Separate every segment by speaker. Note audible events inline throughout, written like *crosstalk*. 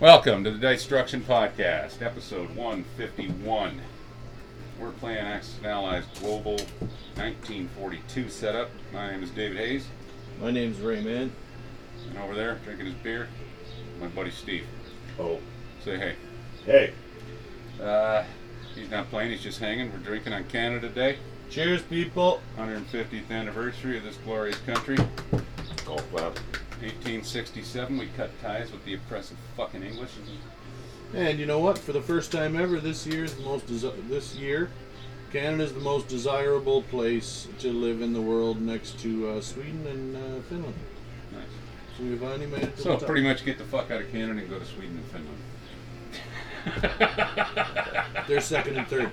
Speaker 1: Welcome to the Destruction Podcast, episode 151. We're playing Axis and Allies Global 1942 setup. My name is David Hayes,
Speaker 2: My name's Rayman.
Speaker 1: and over there drinking his beer, my buddy Steve.
Speaker 3: Oh,
Speaker 1: Say hey.
Speaker 3: hey.
Speaker 1: Uh, he's not playing, he's just hanging. We're drinking on Canada Day,
Speaker 2: Cheers, people.
Speaker 1: 150th anniversary of this glorious country.
Speaker 3: Golf clap.
Speaker 1: 1867, we cut ties with the oppressive fucking English.
Speaker 2: And you know what? For the first time ever, this year's the most desi- this year, Canada's the most desirable place to live in the world, next to uh, Sweden and uh, Finland.
Speaker 1: Nice.
Speaker 2: So we finally made it to
Speaker 1: So
Speaker 2: the top.
Speaker 1: pretty much get the fuck out of Canada and go to Sweden and Finland.
Speaker 2: They're second and
Speaker 1: *laughs*
Speaker 2: third.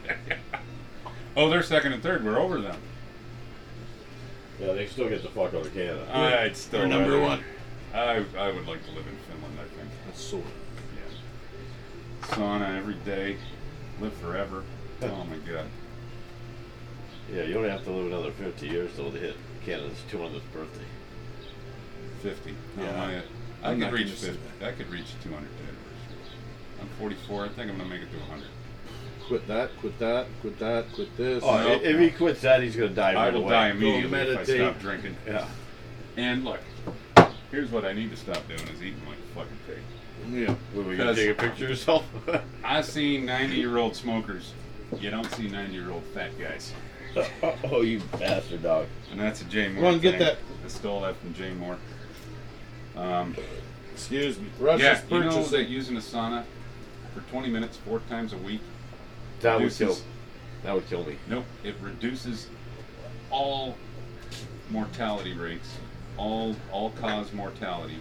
Speaker 1: oh, they're second and third. We're over them.
Speaker 3: Yeah, they still get the fuck out of Canada.
Speaker 1: I'd still
Speaker 2: They're number
Speaker 1: rather-
Speaker 2: one.
Speaker 1: Uh, I, I would like to live in Finland. I think.
Speaker 2: That's sore.
Speaker 1: Yeah. Sauna every day, live forever. Oh my god.
Speaker 3: yeah, you only have to live another 50 years till they hit Canada's 200th birthday.
Speaker 1: Fifty. How
Speaker 2: Yeah,
Speaker 1: am I, at? I
Speaker 2: I'm
Speaker 1: could
Speaker 2: not
Speaker 1: reach
Speaker 2: gonna say
Speaker 1: fifty. I could reach two hundred I'm 44. I think I'm gonna make it to 100.
Speaker 2: Quit that. Quit that. Quit that. Quit this.
Speaker 3: Oh,
Speaker 1: Nope.
Speaker 3: i- if he quits that, he's gonna die
Speaker 1: I
Speaker 3: right
Speaker 1: will
Speaker 3: away.
Speaker 1: die immediately if I
Speaker 2: meditate.
Speaker 1: stop drinking.
Speaker 3: Yeah.
Speaker 1: And look, here's what I need to stop doing: is eating like a fucking pig.
Speaker 2: Yeah.
Speaker 3: Were we gonna
Speaker 1: Because-
Speaker 3: take a picture of yourself?
Speaker 1: *laughs* I've seen 90 year old smokers. You don't see 90 year old fat guys.
Speaker 3: *laughs* oh, you bastard dog.
Speaker 1: And that's a Jay Moore.
Speaker 2: Ron, get
Speaker 1: thing.
Speaker 2: that.
Speaker 1: I stole that from Jay Moore. Um,
Speaker 2: Excuse me. Russia's
Speaker 1: yeah, you know
Speaker 2: purchasing.
Speaker 1: that using a sauna for 20 minutes, four times a week,
Speaker 3: That would kill.
Speaker 1: reduces-
Speaker 3: That would kill me.
Speaker 1: Nope, it reduces all mortality rates, all all cause mortality.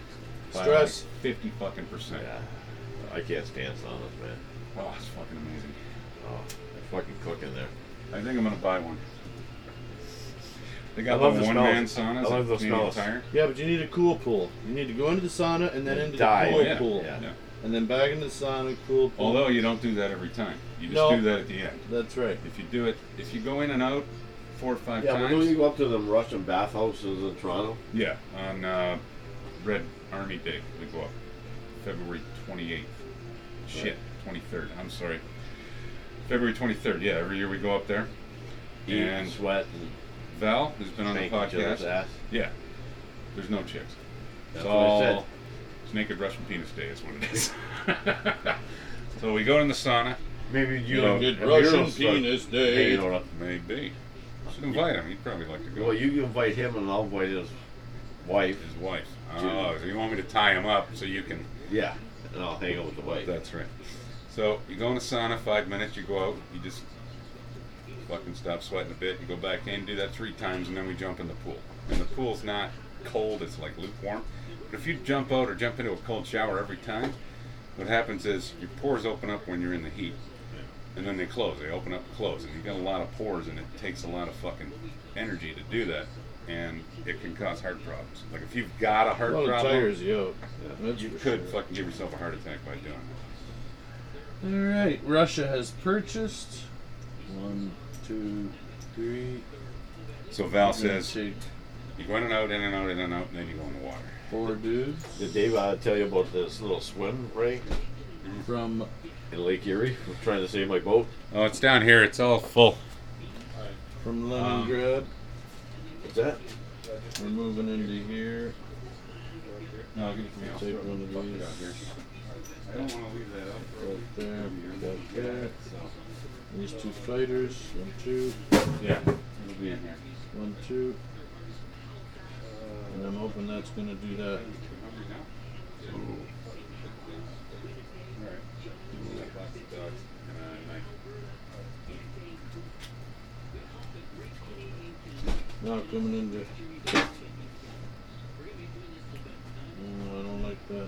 Speaker 1: By
Speaker 2: Stress.
Speaker 1: Like 50 fucking percent.
Speaker 3: Yeah. I can't stand saunas, man.
Speaker 1: Oh, it's fucking amazing.
Speaker 3: Oh, they're fucking cooking there.
Speaker 1: I think I'm gonna buy one. They got
Speaker 3: I love
Speaker 1: the
Speaker 3: the
Speaker 1: one
Speaker 3: smells.
Speaker 1: man saunas.
Speaker 3: I love
Speaker 1: at
Speaker 3: the
Speaker 1: Canadian
Speaker 3: smells.
Speaker 1: Tire.
Speaker 2: yeah, but you need a cool pool. You need to go into the sauna and then
Speaker 3: And
Speaker 2: into
Speaker 3: dive.
Speaker 2: the cool
Speaker 1: Yeah,
Speaker 2: pool,
Speaker 3: yeah.
Speaker 1: Yeah.
Speaker 2: and then back into the sauna, cool pool.
Speaker 1: Although you don't do that every time. You just
Speaker 2: No.
Speaker 1: do that at the end.
Speaker 2: That's right.
Speaker 1: If you do it, if you go in and out four or five
Speaker 3: Yeah, but
Speaker 1: times.
Speaker 3: don't you go up to them Russian bathhouses in Toronto?
Speaker 1: Yeah, on uh, Red Army Day we go up, February 28th. Shit, 23rd. I'm sorry. February 23rd. Yeah, every year we go up there.
Speaker 3: Eat
Speaker 1: And-
Speaker 3: and sweat and
Speaker 1: Val has been on the
Speaker 3: spank each other's
Speaker 1: podcast.
Speaker 3: ass.
Speaker 1: Yeah. There's no chicks. it's
Speaker 3: That's what I said.
Speaker 1: all it's naked Russian penis day is what it is. *laughs* so we go in the sauna.
Speaker 3: Maybe you,
Speaker 1: know,
Speaker 3: don't-
Speaker 1: good
Speaker 3: maybe you
Speaker 2: Russian
Speaker 3: don't suck.
Speaker 2: penis
Speaker 3: Maybe you
Speaker 2: day.
Speaker 3: don't-
Speaker 1: Maybe. Should invite him. He'd probably like to go.
Speaker 3: Well, you invite him and I'll invite his wife.
Speaker 1: His wife. Oh, so you want me to tie him up so you can.
Speaker 3: Yeah, and I'll hang out with the wife.
Speaker 1: That's right. So you go in the sauna, five minutes, you go out, you just fucking stop sweating a bit, you go back in, do that three times, and then we jump in the pool. And the pool's not cold, it's like lukewarm. But if you jump out or jump into a cold shower every time, what happens is your pores open up when you're in the heat. And then they close. They open up and close. And you got a lot of pores, and it takes a lot of fucking energy to do that. And it can cause heart problems. Like if you've got a heart
Speaker 2: Well, it
Speaker 1: problem,
Speaker 2: tires you out.
Speaker 3: Yeah.
Speaker 2: That's
Speaker 1: you
Speaker 2: for
Speaker 1: could
Speaker 2: sure.
Speaker 1: fucking give yourself a heart attack by doing it.
Speaker 2: All right, Russia has purchased.
Speaker 3: One, two, three.
Speaker 1: So Val
Speaker 2: I'm gonna
Speaker 1: says,
Speaker 2: say
Speaker 1: you go in and out, in and out, in and out, and then you go in the water.
Speaker 2: four dudes
Speaker 3: Did Dave uh, tell you about this little swim ring
Speaker 2: from
Speaker 3: in Lake Erie? I'm trying to save my boat.
Speaker 1: Oh, it's down here. It's all full. Um,
Speaker 2: from Leningrad.
Speaker 3: What's that?
Speaker 2: We're moving into here.
Speaker 1: No, give it to me. I'll
Speaker 2: Take
Speaker 1: throw
Speaker 2: one
Speaker 1: the
Speaker 2: of
Speaker 1: bucket
Speaker 2: these.
Speaker 1: out here. I don't want to leave that up for
Speaker 2: Right there, back
Speaker 1: Good at
Speaker 2: there.
Speaker 1: it, so.
Speaker 2: These two fighters. One, two,
Speaker 1: Yeah, it'll be in here.
Speaker 2: one, two. And I'm hoping that's gonna do that.
Speaker 1: Hungry now? All right. That box of dogs and a knife.
Speaker 2: Now coming into. Oh, I don't like that.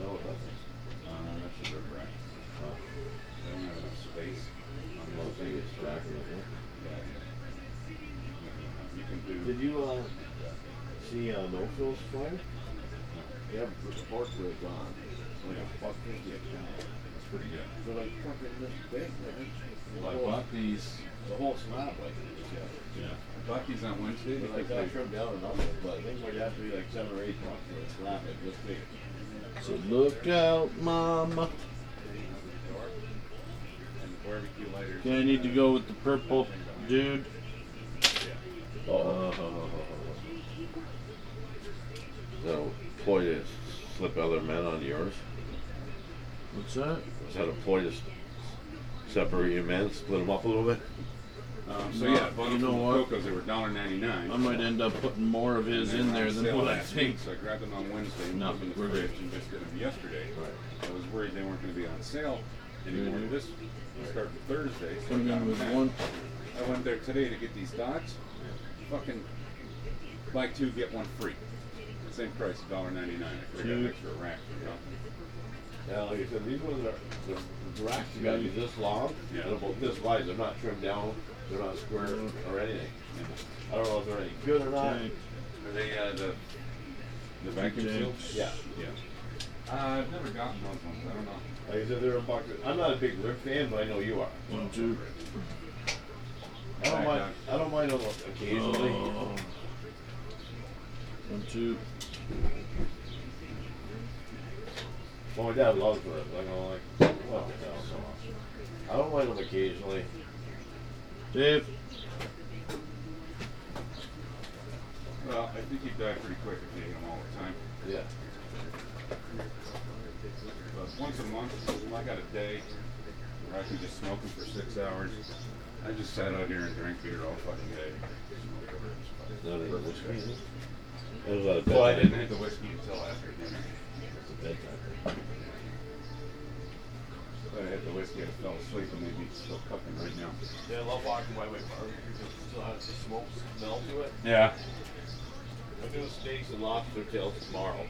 Speaker 3: No,
Speaker 1: Uh, that's a rib rack. They don't have enough space on those things. Yeah, yeah. You can do.
Speaker 3: Did you uh, see uh, No Phil's fire? Yeah, the spark was on. Like a fucking dick now.
Speaker 1: That's pretty good.
Speaker 3: They're like fucking this big, man.
Speaker 1: Well, Oh, I bought these.
Speaker 4: The whole slab, like, yeah.
Speaker 1: Yeah. I bought these on Wednesday.
Speaker 4: But like, I trimmed down enough, but I think we'd have to be like seven or eight bucks for a slab, like this big.
Speaker 2: So look out, mama.
Speaker 1: And the barbecue lighters.
Speaker 2: Okay, I need to go with the purple dude.
Speaker 3: Oh. oh. Is that a ploy to slip other men on yours?
Speaker 2: What's that?
Speaker 3: Is that a ploy to s- separate your men, split them up a little bit?
Speaker 1: Um, so
Speaker 2: No,
Speaker 1: yeah, I bought
Speaker 2: you
Speaker 1: them
Speaker 2: know
Speaker 1: from
Speaker 2: what?
Speaker 1: Cocos. They were dollar ninety nine.
Speaker 2: I might end up putting more of his in there than what I think.
Speaker 1: So I grabbed them on Wednesday and
Speaker 2: No,
Speaker 1: put them in
Speaker 2: we're
Speaker 1: the
Speaker 2: good.
Speaker 1: fridge and just did them yesterday. I was worried they weren't going to be on sale anymore
Speaker 2: Mhm.
Speaker 1: this start Thursday. So
Speaker 2: Put him
Speaker 1: I, got
Speaker 2: in with
Speaker 1: them back.
Speaker 2: one.
Speaker 1: I went there today to get these dots. Fucking buy two get one free. Same price, dollar ninety nine. I could have got
Speaker 2: Two.
Speaker 1: an extra rack for nothing.
Speaker 3: Yeah, like I said, these ones are, the, the racks gotta be this long,
Speaker 1: Yeah.
Speaker 3: and about this wide, they're not trimmed down, they're not square or anything. I don't know if they're any good or not.
Speaker 2: Okay.
Speaker 1: Are they uh, the the vacuum
Speaker 2: Okay.
Speaker 1: sealed?
Speaker 3: Yeah,
Speaker 1: Yeah. Uh, I've never gotten those ones. I don't know.
Speaker 3: like I said, they're a buck, I'm not a big Rick fan, but I know you are.
Speaker 2: One, two.
Speaker 3: I don't
Speaker 1: Right,
Speaker 3: mind, I don't mind them occasionally.
Speaker 2: Oh. One, two.
Speaker 3: Well, my dad loves them, like, I'm like, well, no, so much. I don't mind them occasionally.
Speaker 2: Dave.
Speaker 1: Well, I think you die pretty quick if you eat them all the time.
Speaker 3: Yeah.
Speaker 1: But once a month, if I got a day where I can just smoke them for six hours. I just sat out here and drank beer all fucking day.
Speaker 3: Not even whiskey. is it? It was out of
Speaker 1: Well, I didn't
Speaker 3: bedtime.
Speaker 1: hit the whiskey until after dinner.
Speaker 3: It's a bedtime.
Speaker 1: But I hit the whiskey, I fell asleep, and maybe it's still cupping right now.
Speaker 4: Yeah, I love walking my way barbecue because it still has the smoke smell to it.
Speaker 1: Yeah.
Speaker 3: I'm doing steaks and lobster tails tomorrow.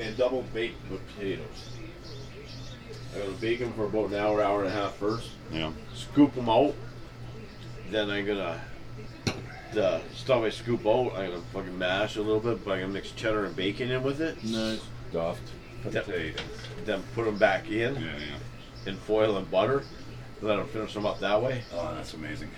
Speaker 3: And double baked with potatoes. I'm gonna bake them for about an hour, hour and a half first.
Speaker 1: Yeah.
Speaker 3: Scoop them out. Then I'm gonna the stuff I scoop out. I'm gonna fucking mash a little bit, but I'm gonna mix cheddar and bacon in with it.
Speaker 2: Nice.
Speaker 1: Stuffed
Speaker 3: Yep.
Speaker 1: potatoes.
Speaker 3: Then put them back in
Speaker 1: Yeah, yeah.
Speaker 3: in foil and butter. Let them finish them up that way.
Speaker 1: Oh, that's amazing.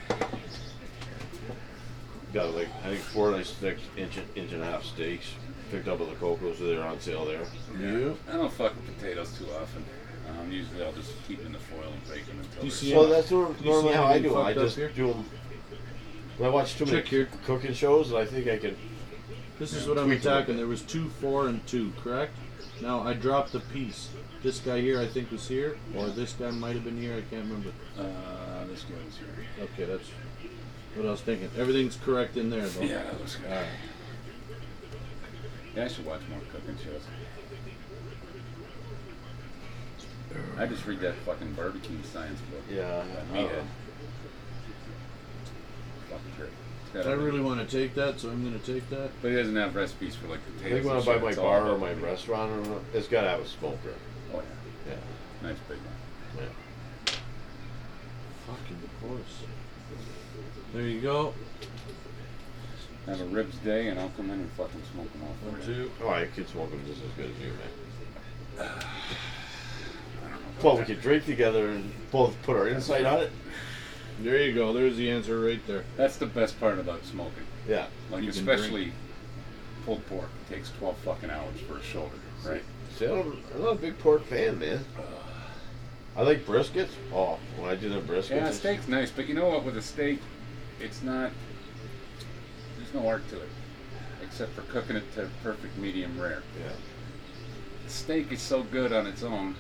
Speaker 3: Got like I think four nice thick inch inch and a half steaks. Picked up at the Cocos, so they're on sale there.
Speaker 2: Yeah.
Speaker 1: I don't fuck with potatoes too often. Um, usually I'll just keep them in the foil and bake them until
Speaker 2: Do
Speaker 1: they're
Speaker 2: you see
Speaker 3: Well,
Speaker 2: Yeah.
Speaker 3: that's nor-
Speaker 2: see
Speaker 3: normally how I
Speaker 2: anything
Speaker 3: do. it. I
Speaker 2: fucked up
Speaker 3: just
Speaker 2: here?
Speaker 3: do them. When I watch too many
Speaker 2: Check here.
Speaker 3: cooking shows, and I think I can.
Speaker 2: This is what I'm
Speaker 3: Tweak a little
Speaker 2: attacking. There was two, four, and two, correct? Now I dropped a piece. This guy here, I think, was here, or this guy might have been here. I can't remember.
Speaker 1: Uh, this goes here.
Speaker 2: Okay, that's what I was thinking. Everything's correct in there, though.
Speaker 1: Yeah, that looks good. Yeah, I should watch more cooking shows. I just read that fucking barbecue science book.
Speaker 3: Yeah.
Speaker 1: That
Speaker 3: I don't know.
Speaker 1: meathead. Fucking great. It's got
Speaker 2: I
Speaker 1: everything.
Speaker 2: really want to take that, so I'm going to take that.
Speaker 1: But he doesn't have recipes for like
Speaker 3: I
Speaker 1: potatoes.
Speaker 3: think when I
Speaker 1: and
Speaker 3: buy
Speaker 1: shit,
Speaker 3: my
Speaker 1: it's all
Speaker 3: bar or
Speaker 1: about-
Speaker 3: my restaurant, or whatnot, it's got to have a smoker.
Speaker 1: Oh
Speaker 3: Yeah.
Speaker 1: yeah, nice big one.
Speaker 3: yeah.
Speaker 2: Fucking course. There you go.
Speaker 1: Have a ribs day, and I'll come in and fucking smoke them all.
Speaker 2: One,
Speaker 1: for you.
Speaker 2: two.
Speaker 3: Oh, I could smoke them just as good as you, man. Well, we could drink together and both put our insight on it.
Speaker 2: There you go. There's the answer right there.
Speaker 1: That's the best part about smoking.
Speaker 3: Yeah.
Speaker 1: Like
Speaker 2: You can drink.
Speaker 1: especially pulled pork takes twelve fucking hours for a shoulder, right?
Speaker 3: See, I don't, I'm not a big pork fan, man. I like briskets. Oh, when I do the briskets,
Speaker 1: Yeah, a
Speaker 3: it's-
Speaker 1: steak's nice, but you know what? With a steak, it's not. There's no art to it, except for cooking it to perfect medium rare.
Speaker 3: Yeah.
Speaker 1: Steak is so good on its own.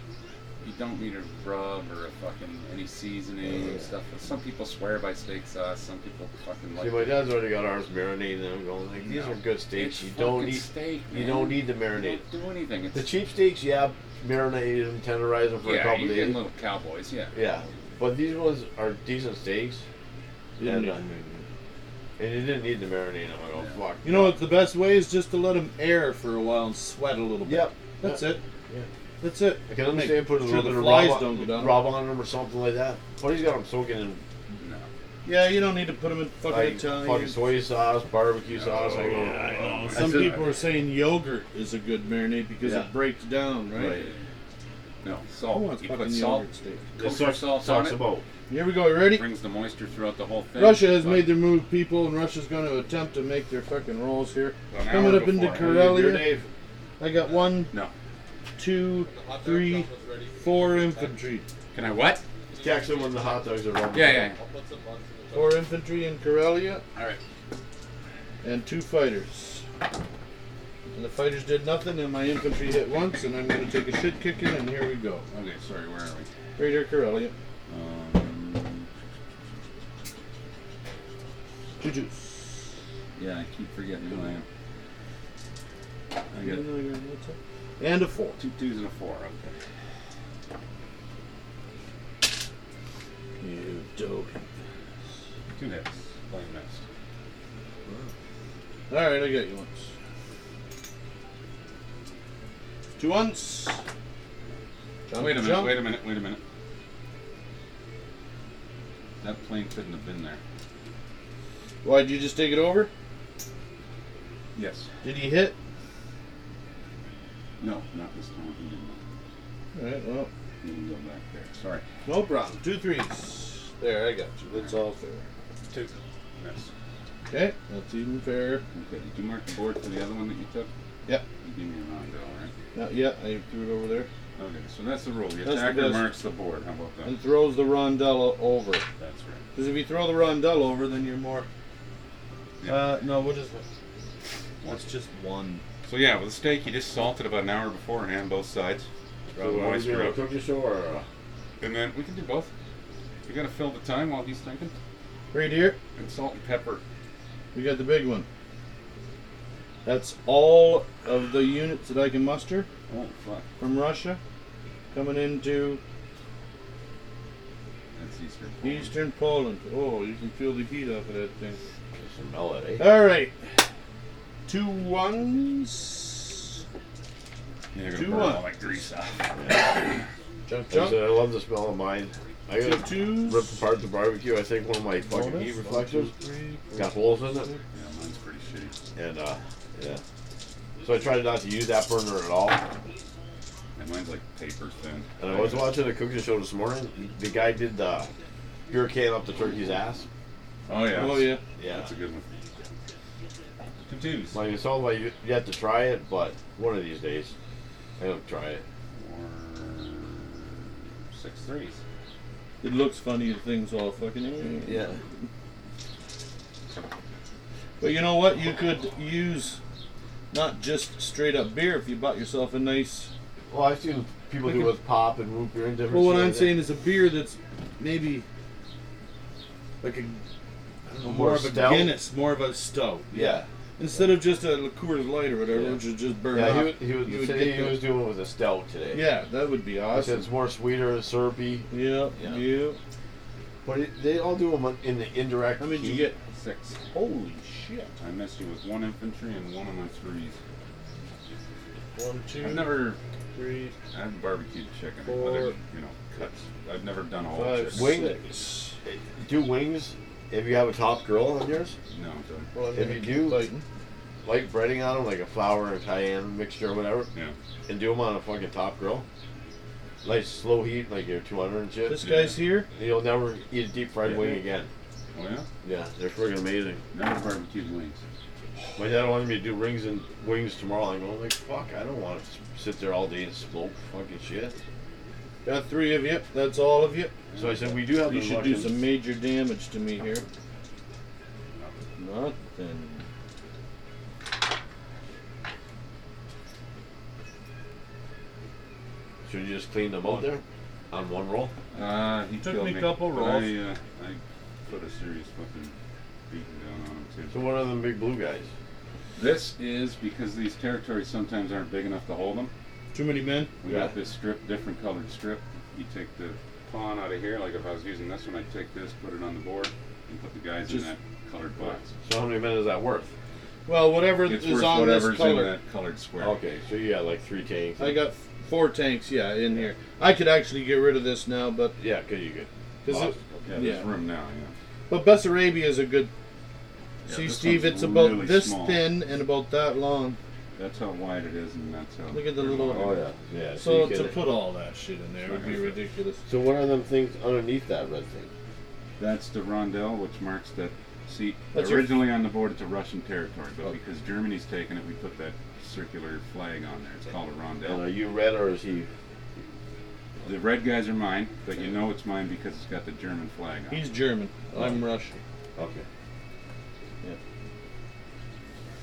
Speaker 1: You don't need a rub or a fucking any seasoning and stuff. But some people swear by steak sauce. Some people fucking like.
Speaker 3: See, my dad's already got ours marinated, and I'm going like, these
Speaker 1: No.
Speaker 3: are good steaks.
Speaker 1: It's
Speaker 3: you don't
Speaker 1: fucking
Speaker 3: need,
Speaker 1: steak.
Speaker 3: you
Speaker 1: man.
Speaker 3: don't need to
Speaker 1: You
Speaker 3: marinate.
Speaker 1: don't do anything. It's,
Speaker 3: The cheap steaks, yeah, marinate them, tenderize them for a
Speaker 1: yeah,
Speaker 3: couple
Speaker 1: you're
Speaker 3: days.
Speaker 1: getting little cowboys. Yeah.
Speaker 3: yeah, but these ones are decent steaks, Yeah,
Speaker 2: Didn't
Speaker 3: no.
Speaker 2: you?
Speaker 3: and you didn't need to marinate them. I go,
Speaker 1: Yeah.
Speaker 3: fuck.
Speaker 2: You know what? The best way is just to let them air for a while and sweat a little bit.
Speaker 3: Yep.
Speaker 2: That's it.
Speaker 3: Yeah.
Speaker 2: That's it.
Speaker 3: I can understand putting a
Speaker 2: sure
Speaker 3: little bit
Speaker 2: the
Speaker 3: of
Speaker 2: flies
Speaker 3: rub,
Speaker 2: don't
Speaker 3: on,
Speaker 2: get on 'em.
Speaker 3: rub on them or something like that. But he's got them soaking in
Speaker 1: No.
Speaker 2: Yeah, you don't need to put them in fucking
Speaker 3: like,
Speaker 2: Italian.
Speaker 3: fucking soy sauce, barbecue sauce. I go,
Speaker 1: I know.
Speaker 2: Some
Speaker 1: That's it.
Speaker 2: people are saying yogurt is a good marinade because
Speaker 3: Yeah.
Speaker 2: it breaks down, right?
Speaker 3: Right.
Speaker 1: No,
Speaker 2: Who
Speaker 1: salt.
Speaker 2: wants
Speaker 1: you
Speaker 2: fucking
Speaker 1: put salt,
Speaker 2: yogurt steak?
Speaker 1: kosher salt on
Speaker 3: Talks
Speaker 1: it.
Speaker 3: about
Speaker 2: Here we go. You ready?
Speaker 1: Brings the moisture throughout the whole thing.
Speaker 2: Russia has
Speaker 1: But-
Speaker 2: made their move, people, and Russia's going to attempt to make their fucking rolls here.
Speaker 1: Well, now
Speaker 2: Coming
Speaker 1: we're
Speaker 2: up into
Speaker 1: before-
Speaker 2: Karelia,
Speaker 3: your Dave.
Speaker 2: I got one,
Speaker 1: No.
Speaker 2: two, three, four infantry.
Speaker 1: Can I what?
Speaker 3: Text him when the hot dogs are running.
Speaker 1: Yeah, yeah.
Speaker 2: Four infantry in Karelia
Speaker 1: All right.
Speaker 2: and two fighters. And the fighters did nothing, and my infantry hit once, and I'm going to take a shit kicking, and here we go.
Speaker 1: Okay, sorry. Where are we?
Speaker 2: Right here, Karelia.
Speaker 1: Um,
Speaker 2: Juju's.
Speaker 1: yeah, I keep forgetting who I am. I got
Speaker 2: And a four.
Speaker 1: two twos and a four. Okay.
Speaker 2: You dope.
Speaker 1: Two hits. Playing missed.
Speaker 2: Alright, I got you once. Two once. Jump,
Speaker 1: Wait a minute,
Speaker 2: jump.
Speaker 1: wait a minute, wait a minute. That plane couldn't have been there.
Speaker 2: Why, did you just take it over?
Speaker 1: Yes.
Speaker 2: Did he hit?
Speaker 1: No, not this time. He didn't,
Speaker 2: Alright, well,
Speaker 1: he didn't go back there. Sorry.
Speaker 2: no problem. Two threes. There, I got you. That's all fair.
Speaker 1: Two. Yes.
Speaker 2: Okay, that's even fair.
Speaker 1: Okay, did you mark the board for the other one that you took?
Speaker 2: Yep.
Speaker 1: You gave me a rondo, right?
Speaker 2: Not yet. I threw it over there.
Speaker 1: Okay, so that's the rule. The
Speaker 2: That's the
Speaker 1: attacker
Speaker 2: best.
Speaker 1: marks the board. How about that?
Speaker 2: And throws the rondella over.
Speaker 1: That's right.
Speaker 2: Because if you throw the rondella over, then you're more.
Speaker 1: Yeah.
Speaker 2: Uh, no, what is this? That's just one.
Speaker 1: So yeah, with the steak, you just salted about an hour beforehand, both sides. Rub the
Speaker 3: So, are we
Speaker 1: moisture
Speaker 3: doing a
Speaker 1: up.
Speaker 3: cookie show or uh, a-
Speaker 1: And then we can do both. We gotta fill the time while he's thinking.
Speaker 2: Right here.
Speaker 1: And salt and pepper.
Speaker 2: We got the big one. That's all of the units that I can muster
Speaker 1: Oh fuck.
Speaker 2: from Russia coming into
Speaker 1: That's Easter.
Speaker 2: eastern Poland. Oh, you can feel the heat off of that thing.
Speaker 3: smell it, eh?
Speaker 2: All right. Two ones.
Speaker 1: Yeah,
Speaker 2: Do
Speaker 1: do burn
Speaker 2: what?
Speaker 1: all that grease off.
Speaker 2: Jump,
Speaker 3: Like I
Speaker 2: jump.
Speaker 3: said, I love the smell of mine. I
Speaker 2: Two
Speaker 3: gotta rip
Speaker 2: twos.
Speaker 3: apart the barbecue. I think one of my fucking heat reflectors got holes in it,
Speaker 1: Yeah, mine's pretty shitty.
Speaker 3: and uh, yeah. So I tried not to use that burner at all.
Speaker 1: And mine's like paper thin.
Speaker 3: And I was watching a cooking show this morning. The guy did the hurricane up the turkey's ass.
Speaker 1: Oh yeah.
Speaker 2: Oh yeah.
Speaker 3: Yeah.
Speaker 1: That's a good one. Two twos.
Speaker 3: Like I told him, like, you, you have to try it, but one of these days, I'm gonna try it.
Speaker 1: Or six threes.
Speaker 2: It looks funny and things all fucking. But you know what? You could use not just straight up beer if you bought yourself a nice.
Speaker 3: Well, I've seen people do it with pop and root beer and different.
Speaker 2: Well, what
Speaker 3: shit
Speaker 2: I'm
Speaker 3: like that.
Speaker 2: saying is a beer that's maybe like a I don't know,
Speaker 3: More
Speaker 2: more of a
Speaker 3: stout?
Speaker 2: Guinness, more of a stout.
Speaker 3: yeah.
Speaker 2: Instead of just a Coors Light or whatever,
Speaker 3: Yeah.
Speaker 2: which is just burn
Speaker 3: Yeah,
Speaker 2: up.
Speaker 3: he, was- he was
Speaker 2: You would
Speaker 3: today
Speaker 2: get
Speaker 3: he
Speaker 2: the-
Speaker 3: was doing it with a stout today.
Speaker 2: yeah, that would be
Speaker 3: I said
Speaker 2: awesome.
Speaker 3: it's more sweeter and syrupy.
Speaker 2: Yeah,
Speaker 3: Yeah.
Speaker 2: yeah.
Speaker 3: But it, they all do them in the indirect.
Speaker 2: How many did you
Speaker 3: heat.
Speaker 2: get?
Speaker 1: Six.
Speaker 2: Holy shit!
Speaker 1: I missed you with one infantry and one of my threes.
Speaker 2: One, two,
Speaker 1: I've never
Speaker 2: three,
Speaker 1: I've barbecued chicken.
Speaker 2: Four.
Speaker 1: Other, than, you know, cuts. I've never done a whole
Speaker 2: five,
Speaker 1: chicken.
Speaker 3: Wing-
Speaker 2: six.
Speaker 3: Do wings? If you have a top grill on yours,
Speaker 1: No, I'm done.
Speaker 2: Well, I'm
Speaker 3: If
Speaker 2: gonna
Speaker 3: you
Speaker 2: keep
Speaker 3: do-
Speaker 2: fighting.
Speaker 3: like breading on them, like a flour and cayenne mixture or whatever,
Speaker 1: Yeah.
Speaker 3: and do them on a fucking top grill. Nice slow heat, like your 200 and shit.
Speaker 2: this guy's here.
Speaker 3: You'll never eat a deep fried
Speaker 1: Yeah.
Speaker 3: wing again.
Speaker 1: Oh yeah?
Speaker 3: Yeah, they're freaking amazing.
Speaker 1: Never barbecued wings.
Speaker 3: My dad wanted me to do rings and wings tomorrow. I'm going like, fuck, I don't want to sit there all day and smoke fucking shit.
Speaker 2: Got three of you. That's all of you.
Speaker 3: So I said, we do have.
Speaker 2: You
Speaker 3: the
Speaker 2: should do
Speaker 3: fucking-
Speaker 2: some major damage to me here. Nothing.
Speaker 3: Should you just clean them out there on one roll?
Speaker 1: Uh, he
Speaker 2: Took
Speaker 1: killed
Speaker 2: me couple
Speaker 1: but
Speaker 2: rolls.
Speaker 1: I, uh, I put a serious fucking beating down on him too.
Speaker 3: So what are them big blue guys?
Speaker 1: This is because these territories sometimes aren't big enough to hold them.
Speaker 2: Too many men.
Speaker 1: We
Speaker 3: Yeah.
Speaker 1: got this strip, different colored strip. You take the pawn out of here. Like if I was using this one, I'd take this, put it on the board, and put the guys
Speaker 2: Just-
Speaker 1: in that colored box.
Speaker 3: So how many men is that worth?
Speaker 2: Well, whatever
Speaker 1: It's
Speaker 2: is
Speaker 1: worth
Speaker 2: on this
Speaker 1: whatever's in
Speaker 2: color.
Speaker 1: that colored square.
Speaker 3: Okay, so you got like three tanks.
Speaker 2: I got f- four tanks. Yeah, in here. I could actually get rid of this now, but
Speaker 3: Yeah, cause you could.
Speaker 2: Is it-
Speaker 1: Yeah, there's
Speaker 2: Yeah.
Speaker 1: room now.
Speaker 2: but Bessarabia is a good.
Speaker 1: Yeah,
Speaker 2: see,
Speaker 1: this
Speaker 2: Steve,
Speaker 1: one's
Speaker 2: it's about
Speaker 1: really
Speaker 2: this
Speaker 1: small.
Speaker 2: thin and about that long.
Speaker 1: Yeah. That's how wide it is, and that's how.
Speaker 2: Look at the little-
Speaker 3: Oh yeah, yeah.
Speaker 2: So
Speaker 3: you can-
Speaker 2: to put all that shit in there would be ridiculous.
Speaker 3: So what are them things underneath that red thing?
Speaker 1: That's the rondel, which marks that. See,
Speaker 2: That's your-
Speaker 1: originally on the board, it's a Russian territory, but
Speaker 3: Oh.
Speaker 1: because Germany's taken it, we put that circular flag on there. It's called a
Speaker 3: And
Speaker 1: rondel.
Speaker 3: are you red or is he?
Speaker 1: The red guys are mine, but you know it's mine because it's got the German flag on. it.
Speaker 2: He's German. I'm Russian.
Speaker 3: Okay.
Speaker 2: Yeah.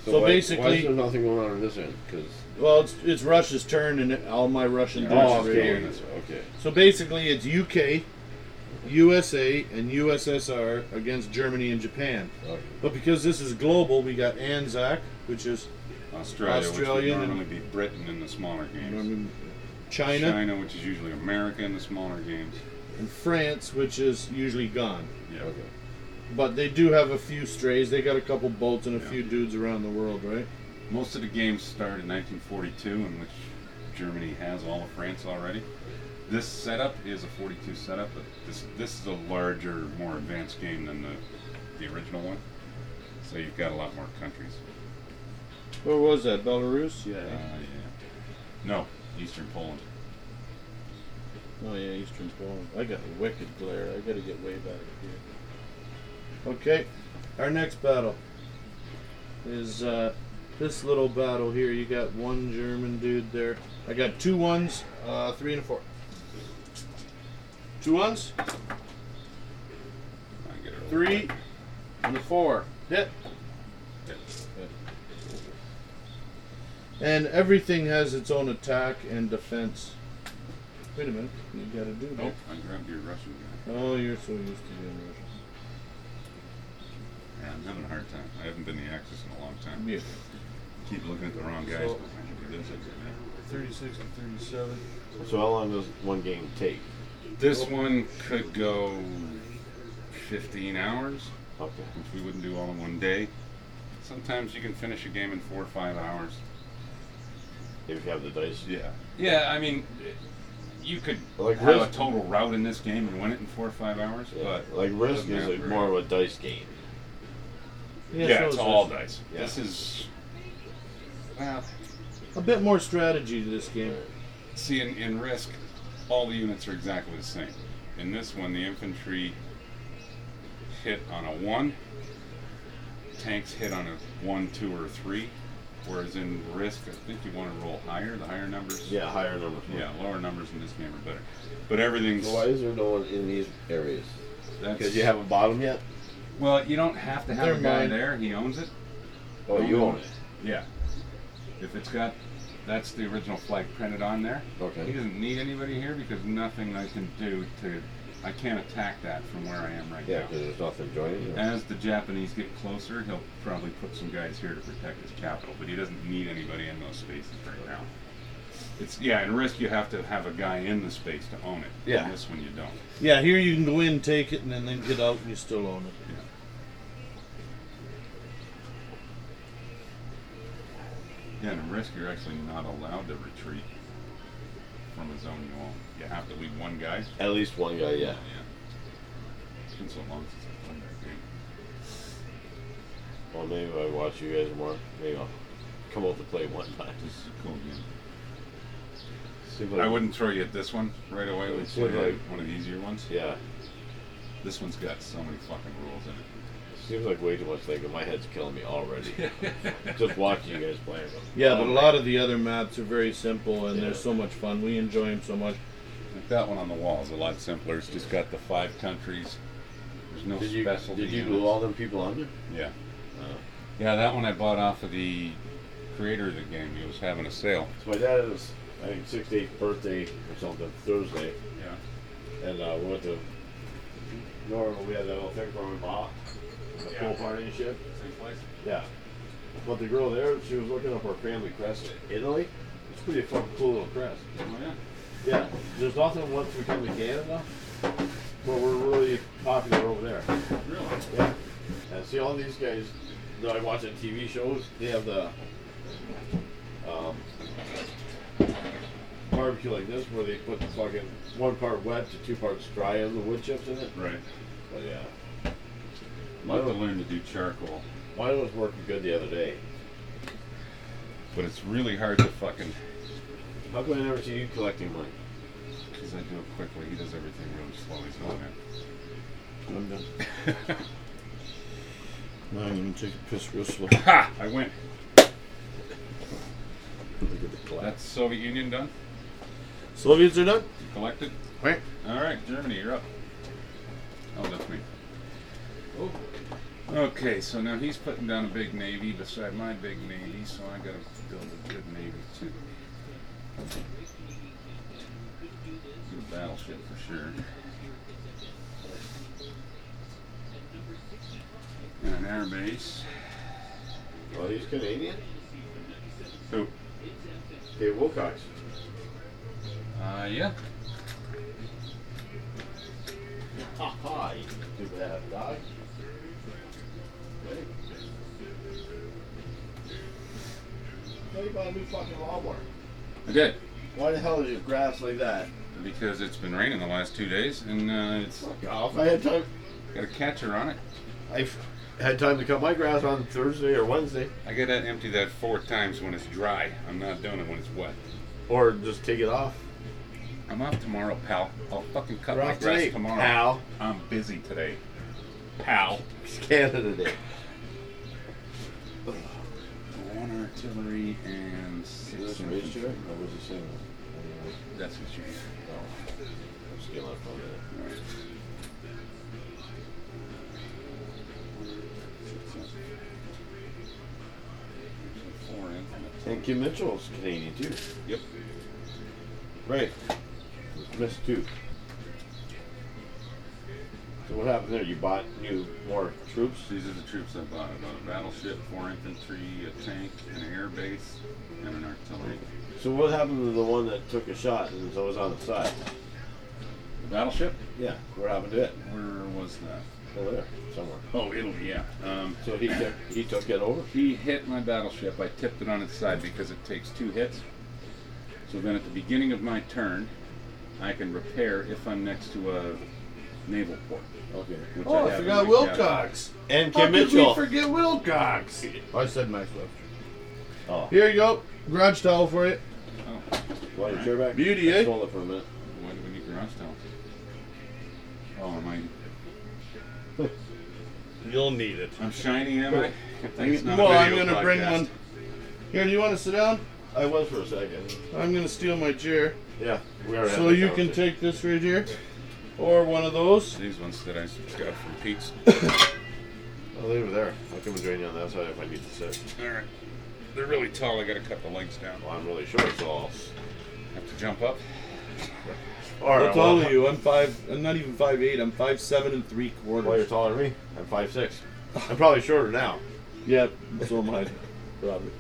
Speaker 3: So,
Speaker 2: So
Speaker 3: why, why
Speaker 2: basically-
Speaker 3: is there nothing going on in this end? Because
Speaker 2: Well, it's, it's Russia's turn, and all my Russian dudes
Speaker 1: Oh,
Speaker 2: are
Speaker 1: okay.
Speaker 2: here.
Speaker 3: okay.
Speaker 2: So basically, it's UK, USA, and USSR against Germany and Japan.
Speaker 3: okay.
Speaker 2: But because this is global, we got ANZAC, which is
Speaker 1: Australia,
Speaker 2: Australian
Speaker 1: which would
Speaker 2: and-
Speaker 1: normally be Britain in the smaller games.
Speaker 2: um, China,
Speaker 1: which is usually America in the smaller games.
Speaker 2: and France, which is usually gone.
Speaker 1: Yeah.
Speaker 3: Okay.
Speaker 2: But they do have a few strays. They got a couple boats and a
Speaker 1: Yeah.
Speaker 2: few dudes around the world, right?
Speaker 1: Most of the games start in 1942, in which Germany has all of France already. This setup is a 42 setup, but this this is a larger, more advanced game than the the original one. So you've got a lot more countries.
Speaker 2: Where was that? Belarus? Yeah.
Speaker 1: Uh, yeah. No, Eastern Poland.
Speaker 4: Oh yeah, Eastern Poland. I got a wicked glare. I gotta get way back here.
Speaker 2: Okay. Our next battle is uh, this little battle here. You got one German dude there. I got two ones, uh, three and a four. Two ones,
Speaker 1: I get it over
Speaker 2: three, and a four. Hit.
Speaker 1: there.
Speaker 2: And everything has its own attack and defense. Wait a minute. You got to do
Speaker 1: Oh,
Speaker 2: that.
Speaker 1: I grabbed your Russian guy.
Speaker 2: Oh, you're so used to being Russian.
Speaker 1: Yeah, I'm having a hard time. I haven't been the Axis in a long time.
Speaker 2: Yeah.
Speaker 1: Keep looking at the wrong guys.
Speaker 2: So-
Speaker 1: but I should do this, I should do that.
Speaker 2: 36 and 37.
Speaker 3: So how long does one game take?
Speaker 1: This one could go 15 hours,
Speaker 3: Okay.
Speaker 1: which we wouldn't do all in one day. Sometimes you can finish a game in four or five hours.
Speaker 3: If you have the dice.
Speaker 1: Yeah. Yeah, I mean, you could
Speaker 3: Like
Speaker 1: have a
Speaker 3: risk.
Speaker 1: total route in this game and win it in four or five hours,
Speaker 3: Yeah.
Speaker 1: but
Speaker 3: Like risk
Speaker 1: doesn't
Speaker 3: is like
Speaker 1: matter.
Speaker 3: more of a dice game.
Speaker 1: yeah,
Speaker 2: so
Speaker 1: it's
Speaker 2: is
Speaker 1: all
Speaker 2: this.
Speaker 1: dice.
Speaker 3: Yeah.
Speaker 1: This is well,
Speaker 2: A bit more strategy to this game.
Speaker 1: see in, in Risk, all the units are exactly the same. In this one, the infantry hit on a one, tanks hit on a one, two, or a three. Whereas in Risk, I think you want to roll higher. The higher numbers,
Speaker 3: Yeah, higher numbers.
Speaker 1: yeah, lower numbers in this game are better. But everything's
Speaker 3: So why is there no one in these areas?
Speaker 1: that's-
Speaker 3: Because you haven't bought them yet.
Speaker 1: well, you don't have to have
Speaker 2: Never
Speaker 1: a guy
Speaker 2: mind.
Speaker 1: there. He owns it.
Speaker 3: Oh, you own it.
Speaker 1: Yeah. If it's got, that's the original flag printed on there. He
Speaker 3: Okay.
Speaker 1: doesn't need anybody here because nothing I can do to, I can't attack that from where I am right
Speaker 3: Yeah,
Speaker 1: now.
Speaker 3: because there's nothing joining. you.
Speaker 1: As the Japanese get closer, he'll probably put some guys here to protect his capital, but he doesn't need anybody in those spaces right now. It's yeah, in risk you have to have a guy in the space to own it.
Speaker 3: Yeah.
Speaker 1: In this one you don't.
Speaker 2: Yeah, here you can go in, take it, and then, then get out, and you still own it.
Speaker 1: Yeah, and in risk you're actually not allowed to retreat from a zone you own. You have to leave one guy.
Speaker 3: At least one guy. Yeah.
Speaker 1: It's been so long since I've played that game.
Speaker 3: Well, maybe if I watch you guys more. Maybe I'll come over to play one time.
Speaker 1: This is a cool game.
Speaker 3: See what
Speaker 1: I wouldn't throw you at this one right away. We'd
Speaker 3: It's
Speaker 1: play
Speaker 3: like-
Speaker 1: one of the easier ones.
Speaker 3: *laughs* Yeah.
Speaker 1: This one's got so many fucking rules in it.
Speaker 3: Seems like way too much thinking. My head's killing me *laughs* already. Just watching you guys play. it.
Speaker 2: Yeah, but a lot of the other maps are very simple, and they're
Speaker 3: Yeah.
Speaker 2: so much fun. We enjoy them so much.
Speaker 1: Like that one on the wall is a lot simpler. It's just got the five countries. There's no
Speaker 3: Did you
Speaker 1: special.
Speaker 3: did you glue all them people on there?
Speaker 1: Yeah. Yeah, that one I bought off of the creator of the game. He was having a sale.
Speaker 3: So my dad was I think sixty eighth birthday or something Thursday,
Speaker 1: Yeah.
Speaker 3: and uh, we went to Normal. We had that little thing for my mom, the pool party and shit.
Speaker 1: Same place.
Speaker 3: Yeah. But the girl there, she was looking up her family crest in Italy. It's pretty fucking cool little crest.
Speaker 1: Oh yeah.
Speaker 3: Yeah. There's nothing once we come to Canada, but we're really popular over there.
Speaker 1: Really?
Speaker 3: Yeah. And see all these guys that I watch on TV shows, they have the um, barbecue like this where they put the fucking one part wet to two parts dry of the wood chips in it.
Speaker 1: Right.
Speaker 3: But yeah.
Speaker 1: I'd like to learn to do charcoal.
Speaker 3: Mine was working good the other day.
Speaker 1: But it's really hard to fucking.
Speaker 3: How come I never see you collecting money?
Speaker 1: Because I do it quickly. He does everything really slow. He's not it.
Speaker 4: I'm done. *laughs* Now I'm gonna take a piss real slow.
Speaker 1: ha! I win.
Speaker 3: Look at the collapse.
Speaker 1: That's Soviet Union done.
Speaker 2: Soviets are done.
Speaker 1: You collected.
Speaker 2: Right.
Speaker 1: All right, Germany, you're up. Oh, that's me. Okay, so now he's putting down a big navy beside my big navy, so I gotta build a good navy too. Good battleship for sure. And an air base.
Speaker 3: Oh, he's Canadian?
Speaker 1: Who?
Speaker 3: Dave Wilcox.
Speaker 1: Uh, yeah.
Speaker 3: Ha ha, you do that, dog. Hey. Why you bought a new fucking lawnmower?
Speaker 1: I did.
Speaker 3: Why the hell is your grass like that?
Speaker 1: Because it's been raining the last two days, and uh, it's
Speaker 3: Fuck off. I had time.
Speaker 1: got a catcher on it.
Speaker 3: I had time to cut my grass on Thursday or Wednesday,
Speaker 1: I gotta empty that four times when it's dry. I'm not doing it when it's wet.
Speaker 3: or just take it off.
Speaker 1: I'm off tomorrow, pal. I'll fucking cut
Speaker 3: We're
Speaker 1: my
Speaker 3: off
Speaker 1: grass
Speaker 3: today,
Speaker 1: tomorrow.
Speaker 3: pal.
Speaker 1: I'm busy today, pal.
Speaker 3: It's Canada Day.
Speaker 1: One artillery and six. infantry. That's what you need. Alright. Four infantry.
Speaker 3: And Kim Mitchell's Canadian too.
Speaker 1: Yep.
Speaker 3: Right. Missed two. So what happened there? You bought new more troops?
Speaker 1: These are the troops I bought. I bought a battleship, four infantry, a tank, an air base, and an artillery.
Speaker 3: So what happened to the one that took a shot and so was on the side?
Speaker 1: The battleship?
Speaker 3: Yeah. What happened to it?
Speaker 1: Where was that?
Speaker 3: Over there, somewhere.
Speaker 1: Oh, Italy, yeah. Um,
Speaker 3: So he took he took it over.
Speaker 1: he hit my battleship. I tipped it on its side because it takes two hits. So then at the beginning of my turn, I can repair if I'm next to a naval port.
Speaker 3: Okay.
Speaker 1: Which
Speaker 2: Oh, I
Speaker 1: haven't
Speaker 2: forgot
Speaker 1: looked at.
Speaker 2: Wilcox.
Speaker 3: And
Speaker 2: How
Speaker 3: Kim
Speaker 2: Oh, did we
Speaker 3: Mitchell.
Speaker 2: forget Wilcox? I said Max Webster.
Speaker 3: oh,
Speaker 2: Here you go. Garage towel for you.
Speaker 1: Oh,
Speaker 3: why your chair back?
Speaker 2: Beauty,
Speaker 3: I
Speaker 2: eh?
Speaker 3: stole it for a minute.
Speaker 1: why do we need garage towels? Oh, am I?
Speaker 2: You'll need it.
Speaker 1: I'm shiny, am
Speaker 2: *laughs*
Speaker 1: I? Thanks, not a
Speaker 2: Well, I'm
Speaker 1: video
Speaker 2: gonna bring
Speaker 1: podcast.
Speaker 2: one. Here, do you want to sit down?
Speaker 3: I was for a second.
Speaker 2: I'm gonna steal my chair,
Speaker 3: Yeah. We already
Speaker 2: so
Speaker 3: had that
Speaker 2: you can
Speaker 3: conversation.
Speaker 2: take this right here, or one of those.
Speaker 1: These ones that I got from
Speaker 2: *laughs*
Speaker 1: Pete's.
Speaker 3: I'll leave it there. I'll come and join you on the outside if I need to sit.
Speaker 1: All right. They're really tall. I got to cut the legs down.
Speaker 3: Well, I'm really short, so I'll.
Speaker 1: Have to jump up.
Speaker 3: All
Speaker 2: How tall are you? I'm five. I'm not even five eight. I'm five seven and three
Speaker 3: Well, you're
Speaker 2: quarters.
Speaker 3: taller than me. I'm five six. I'm probably shorter now.
Speaker 2: Yeah, so
Speaker 1: *laughs*
Speaker 2: am I, Robert.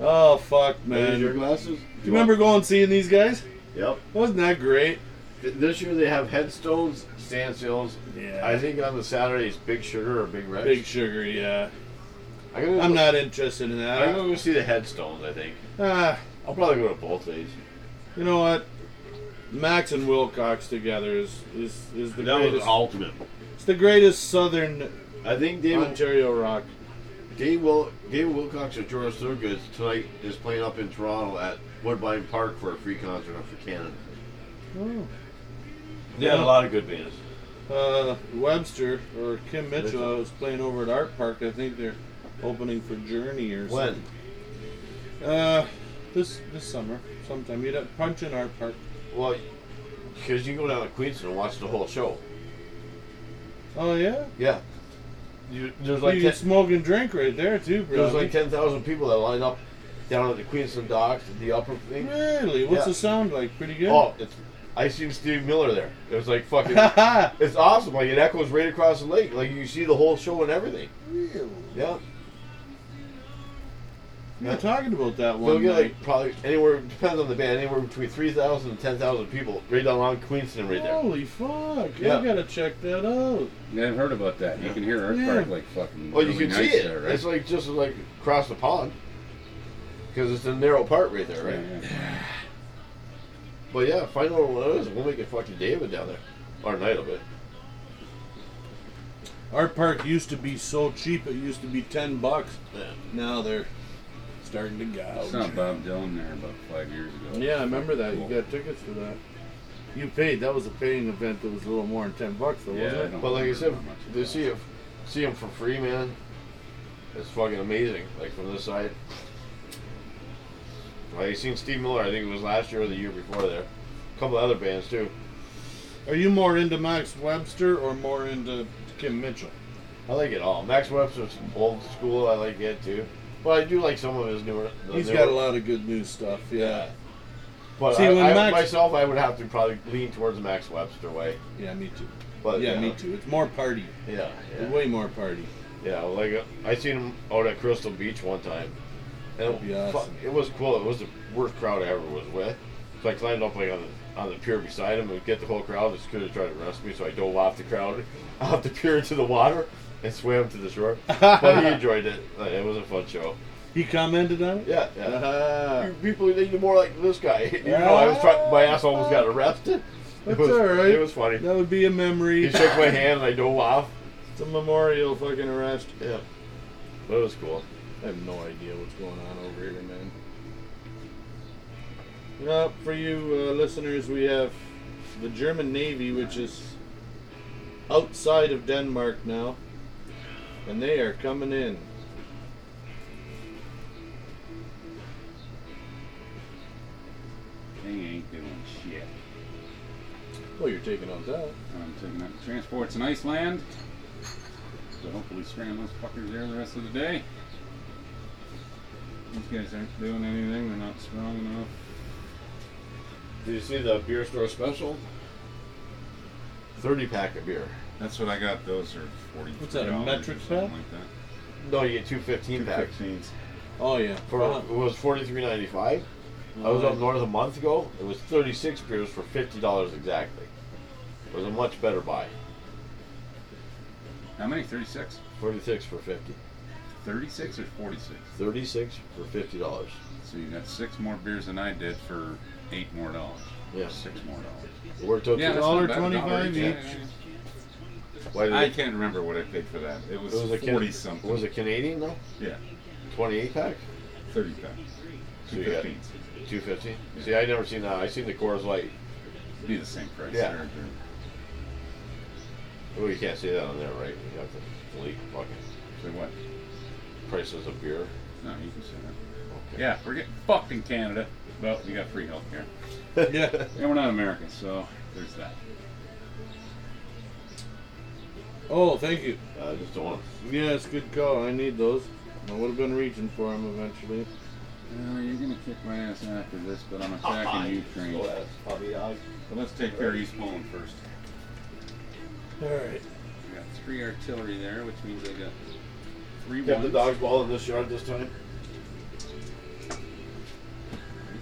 Speaker 2: Oh fuck, man. Do you
Speaker 3: glasses?
Speaker 2: remember going seeing these guys?
Speaker 3: Yep.
Speaker 2: Wasn't that great?
Speaker 3: Th- This year they have headstones, stand sales.
Speaker 2: Yeah.
Speaker 3: I think on the Saturday it's Big Sugar or Big Red.
Speaker 2: Big sugar, yeah.
Speaker 3: I'm, gonna
Speaker 2: I'm
Speaker 3: go,
Speaker 2: not interested in
Speaker 3: I'm gonna
Speaker 2: that.
Speaker 3: go see the headstones. I think.
Speaker 2: Ah,
Speaker 3: I'll probably go to both days.
Speaker 2: you know what? Max and Wilcox together is is, is the
Speaker 3: That was
Speaker 2: greatest.
Speaker 3: ultimate.
Speaker 2: It's the greatest southern
Speaker 3: I think Dave
Speaker 2: Ontario rock.
Speaker 3: Dave, Wil- Dave Wilcox of George Thurgood tonight is playing up in Toronto at Woodbine Park for a free concert up for Canada.
Speaker 2: Oh.
Speaker 3: They had a lot of good bands.
Speaker 2: Uh, Webster or Kim Mitchell
Speaker 3: Mitchell.
Speaker 2: was playing over at Art Park. I think they're opening for Journey or
Speaker 3: When?
Speaker 2: something. Uh, this this summer, sometime. You'd have Punch in Art Park.
Speaker 3: Well, because you go down to Queenston and watch the whole show.
Speaker 2: Oh yeah,
Speaker 3: Yeah. You, there's
Speaker 2: you
Speaker 3: like
Speaker 2: can
Speaker 3: ten,
Speaker 2: smoke and drink right there too, bro.
Speaker 3: there's like ten thousand people that line up down at the Queenston docks, the upper thing.
Speaker 2: really? What's
Speaker 3: Yeah.
Speaker 2: the sound like? Pretty good. *laughs*
Speaker 3: Oh, it's I seen Steve Miller there. It was like
Speaker 1: *laughs*
Speaker 3: fucking.
Speaker 2: Haha.
Speaker 3: it's awesome. Like it echoes right across the lake. Like you see the whole show and everything.
Speaker 2: really?
Speaker 3: Yeah.
Speaker 2: You're talking about that
Speaker 3: They'll
Speaker 2: one.
Speaker 3: get
Speaker 2: night.
Speaker 3: like probably anywhere depends on the band anywhere between 3,000 and 10,000 people right down along Queenston right
Speaker 1: Oh.
Speaker 3: there.
Speaker 2: Holy fuck!
Speaker 3: Yeah.
Speaker 2: I gotta check that out.
Speaker 1: Yeah, I've heard about that. You can hear Art
Speaker 2: Yeah.
Speaker 1: Park like fucking.
Speaker 3: Well, you
Speaker 1: really
Speaker 3: can
Speaker 1: nice
Speaker 3: see it.
Speaker 1: There, right?
Speaker 3: It's like just like across the pond because it's a narrow part right there, right?
Speaker 1: Yeah,
Speaker 3: But yeah, find out what it is. We'll make a fucking day of it down there, or a night of it.
Speaker 2: Art Park used to be so cheap. It used to be ten bucks.
Speaker 3: Yeah.
Speaker 2: Now they're starting to gouge.
Speaker 1: It's not Bob Dylan there about five years ago.
Speaker 2: Yeah, I remember that. You
Speaker 1: Cool.
Speaker 2: got tickets for that. You paid. That was a paying event that was a little more than ten bucks, though,
Speaker 1: Yeah, I
Speaker 2: wasn't it?
Speaker 1: don't
Speaker 3: But like I
Speaker 1: remember
Speaker 3: said,
Speaker 1: how much it
Speaker 3: to
Speaker 1: was.
Speaker 3: see him, see him for free, man. It's fucking amazing. Like from this side. Like you seen Steve Miller, I think it was last year or the year before there. A couple other bands too.
Speaker 2: Are you more into Max Webster or more into Kim Mitchell?
Speaker 3: I like it all. Max Webster's old school. I like it too. But I do like some of his newer. the
Speaker 2: He's
Speaker 3: newer-
Speaker 2: got a lot of good new stuff. Yeah.
Speaker 3: But
Speaker 2: See,
Speaker 3: I,
Speaker 2: when
Speaker 3: I-
Speaker 2: Max-
Speaker 3: myself, I would have to probably lean towards Max Webster way.
Speaker 2: Yeah, me too.
Speaker 3: But
Speaker 2: yeah,
Speaker 3: you
Speaker 2: me
Speaker 3: know,
Speaker 2: too. It's more party.
Speaker 3: Yeah, Oh, yeah,
Speaker 2: Way more party.
Speaker 3: yeah. Like uh, I seen him out at Crystal Beach one time, and
Speaker 2: That'd be
Speaker 3: fu-
Speaker 2: awesome.
Speaker 3: it was cool. It was the worst crowd I ever was with. So I climbed up like on the on the pier beside him and get the whole crowd. This could have tried to arrest me, so I dove off the crowd, *laughs* off the pier into the water, and swam to the shore.
Speaker 2: *laughs*
Speaker 3: but he enjoyed it. Like, it was a fun show.
Speaker 2: He commented on it.
Speaker 3: Yeah, yeah.
Speaker 2: Ah,
Speaker 3: You people need more like this guy. *laughs* You know, I was trying. My ass almost got arrested.
Speaker 2: Uh-huh. that's
Speaker 3: it was,
Speaker 2: all right.
Speaker 3: It was funny.
Speaker 2: That would be a memory.
Speaker 3: He
Speaker 2: it's
Speaker 3: shook my hand and I dove off.
Speaker 2: a memorial fucking arrest.
Speaker 3: Yeah. But it was cool.
Speaker 4: I have no idea what's going on over here, man.
Speaker 2: Well, for you uh, listeners, we have the German Navy, which is outside of Denmark now, and they are coming in.
Speaker 1: They ain't doing shit.
Speaker 4: Well, you're taking out that.
Speaker 1: I'm taking out the transports in Iceland. So hopefully stringing those fuckers there the rest of the day. These guys aren't doing anything. They're not strong enough.
Speaker 3: Did you see the beer store special? 30 pack of beer.
Speaker 1: That's what I got. Those are forty.
Speaker 2: What's that, a metric
Speaker 1: Something
Speaker 2: pack?
Speaker 1: like that.
Speaker 3: No, you get two Uh-huh. 15
Speaker 1: Two
Speaker 3: packs.
Speaker 1: fifteens.
Speaker 2: Oh yeah,
Speaker 3: For, it was 43.95. I was up north a month ago. It was 36 beers for $50 exactly. It was a much better buy.
Speaker 1: How many? Thirty-six.
Speaker 3: 46 for 50.
Speaker 1: Thirty-six or forty-six?
Speaker 3: 36 for $50.
Speaker 1: So you got six more beers than I did for eight more dollars.
Speaker 3: Yes.
Speaker 1: Six more dollars.
Speaker 3: It worked out
Speaker 1: that's
Speaker 3: to,
Speaker 1: not
Speaker 2: dollar
Speaker 1: bad, a dollar
Speaker 2: 25
Speaker 1: yeah,
Speaker 2: each.
Speaker 1: yeah, yeah.
Speaker 3: why did
Speaker 1: I
Speaker 3: it,
Speaker 1: can't remember what I paid for that. It was,
Speaker 3: it was a
Speaker 1: forty
Speaker 3: Can-
Speaker 1: something.
Speaker 3: Was it Canadian though?
Speaker 1: Yeah,
Speaker 3: 28 pack?
Speaker 1: thirty pounds.
Speaker 3: So
Speaker 1: Two
Speaker 3: you got-
Speaker 1: fifteens.
Speaker 3: 250. See, I never seen that. I seen the Coors Light.
Speaker 1: It'd be the same price.
Speaker 3: Yeah.
Speaker 1: They're- they're-
Speaker 3: Well, you can't say that on there, right? You have to delete fucking
Speaker 1: Say what?
Speaker 3: prices of beer.
Speaker 1: No, you can say that.
Speaker 3: Okay.
Speaker 1: Yeah, we're getting fucked in Canada, but we got free health care.
Speaker 2: *laughs* yeah.
Speaker 1: And we're not American, so there's that.
Speaker 2: Oh, thank you.
Speaker 3: Uh, I just don't want.
Speaker 2: Yes, good call. I need those. I would have been reaching for them eventually.
Speaker 1: Uh, you're gonna kick my ass after this, but
Speaker 3: *laughs*
Speaker 1: I'm
Speaker 3: to
Speaker 1: attacking Ukraine.
Speaker 3: So that's probably dog.
Speaker 1: But let's take care of East Poland first.
Speaker 2: All right.
Speaker 1: We got three artillery there, which means I got three
Speaker 3: You kept the
Speaker 1: ones.
Speaker 3: dog's ball in this yard this time.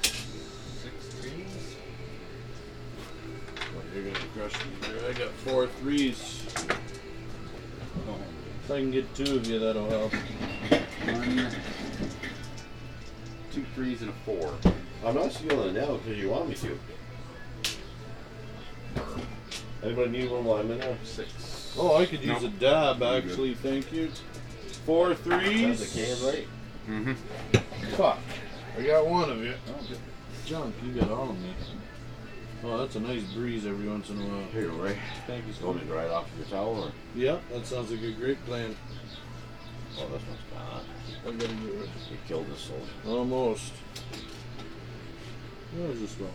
Speaker 1: Six twos.
Speaker 3: you're gonna crush me.
Speaker 2: I got four threes.
Speaker 1: Oh,
Speaker 2: If I can get two of you, that'll help.
Speaker 1: one, two threes and a four.
Speaker 3: I'm not stealing it now because you want me to. Anybody need one while I'm in there?
Speaker 1: Six.
Speaker 2: Oh, I could use
Speaker 1: Nope.
Speaker 2: a dab,
Speaker 1: I'm good.
Speaker 2: actually. Thank you. Four threes.
Speaker 3: That's a can, right?
Speaker 1: Mm-hmm.
Speaker 2: Fuck. I got one of you.
Speaker 1: Oh, good.
Speaker 2: Junk, you got all of me. Oh, that's a nice breeze every once in a while.
Speaker 3: Here you go, Ray.
Speaker 2: Thank you
Speaker 3: You
Speaker 2: so
Speaker 3: want
Speaker 2: much.
Speaker 3: me to dry it off with your towel or?
Speaker 2: Yep, that sounds like a great plan.
Speaker 3: Oh, this one's gone.
Speaker 2: I gotta get rid of
Speaker 3: We killed this soldier.
Speaker 2: Almost. Where is this one?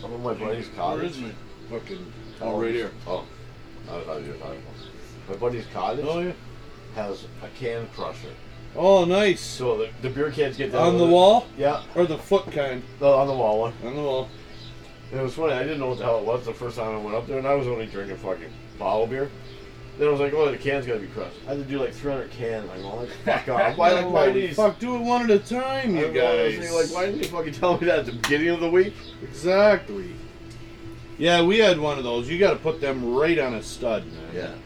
Speaker 3: Some of my buddies' cottage.
Speaker 2: Where is my fucking... Oh, right here.
Speaker 3: Oh, I thought you were talking about. My buddy's cottage
Speaker 2: Oh, yeah.
Speaker 3: has a can crusher.
Speaker 2: Oh, nice.
Speaker 3: So the, the beer cans get down
Speaker 2: On
Speaker 3: with
Speaker 2: the
Speaker 3: it.
Speaker 2: wall?
Speaker 3: Yeah,
Speaker 2: Or the foot kind?
Speaker 3: the, on the wall one.
Speaker 2: On the wall.
Speaker 3: It was funny. I didn't know what the hell it was the first time I went up there, and I was only drinking fucking bottle beer. Then I was like, oh, the can's gotta be crushed. I had to do like 300 cans. I'm *laughs* like, fuck off. Why, like, why
Speaker 2: Oh,
Speaker 3: these?
Speaker 2: Fuck, do it one at a time, you
Speaker 3: I was
Speaker 2: guys.
Speaker 3: thinking, like, why didn't you fucking tell me that at the beginning of the week?
Speaker 2: Exactly. Yeah, we had one of those. You got to put them right on a stud, man.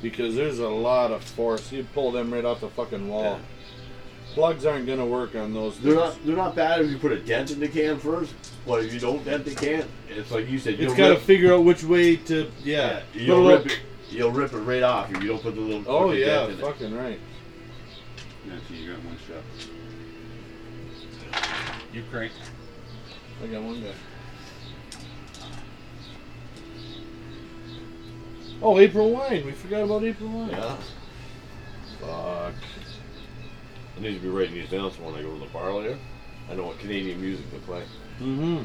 Speaker 2: Because there's a lot of force. You pull them right off the fucking wall. Plugs aren't gonna work on those.
Speaker 3: They're
Speaker 2: Things.
Speaker 3: not, they're not bad if you put a dent in the can first, but if you don't dent the can, it's like you said, you
Speaker 2: It's
Speaker 3: don't
Speaker 2: got to
Speaker 3: rip-
Speaker 2: figure out which way to. Yeah.
Speaker 3: You
Speaker 2: Put a
Speaker 3: don't
Speaker 2: little-
Speaker 3: rip it. You'll rip it right off if you don't put the little.
Speaker 2: Oh
Speaker 3: fucking
Speaker 2: yeah,
Speaker 3: dent in it.
Speaker 2: fucking right.
Speaker 1: Actually, you got one shot. You crank.
Speaker 4: I got one guy.
Speaker 2: Oh, April wine. We forgot about April wine.
Speaker 3: Yeah. Fuck. I need to be writing these down so when I go to the bar later, I know what Canadian music to play.
Speaker 2: Mm-hmm.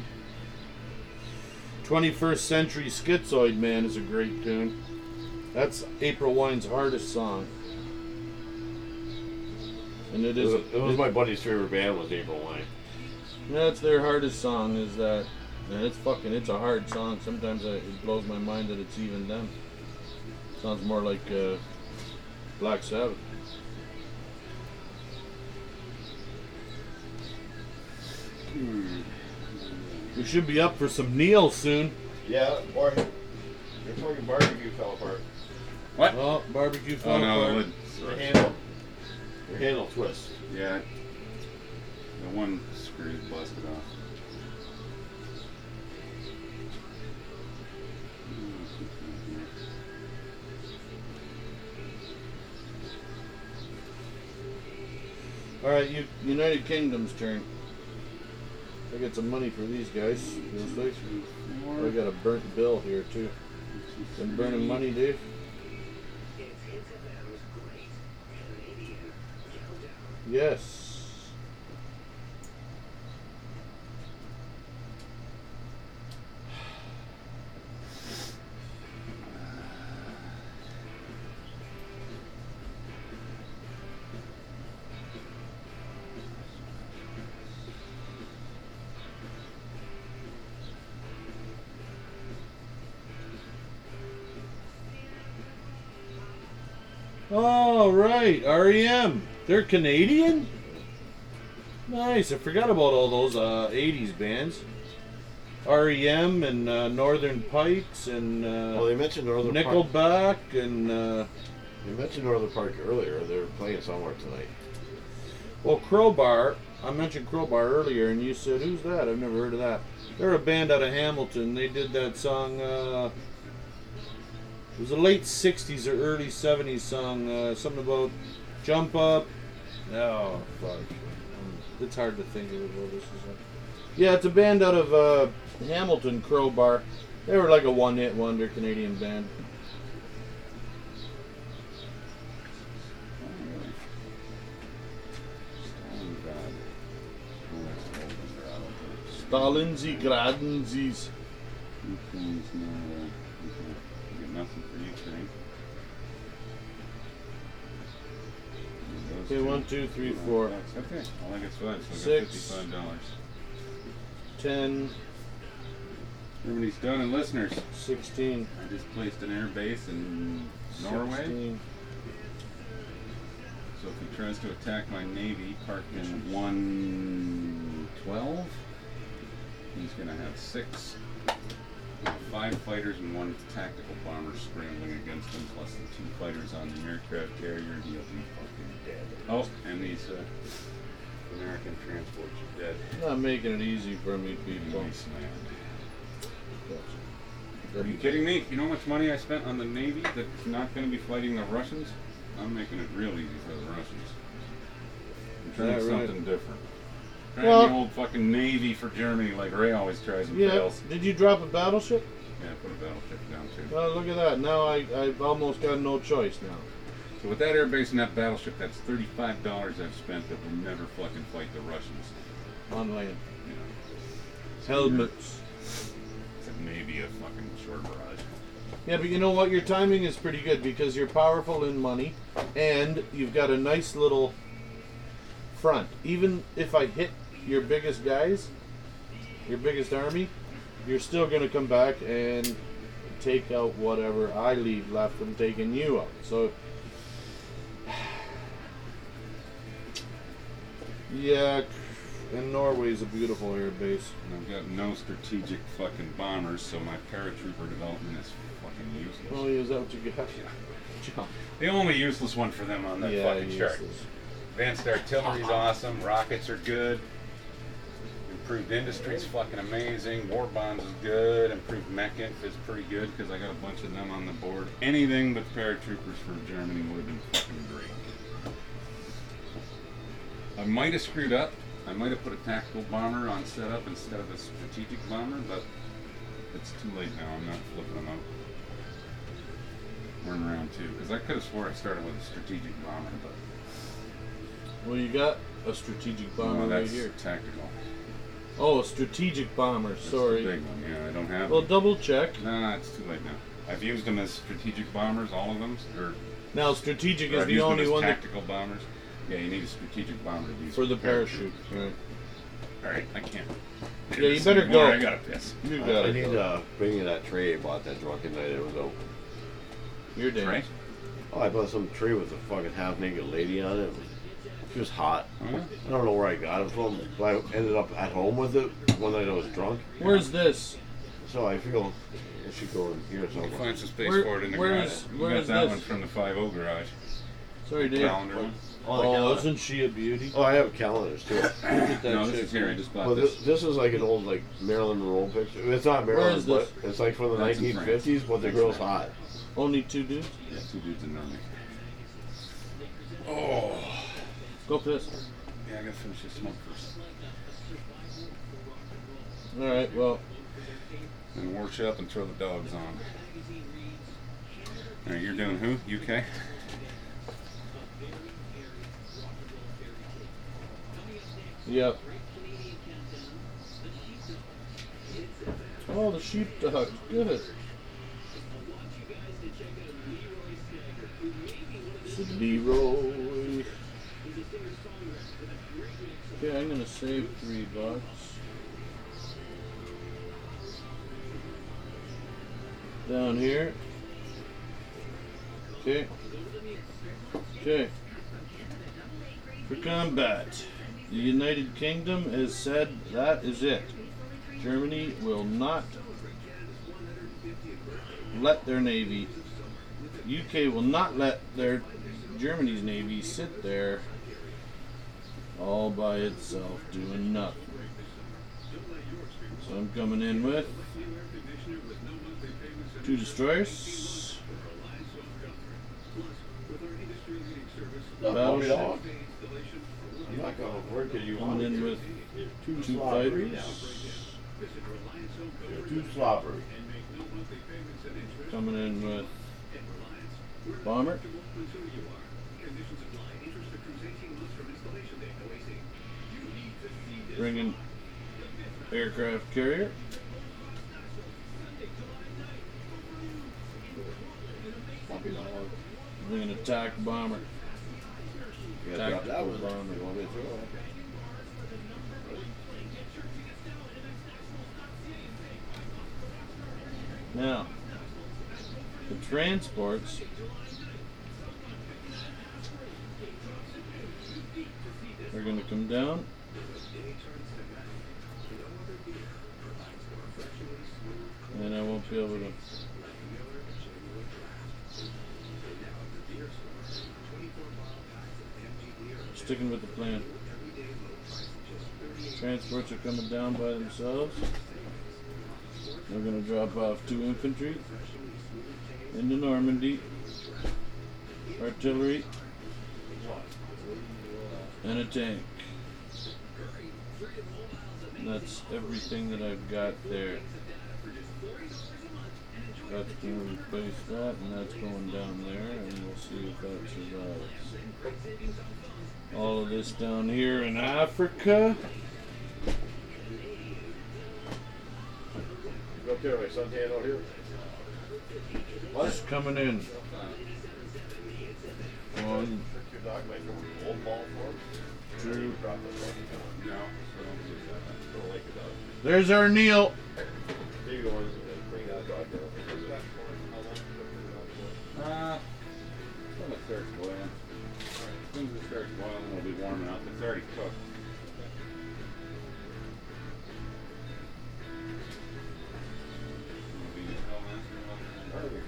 Speaker 2: 21st Century Schizoid Man is a great tune. That's April Wine's hardest song. And it
Speaker 3: It
Speaker 2: is.
Speaker 3: was, it was my buddy's favorite band was April Wine.
Speaker 2: That's their hardest song. Is that? And it's fucking. It's a hard song. Sometimes I, it blows my mind that it's even them. Sounds more like uh, Black Sabbath. We should be up for some Neil soon.
Speaker 3: Yeah, or your fucking barbecue fell apart.
Speaker 2: Oh, barbecue fell
Speaker 1: Oh no,
Speaker 2: apart.
Speaker 1: the lid.
Speaker 3: Your
Speaker 1: sorry.
Speaker 3: handle, your handle twist.
Speaker 1: Yeah. The one screw is busted off.
Speaker 2: All right, U- United Kingdom's turn. I get some money for these guys. Feels like.
Speaker 1: Hmm.
Speaker 2: I got a burnt bill here too. Been burning money, Dave. Yes. All right, REM. They're Canadian. Nice. I forgot about all those uh, '80s bands. REM and uh, Northern Pikes and
Speaker 3: Well,
Speaker 2: uh,
Speaker 3: they mentioned Northern Park.
Speaker 2: Nickelback and uh,
Speaker 3: They mentioned Northern Park earlier. They're playing somewhere tonight.
Speaker 2: Well, Crowbar, I mentioned Crowbar earlier, and you said, "Who's that?" I've never heard of that. They're a band out of Hamilton. They did that song. Uh, it was a late '60s or early '70s song. Uh, something about jump up. Oh fuck! Um, It's hard to think of what this is. Like. Yeah, it's a band out of uh, Hamilton. Crowbar. They were like a one-hit wonder Canadian band. Stalinzi Gradenzi's. Okay, one, two, three, four.
Speaker 1: Okay, I think it's five, so I got
Speaker 2: Six.
Speaker 1: fifty-five dollars.
Speaker 2: Ten,
Speaker 1: Everybody's done and listeners.
Speaker 2: sixteen.
Speaker 1: I just placed an air base in Norway.
Speaker 2: 16.
Speaker 1: So if he tries to attack my navy parked in 112, he's going to have six, five fighters and one tactical bomber scrambling against him, plus the two fighters on the aircraft carrier. and He'll be fucking dead. Oh, and these uh, American transports are dead.
Speaker 2: Not making it easy for me, people.
Speaker 1: He'll be slammed. Are you
Speaker 2: That'd be-
Speaker 1: kidding me? You know how much money I spent on the navy that's not going to be fighting the Russians? I'm making it real easy for the Russians. I'm trying
Speaker 2: Is that right?
Speaker 1: something different. Trying
Speaker 2: Well-
Speaker 1: the old fucking navy for Germany, like Ray always tries and
Speaker 2: Yeah.
Speaker 1: fails.
Speaker 2: Did you drop a battleship?
Speaker 1: Yeah, put a battleship down too.
Speaker 2: Well, look at that. Now I, I've almost got no choice now.
Speaker 1: So with that airbase and that battleship, that's thirty-five dollars I've spent that will never fucking fight the Russians.
Speaker 2: On land.
Speaker 1: You know,
Speaker 2: Helmets.
Speaker 1: it's a navy of fucking shore barrage.
Speaker 2: Yeah, but you know what? Your timing is pretty good because you're powerful in money, and you've got a nice little front. Even if I hit your biggest guys, your biggest army, you're still gonna come back and take out whatever I leave left from taking you out. So. *sighs* Yeah, and Norway's a beautiful air base.
Speaker 1: And I've got no strategic fucking bombers, so my paratrooper development is fucking useless.
Speaker 2: Oh, is that what you got? *laughs*
Speaker 1: The only useless one for them on that
Speaker 2: Yeah,
Speaker 1: fucking chart.
Speaker 2: useless.
Speaker 1: Advanced artillery's awesome. Rockets are good. Improved Industries fucking amazing. War Bonds is good. Improved Mech Inf is pretty good because I got a bunch of them on the board. Anything but paratroopers for Germany would have been fucking great. I might have screwed up. I might have put a tactical bomber on setup instead of a strategic bomber, but it's too late now. I'm not flipping them out. We're in round two because I could have swore I started with a strategic bomber, but
Speaker 2: Well, you got a strategic bomber
Speaker 1: no,
Speaker 2: right
Speaker 1: Oh, that's
Speaker 2: here.
Speaker 1: tactical.
Speaker 2: Oh, a strategic bomber.
Speaker 1: That's
Speaker 2: sorry.
Speaker 1: the big one. Yeah, I don't have.
Speaker 2: Well,
Speaker 1: them.
Speaker 2: double check.
Speaker 1: Nah, it's too late now. I've used them as strategic bombers, all of them. Or,
Speaker 2: Now, strategic
Speaker 1: or
Speaker 2: is
Speaker 1: I've
Speaker 2: the
Speaker 1: used
Speaker 2: only
Speaker 1: them as
Speaker 2: one that,
Speaker 1: tactical bombers. Yeah, you need a strategic bomber to use
Speaker 2: for the parachute. Right.
Speaker 1: All right, I can't.
Speaker 2: Yeah, you better
Speaker 1: Anymore,
Speaker 2: go.
Speaker 1: I gotta piss.
Speaker 2: You
Speaker 3: I,
Speaker 2: got
Speaker 3: I
Speaker 2: it.
Speaker 3: need
Speaker 2: though.
Speaker 3: to uh, bring you that tray I bought that drunken night. It was open.
Speaker 2: You're damn.
Speaker 1: Right?
Speaker 3: Oh, I bought some tree with a fucking half naked lady on it. It was, she was hot.
Speaker 1: Oh, yeah?
Speaker 3: I don't know where I got it from, but I ended up at home with it one night I was drunk.
Speaker 2: Where's this?
Speaker 3: So I feel it should go in here
Speaker 1: You can
Speaker 3: somewhere.
Speaker 1: find some space
Speaker 2: Where-
Speaker 1: for it in the
Speaker 2: where
Speaker 1: garage.
Speaker 2: is-
Speaker 1: you
Speaker 2: where
Speaker 1: got
Speaker 2: is
Speaker 1: that
Speaker 2: this?
Speaker 1: one from the 5 garage.
Speaker 2: Sorry, Dave.
Speaker 1: Calendar one.
Speaker 2: Oh, isn't she a beauty?
Speaker 3: Oh, I have calendars too.
Speaker 2: Look
Speaker 1: *coughs*
Speaker 2: at that
Speaker 1: No,
Speaker 2: chick.
Speaker 1: this is here. I just bought
Speaker 3: Well,
Speaker 1: this.
Speaker 3: this, this is like an old like Marilyn Monroe picture. It's not Marilyn,
Speaker 2: is
Speaker 3: but it's like from the
Speaker 1: That's in
Speaker 3: 1950s. But the
Speaker 1: That's
Speaker 3: girl's hot.
Speaker 1: France.
Speaker 2: Only two dudes.
Speaker 1: Yeah, two dudes in there. Oh.
Speaker 2: Go piss.
Speaker 1: Yeah, I gotta finish this smoke first.
Speaker 2: All right. Well,
Speaker 1: And wash up and throw the dogs on. All right, you're doing who? UK?
Speaker 2: yep. Oh, the sheepdog. Good. So Leroy. Okay, I'm gonna save three bucks. Down here. Okay. Okay. For combat, the United Kingdom has said that is it. Germany will not let their navy. UK will not let their Germany's navy sit there all by itself doing nothing. So I'm coming in with two destroyers.
Speaker 1: Oh,
Speaker 2: Battleship.
Speaker 3: I'm not going to work it. You
Speaker 2: Coming
Speaker 3: want
Speaker 2: in with
Speaker 3: two,
Speaker 2: two
Speaker 3: slobbers.
Speaker 2: fighters.
Speaker 3: You're too slobbery.
Speaker 2: Coming in with bomber. Bringing aircraft carrier.
Speaker 3: Sloppy dog.
Speaker 2: Bringing attack bomber.
Speaker 3: You gotta drop that
Speaker 2: Tactical
Speaker 3: one.
Speaker 2: bomber.
Speaker 3: You want me to throw it?
Speaker 2: Now, the transports. They're going to come down. And I won't be able to. Sticking with the plan. Transports are coming down by themselves. We're gonna drop off two infantry into Normandy, artillery, and a tank. And that's everything that I've got there. That's gonna replace that, and that's going down there, and we'll see if that survives. All of this down here in Africa.
Speaker 3: Go up there, my son's hand out here.
Speaker 2: What's coming in? One,
Speaker 3: Check your dog, might go old ball for
Speaker 2: two.
Speaker 3: him. Drop the fucking dog.
Speaker 1: No.
Speaker 3: Don't like the dog.
Speaker 2: There's our Neil.
Speaker 3: There you go, and bring that dog down.
Speaker 1: Uh, well, it starts boiling. As soon as it starts boiling, we'll be warming up. It's already cooked.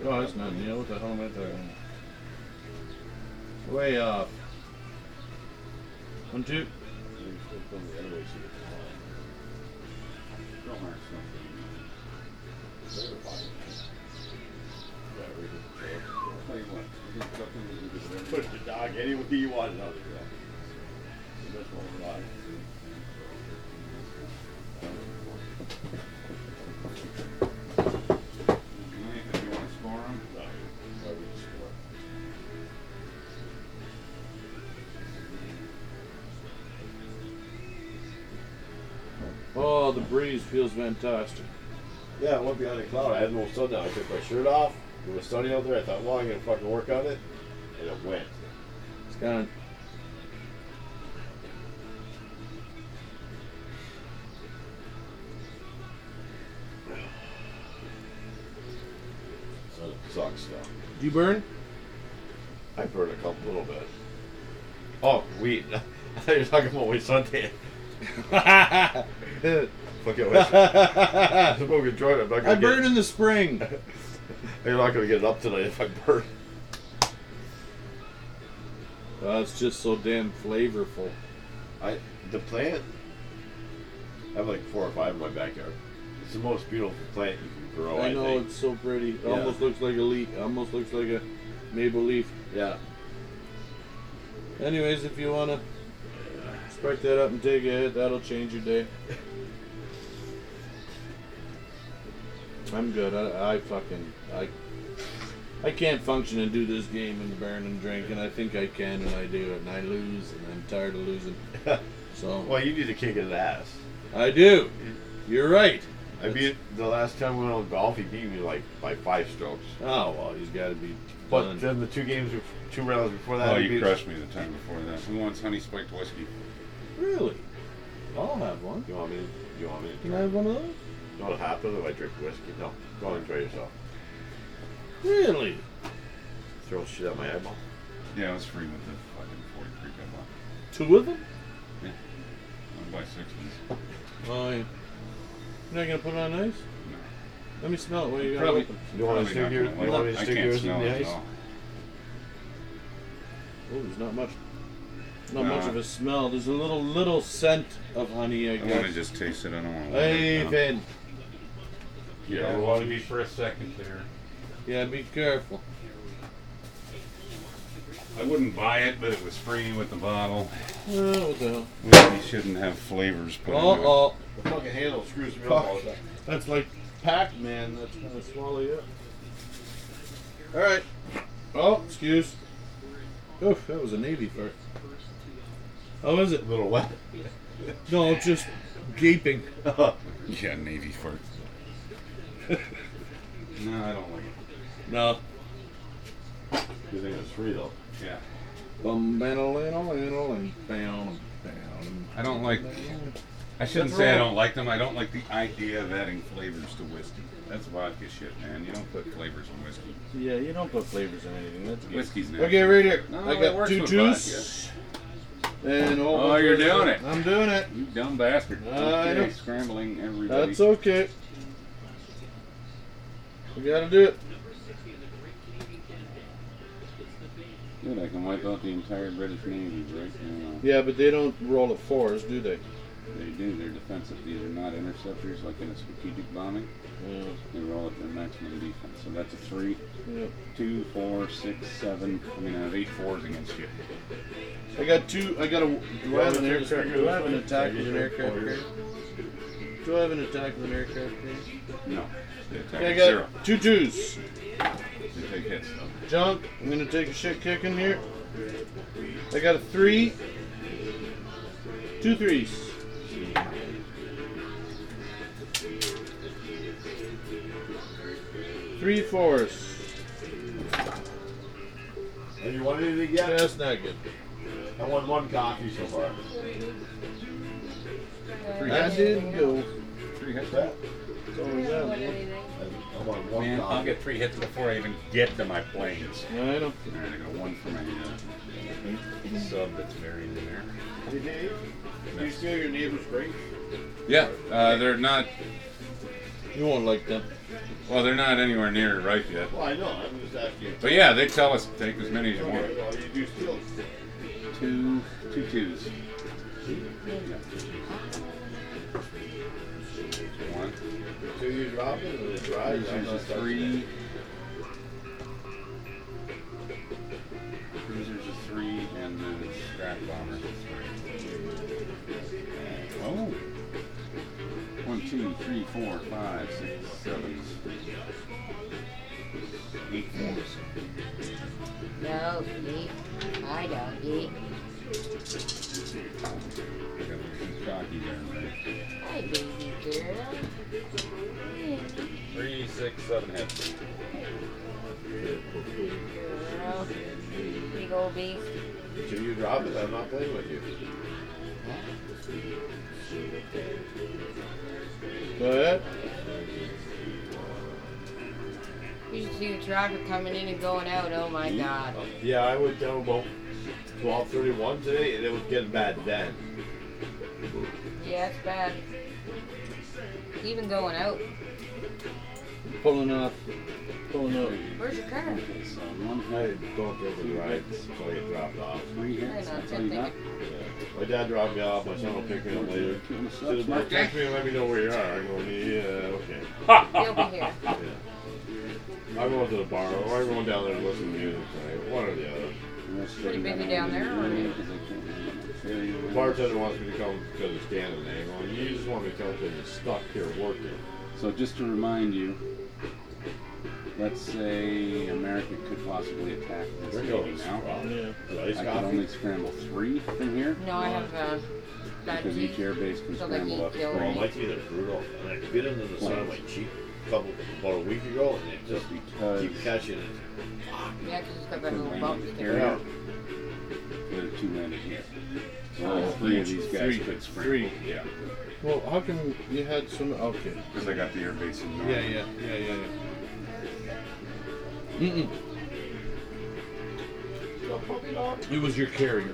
Speaker 2: No, that's Oh, not Neil. What the hell am I talking about? Way off. One, two.
Speaker 1: or something. What do you want? You can fucking do whatever
Speaker 3: Put the dog any way you want it up.
Speaker 1: you want. If you wanna score 'em.
Speaker 2: Oh, the breeze feels fantastic.
Speaker 3: Yeah, it went behind a cloud. I had no sun now. I took my shirt off. It was sunny out there. I thought, well, I'm gonna fucking work on it, and it went.
Speaker 2: It's gone.
Speaker 3: So it sucks now.
Speaker 2: Do you burn? *laughs*
Speaker 3: I burned a couple little bit. Oh, *laughs* weed. I thought you were talking about weed Sunday.
Speaker 2: I
Speaker 3: Fuck it. *laughs* I'm smoking joint. I'm not gonna
Speaker 2: burn
Speaker 3: get,
Speaker 2: in the spring.
Speaker 3: You're not gonna get it up tonight if I burn.
Speaker 2: Oh, it's just so damn flavorful.
Speaker 3: I the plant. I have like four or five in my backyard. It's the most beautiful plant you can grow. Oh, I,
Speaker 2: I know
Speaker 3: think.
Speaker 2: it's so pretty. It
Speaker 3: Yeah.
Speaker 2: almost looks like a leaf. Almost looks like a maple leaf.
Speaker 3: Yeah.
Speaker 2: Anyways, if you wanna strike that up and take a hit, that'll change your day. I'm good. I, I fucking I I can't function and do this game and burn and drink, and I think I can, and I do, and I lose, and I'm tired of losing. So
Speaker 3: Well, you need a kick in the ass.
Speaker 2: I do. You're right.
Speaker 3: I beat the last time we went on golf. He beat me like by five strokes.
Speaker 2: Oh well, he's got to be
Speaker 3: But
Speaker 2: done.
Speaker 3: then the two games, bef- two rounds before that,
Speaker 1: Oh,
Speaker 3: he
Speaker 1: you
Speaker 3: beat-
Speaker 1: crushed me the time before that. Who wants honey spiked whiskey?
Speaker 2: Really? I'll have one.
Speaker 3: You want me? To, you want me to
Speaker 2: Can I
Speaker 3: drink?
Speaker 2: have one of those?
Speaker 3: You know what happens if I drink whiskey? No, go enjoy yourself.
Speaker 2: Really?
Speaker 3: Throw shit at my eyeball.
Speaker 1: Yeah, it was free with the fucking 43 good luck.
Speaker 2: Two of them?
Speaker 1: I'll buy six of
Speaker 2: Oh, yeah. You're not gonna put it on ice?
Speaker 1: No.
Speaker 2: Let me smell it. What you got?
Speaker 1: Probably-
Speaker 2: open?
Speaker 3: You want to
Speaker 1: Probably not
Speaker 3: stick yours?
Speaker 1: gonna
Speaker 3: You
Speaker 1: like
Speaker 3: want
Speaker 1: it.
Speaker 3: me to
Speaker 1: I
Speaker 3: stick
Speaker 1: can't
Speaker 3: yours in
Speaker 1: smell
Speaker 3: the
Speaker 1: it at
Speaker 3: ice?
Speaker 1: all.
Speaker 2: Oh, there's not much. Not much
Speaker 1: Uh,
Speaker 2: of a smell. There's a little little scent of honey, I
Speaker 1: I want to
Speaker 2: guess.
Speaker 1: just taste it. I don't want to.
Speaker 2: Hey, Finn.
Speaker 1: Yeah, I want to be for a second there.
Speaker 2: Yeah, be careful.
Speaker 1: I wouldn't buy it, but it was free with the bottle.
Speaker 2: Oh, what the hell?
Speaker 1: Whiskey shouldn't have flavors put into it.
Speaker 2: Uh-oh.
Speaker 3: The fucking handle screws me
Speaker 2: up all the time. That's like Pac-Man. That's gonna swallow you up. All right. Oh, excuse. Oof, that was a navy fart. How is it?
Speaker 3: A little wet. *laughs*
Speaker 2: No, just gaping.
Speaker 1: Yeah, navy fart.
Speaker 3: *laughs*
Speaker 1: no, I don't like it.
Speaker 2: No.
Speaker 3: You think it's free though?
Speaker 1: Yeah,
Speaker 2: Bum, banal, banal, banal, and banal, banal.
Speaker 1: I don't like. I shouldn't say I don't like them. I don't like the idea of adding flavors to whiskey. That's vodka shit, man. You don't put flavors in whiskey.
Speaker 4: Yeah, you don't put flavors in anything. That's good.
Speaker 1: Whiskey's nasty.
Speaker 2: Okay, right here.
Speaker 1: No,
Speaker 2: I
Speaker 1: it
Speaker 2: got
Speaker 1: works
Speaker 2: two
Speaker 1: with
Speaker 2: juice. And a whole
Speaker 1: Oh,
Speaker 2: bunch
Speaker 1: you're
Speaker 2: of-
Speaker 1: doing it.
Speaker 2: I'm doing it.
Speaker 1: You dumb bastard.
Speaker 2: Uh, I
Speaker 1: okay,
Speaker 2: don't-
Speaker 1: scrambling everybody.
Speaker 2: That's okay. We gotta do it.
Speaker 1: Dude, I can wipe out the entire British Navy right now.
Speaker 2: Yeah, but they don't roll at fours, do they?
Speaker 1: They do. They're defensive. These are not interceptors like in a strategic bombing.
Speaker 2: Yeah.
Speaker 1: They roll at their maximum defense. So that's a three,
Speaker 2: yeah.
Speaker 1: two, four, six, seven. I mean, I have eight fours against you.
Speaker 2: I got two. I got a. Do I have an aircraft? Do I have an attack with an aircraft
Speaker 3: Yeah.
Speaker 2: carrier? Do I have an attack with an aircraft carrier?
Speaker 1: No. They attack
Speaker 2: Okay, I
Speaker 1: at
Speaker 2: got
Speaker 1: zero.
Speaker 2: two twos.
Speaker 1: They take hits, though.
Speaker 2: Junk. I'm gonna take a shit kick in here. I got a three. Two threes. Three fours.
Speaker 3: And you want anything
Speaker 2: Yeah,
Speaker 3: yet?
Speaker 2: that's not good.
Speaker 3: I won one coffee so far.
Speaker 1: Three
Speaker 2: I
Speaker 1: hits.
Speaker 2: did go.
Speaker 1: Three hits.
Speaker 3: That-
Speaker 2: It's only
Speaker 5: I don't
Speaker 2: that
Speaker 5: want
Speaker 2: one.
Speaker 5: anything.
Speaker 3: I I won one
Speaker 1: Man, I'll
Speaker 3: coffee.
Speaker 1: get three hits before I even get to my planes.
Speaker 2: I know.
Speaker 1: All right, I got one for my uh, sub that's buried in there.
Speaker 3: Hey, Dave, did you steal your neighbor's drink?
Speaker 1: Yeah, uh, they're not.
Speaker 2: You won't like them.
Speaker 1: Well, they're not anywhere near ripe yet.
Speaker 3: Well, I know. I'm just asking. you.
Speaker 1: But yeah, they tell us take as many as you want.
Speaker 3: Okay, well, you do steal.
Speaker 1: Two, two twos. One,
Speaker 3: Two you drop it or dry?
Speaker 1: There's usually three. Cruisers a three, and then scrap bomber is three. Oh. One, two, three, four, five, six, seven, eight fours.
Speaker 5: No, eat. I don't eat.
Speaker 1: I got some cocky there, right?
Speaker 5: Hi, baby girl.
Speaker 1: Three, six, seven heads.
Speaker 5: Girl. Big old beef.
Speaker 3: Two you drop it. I'm not playing with you.
Speaker 2: Go ahead.
Speaker 5: You should see the traffic coming in and going out. Oh my god.
Speaker 3: Yeah, I went down about 12:31 today, and it was getting bad then.
Speaker 5: Yeah, it's bad. Even going out.
Speaker 4: Pulling up. Pulling up.
Speaker 5: Where's your car?
Speaker 1: Okay, so one
Speaker 3: I
Speaker 1: head,
Speaker 3: don't go for the rides until I get dropped off.
Speaker 1: three
Speaker 5: Fair
Speaker 1: hits,
Speaker 5: enough,
Speaker 1: that's all you
Speaker 5: I
Speaker 1: got?
Speaker 5: think
Speaker 3: Yeah. My dad dropped me off. My son will pick me up later.
Speaker 1: Give him a
Speaker 3: So the
Speaker 1: sub.
Speaker 3: bus text me and let me know where you are. I'm going. Yeah, okay.
Speaker 5: You'll be here.
Speaker 3: Yeah. I'm going to the bar, or I'm going down there to listen to music tonight. One or the other.
Speaker 1: Unless they
Speaker 5: Pretty
Speaker 1: got
Speaker 5: busy
Speaker 1: it
Speaker 5: down
Speaker 1: in
Speaker 5: there,
Speaker 1: the
Speaker 5: or-
Speaker 1: area, 'cause they can't really carry you
Speaker 3: The
Speaker 1: in.
Speaker 3: bartender wants me to come because it's Dan and they go, You just want me to come because you're stuck here working.
Speaker 1: So just to remind you, let's say America could possibly attack this
Speaker 3: There
Speaker 1: navy
Speaker 3: goes.
Speaker 1: now.
Speaker 4: Yeah.
Speaker 1: I
Speaker 3: Ice
Speaker 1: could
Speaker 3: coffee.
Speaker 1: only scramble three from here
Speaker 5: No, I have uh, that
Speaker 1: because each
Speaker 5: teeth.
Speaker 1: airbase can
Speaker 5: So they
Speaker 1: scramble
Speaker 5: eat
Speaker 1: up
Speaker 5: the
Speaker 1: three.
Speaker 5: orange.
Speaker 3: My teeth are brutal. And I bit into the side of my cheek a couple, about a week ago, and it just
Speaker 1: Because-
Speaker 3: keep catching it.
Speaker 5: Yeah, 'cause it's got
Speaker 1: Could
Speaker 5: that little
Speaker 1: land on
Speaker 5: bump. sticker.
Speaker 1: carrier. The other two landed here. So all three of these guys
Speaker 2: Three.
Speaker 1: could scramble.
Speaker 2: Three.
Speaker 1: Yeah,
Speaker 2: Well, how come you had some? Okay.
Speaker 1: because I got the airbase in
Speaker 2: Yeah,
Speaker 1: Norway.
Speaker 2: yeah, yeah, yeah, yeah. Mm-mm.
Speaker 3: It was your carrier.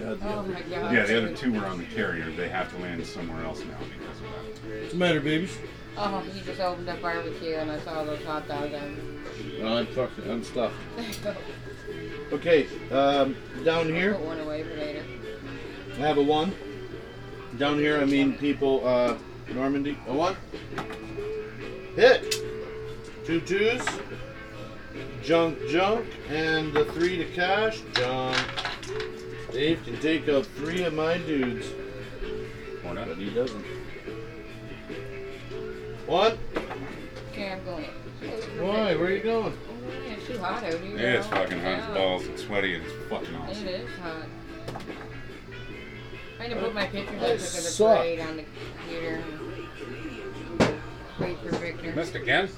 Speaker 2: Yeah, the
Speaker 5: Oh
Speaker 2: other-
Speaker 5: my god.
Speaker 1: Yeah, the other two were on the carrier. They have to land somewhere else now because of that.
Speaker 2: What's the matter, babies?
Speaker 5: Oh, he just opened up barbecue and I saw those hot dogs. And
Speaker 2: I'm fucked. I'm stuffed. Okay, um, down here,
Speaker 5: Put one away for later.
Speaker 2: I have a one. Down here, I mean people, uh, Normandy. A one. Hit. Two twos. Junk, junk. And the three to cash. Junk. Dave can take out three of my dudes.
Speaker 1: Or not.
Speaker 4: But he doesn't.
Speaker 2: One.
Speaker 5: Okay, I'm going.
Speaker 2: Why? Where are you going?
Speaker 5: It's too hot out here.
Speaker 1: Yeah, it's fucking hot as
Speaker 5: Yeah.
Speaker 1: balls. It's sweaty and it's fucking
Speaker 5: It
Speaker 1: awesome.
Speaker 5: is hot. I had to put my pictures
Speaker 2: I
Speaker 5: I took of the
Speaker 2: suck.
Speaker 5: parade on the computer. Wait for Victor.
Speaker 1: Missed again?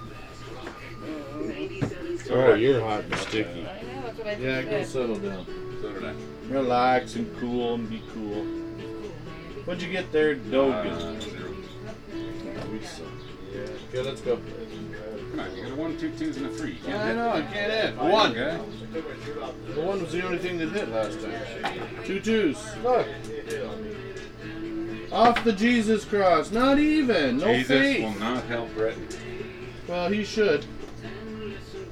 Speaker 3: Oh, you're hot and sticky.
Speaker 5: I know, that's what I
Speaker 2: Yeah, go
Speaker 5: just said.
Speaker 2: settle down.
Speaker 1: So did I.
Speaker 2: Relax and cool and be cool. What'd you get there, Dogan?
Speaker 1: Uh, zero.
Speaker 2: we suck. Okay, let's go.
Speaker 1: Come on, you got a one, two, twos, and a three. You can't
Speaker 2: I
Speaker 1: hit
Speaker 2: know, I can't hit.
Speaker 1: the
Speaker 2: One.
Speaker 1: guy.
Speaker 2: The one was the only thing that hit last time. Two twos. Look. Off the Jesus cross. Not even. No
Speaker 1: Jesus
Speaker 2: faith.
Speaker 1: will not help Britain.
Speaker 2: Well, he should.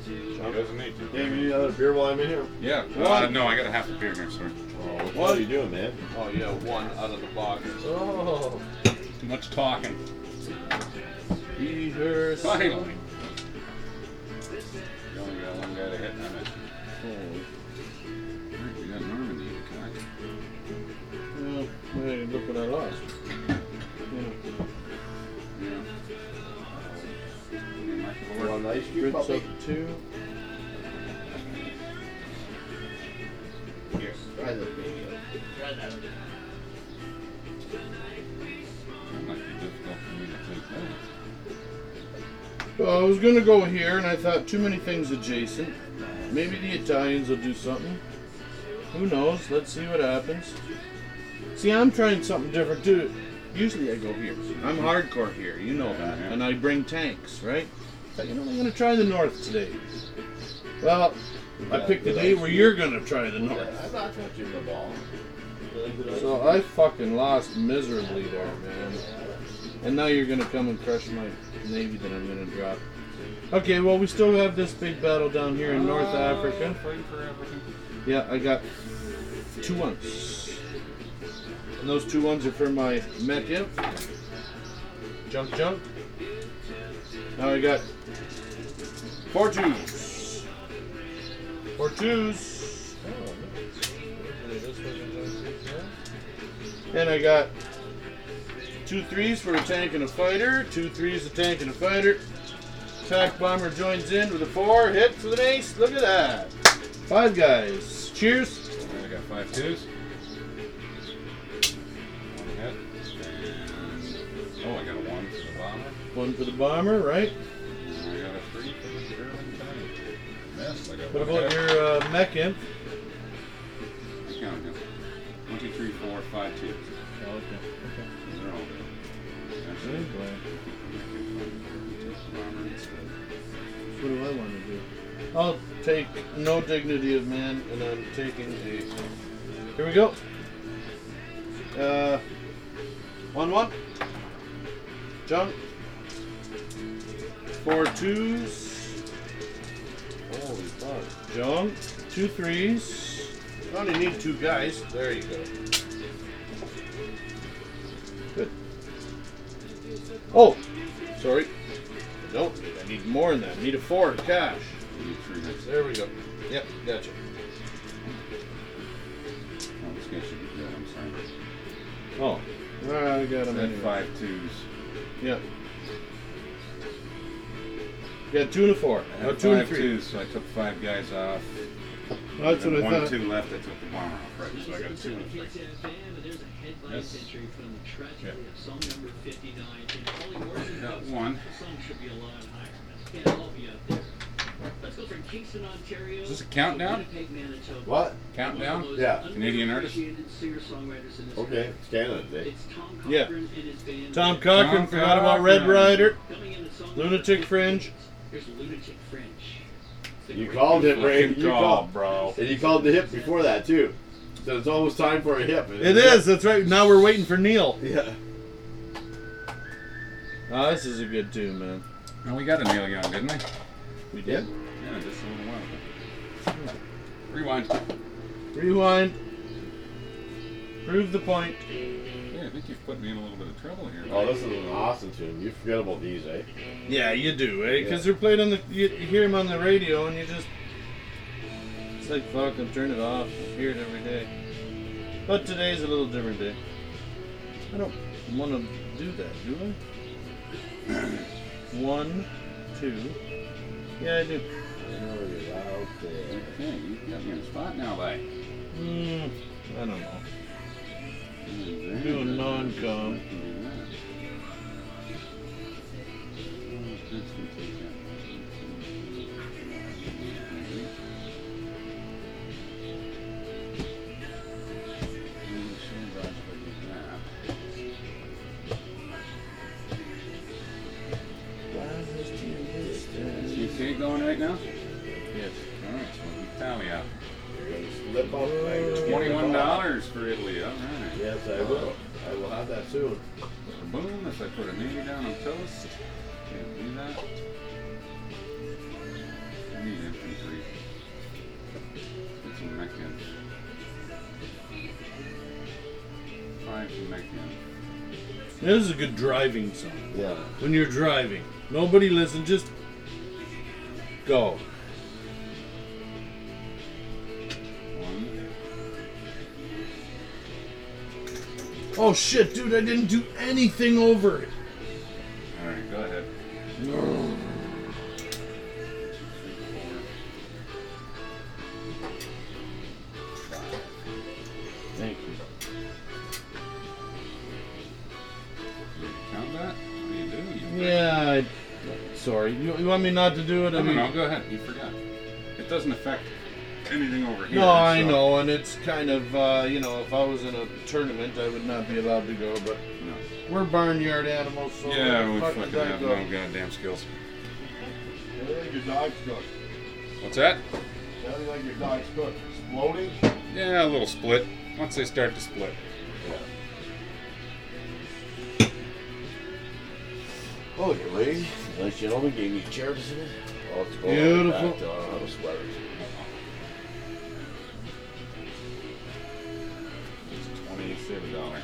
Speaker 1: He doesn't need
Speaker 3: Hey,
Speaker 1: to.
Speaker 3: you need another beer while I'm in here?
Speaker 1: Yeah. Uh,
Speaker 2: One.
Speaker 1: no, I got a half a beer here, sorry.
Speaker 3: what? what are you doing, man?
Speaker 6: Oh yeah, one out of the box.
Speaker 2: Oh.
Speaker 1: Too much talking.
Speaker 2: He her.
Speaker 1: Finally. You only got one guy to hit, not it.
Speaker 2: Oh,
Speaker 1: Alright, we got Normandy to cock.
Speaker 2: Well, hey, look what I lost.
Speaker 1: Yeah. And my
Speaker 3: You
Speaker 1: floor.
Speaker 3: want ice
Speaker 2: Yeah.
Speaker 3: cream,
Speaker 2: Grits
Speaker 3: puppy?
Speaker 2: up two.
Speaker 3: Yes. Try that baby.
Speaker 1: That might be difficult for me to take that.
Speaker 2: Well, I was gonna go here, and I thought too many things adjacent. Maybe the Italians will do something. Who knows? Let's see what happens. See, I'm trying something different too. Usually I go here. I'm hardcore here, you know that.
Speaker 1: Yeah.
Speaker 2: And I bring tanks, right? So, you know, I'm gonna try the north today. Well, I picked the day where you're gonna try the north.
Speaker 3: I'm not touching the ball.
Speaker 2: So I fucking lost miserably there, man. And now you're gonna come and crush my navy that I'm gonna drop. Okay, well we still have this big battle down here in North Africa.
Speaker 1: Fighting for Africa.
Speaker 2: Yeah, I got two ones. And those two ones are for my mech imp. Jump, jump. Now I got four twos. Four twos. And I got two threes for a tank and a fighter. Two threes, a tank and a fighter. Attack bomber joins in with a four. Hits with an ace. Look at that. Five guys. Cheers.
Speaker 1: And I got five twos. One hit. And- Oh, I got a one for the bomber.
Speaker 2: One for the bomber, right?
Speaker 1: And I got a three for the German tank. Missed. I got
Speaker 2: What
Speaker 1: one
Speaker 2: about
Speaker 1: hit.
Speaker 2: your uh, mech imp?
Speaker 1: I counted them. One, two, three, four, five twos.
Speaker 2: Oh, okay.
Speaker 1: And they're all good. Actually, bomber instead.
Speaker 2: What do I want to do? I'll take no dignity of man, and I'm taking the. Here we go. Uh, one one. Jump. Four twos.
Speaker 3: Holy fuck.
Speaker 2: Jump. Two threes. I only need two guys. There you go. Good. Oh, sorry. Nope. I need more than that. I need a four to cash.
Speaker 1: We need three hits.
Speaker 2: There we go. Yep, gotcha.
Speaker 1: Oh, this guy should be dead. I'm sorry.
Speaker 2: Oh, I got him
Speaker 1: That
Speaker 2: anyway.
Speaker 1: five twos.
Speaker 2: Yep. Got two and a four.
Speaker 1: I
Speaker 2: No,
Speaker 1: had
Speaker 2: Oh, two and a
Speaker 1: five
Speaker 2: three.
Speaker 1: twos, so I took five guys off.
Speaker 2: That's
Speaker 1: And
Speaker 2: what I
Speaker 1: one
Speaker 2: thought.
Speaker 1: two left. I took the bomber off. Right, so I got a two and a three. Yes. Yeah. Got one. Is this a countdown?
Speaker 3: What?
Speaker 1: Countdown?
Speaker 3: Yeah.
Speaker 1: Canadian artist?
Speaker 3: Okay, it's Canada Day.
Speaker 7: It's Tom
Speaker 2: Yeah.
Speaker 7: Cochran and his band.
Speaker 2: Tom Cochran
Speaker 1: Tom
Speaker 2: forgot about Red
Speaker 1: Cochran.
Speaker 2: Rider.
Speaker 7: Coming in at song
Speaker 2: Lunatic Fringe.
Speaker 7: There's Lunatic French.
Speaker 3: You called it, Ray.
Speaker 1: Fucking
Speaker 3: You
Speaker 1: call,
Speaker 3: called.
Speaker 1: bro.
Speaker 3: And you called the hip before that, too. So it's almost time for a hip.
Speaker 2: It is. That's right. Now we're waiting for Neil.
Speaker 3: Yeah.
Speaker 2: Oh, this is a good tune, man.
Speaker 1: No, we got a Neil Young, didn't we?
Speaker 2: We did.
Speaker 1: Yeah, just a little while ago. Rewind.
Speaker 2: Rewind. Prove the point.
Speaker 1: Yeah, I think you've put me in a little bit of trouble here.
Speaker 3: Oh, this is an awesome tune. You forget about these, eh?
Speaker 2: Yeah, you do, eh? Because they're played on the. You, you hear them on the radio, and you just. It's like fuck. I'm turn it off. I hear it every day. But today's a little different day. I don't want to do that, do I? One, two. Yeah, I do.
Speaker 1: Okay, you got me in a spot now, like.
Speaker 2: Mm, I don't know. Doing non-com.
Speaker 1: You see it going right now?
Speaker 2: Yes.
Speaker 1: All right, so we tally out.
Speaker 3: You're gonna slip up.
Speaker 1: Twenty-one dollars for Italy. All right.
Speaker 3: Yes, I will. I will have that soon.
Speaker 1: Boom! If I put a name down on toast, can't do that. I need infantry. Get some mech in. Five mech in.
Speaker 2: This is a good driving song.
Speaker 3: Yeah.
Speaker 2: When you're driving, nobody listen. Just go.
Speaker 1: One.
Speaker 2: Oh shit, dude! I didn't do anything over it.
Speaker 1: All right, go ahead. Three, four. Five.
Speaker 4: Thank you.
Speaker 1: You count that? What do you do? You
Speaker 2: Yeah. I, sorry. You, you want me not to do it?
Speaker 1: No,
Speaker 2: I
Speaker 1: no,
Speaker 2: mean,
Speaker 1: no, go ahead. You forgot. It doesn't affect anything over here.
Speaker 2: no, I
Speaker 1: so-
Speaker 2: know, and it's kind of uh, you know, if I was in a tournament, I would not be allowed to go. But
Speaker 1: No.
Speaker 2: we're barnyard animals, so
Speaker 1: Yeah,
Speaker 2: where
Speaker 1: we
Speaker 2: the fuck
Speaker 1: fucking
Speaker 2: did I
Speaker 1: have
Speaker 2: go?
Speaker 1: no goddamn skills.
Speaker 3: Everything your dog's cooked.
Speaker 1: What's that?
Speaker 3: Everything your dog's cooked. Exploding.
Speaker 1: Yeah, a little split. Once they start to split.
Speaker 3: Oh, your lady. Nice gentleman gave me a chair to sit in. Oh, it's cold.
Speaker 2: Beautiful.
Speaker 3: Back down on the uh, sweaters.
Speaker 1: It's 20, save a dollar.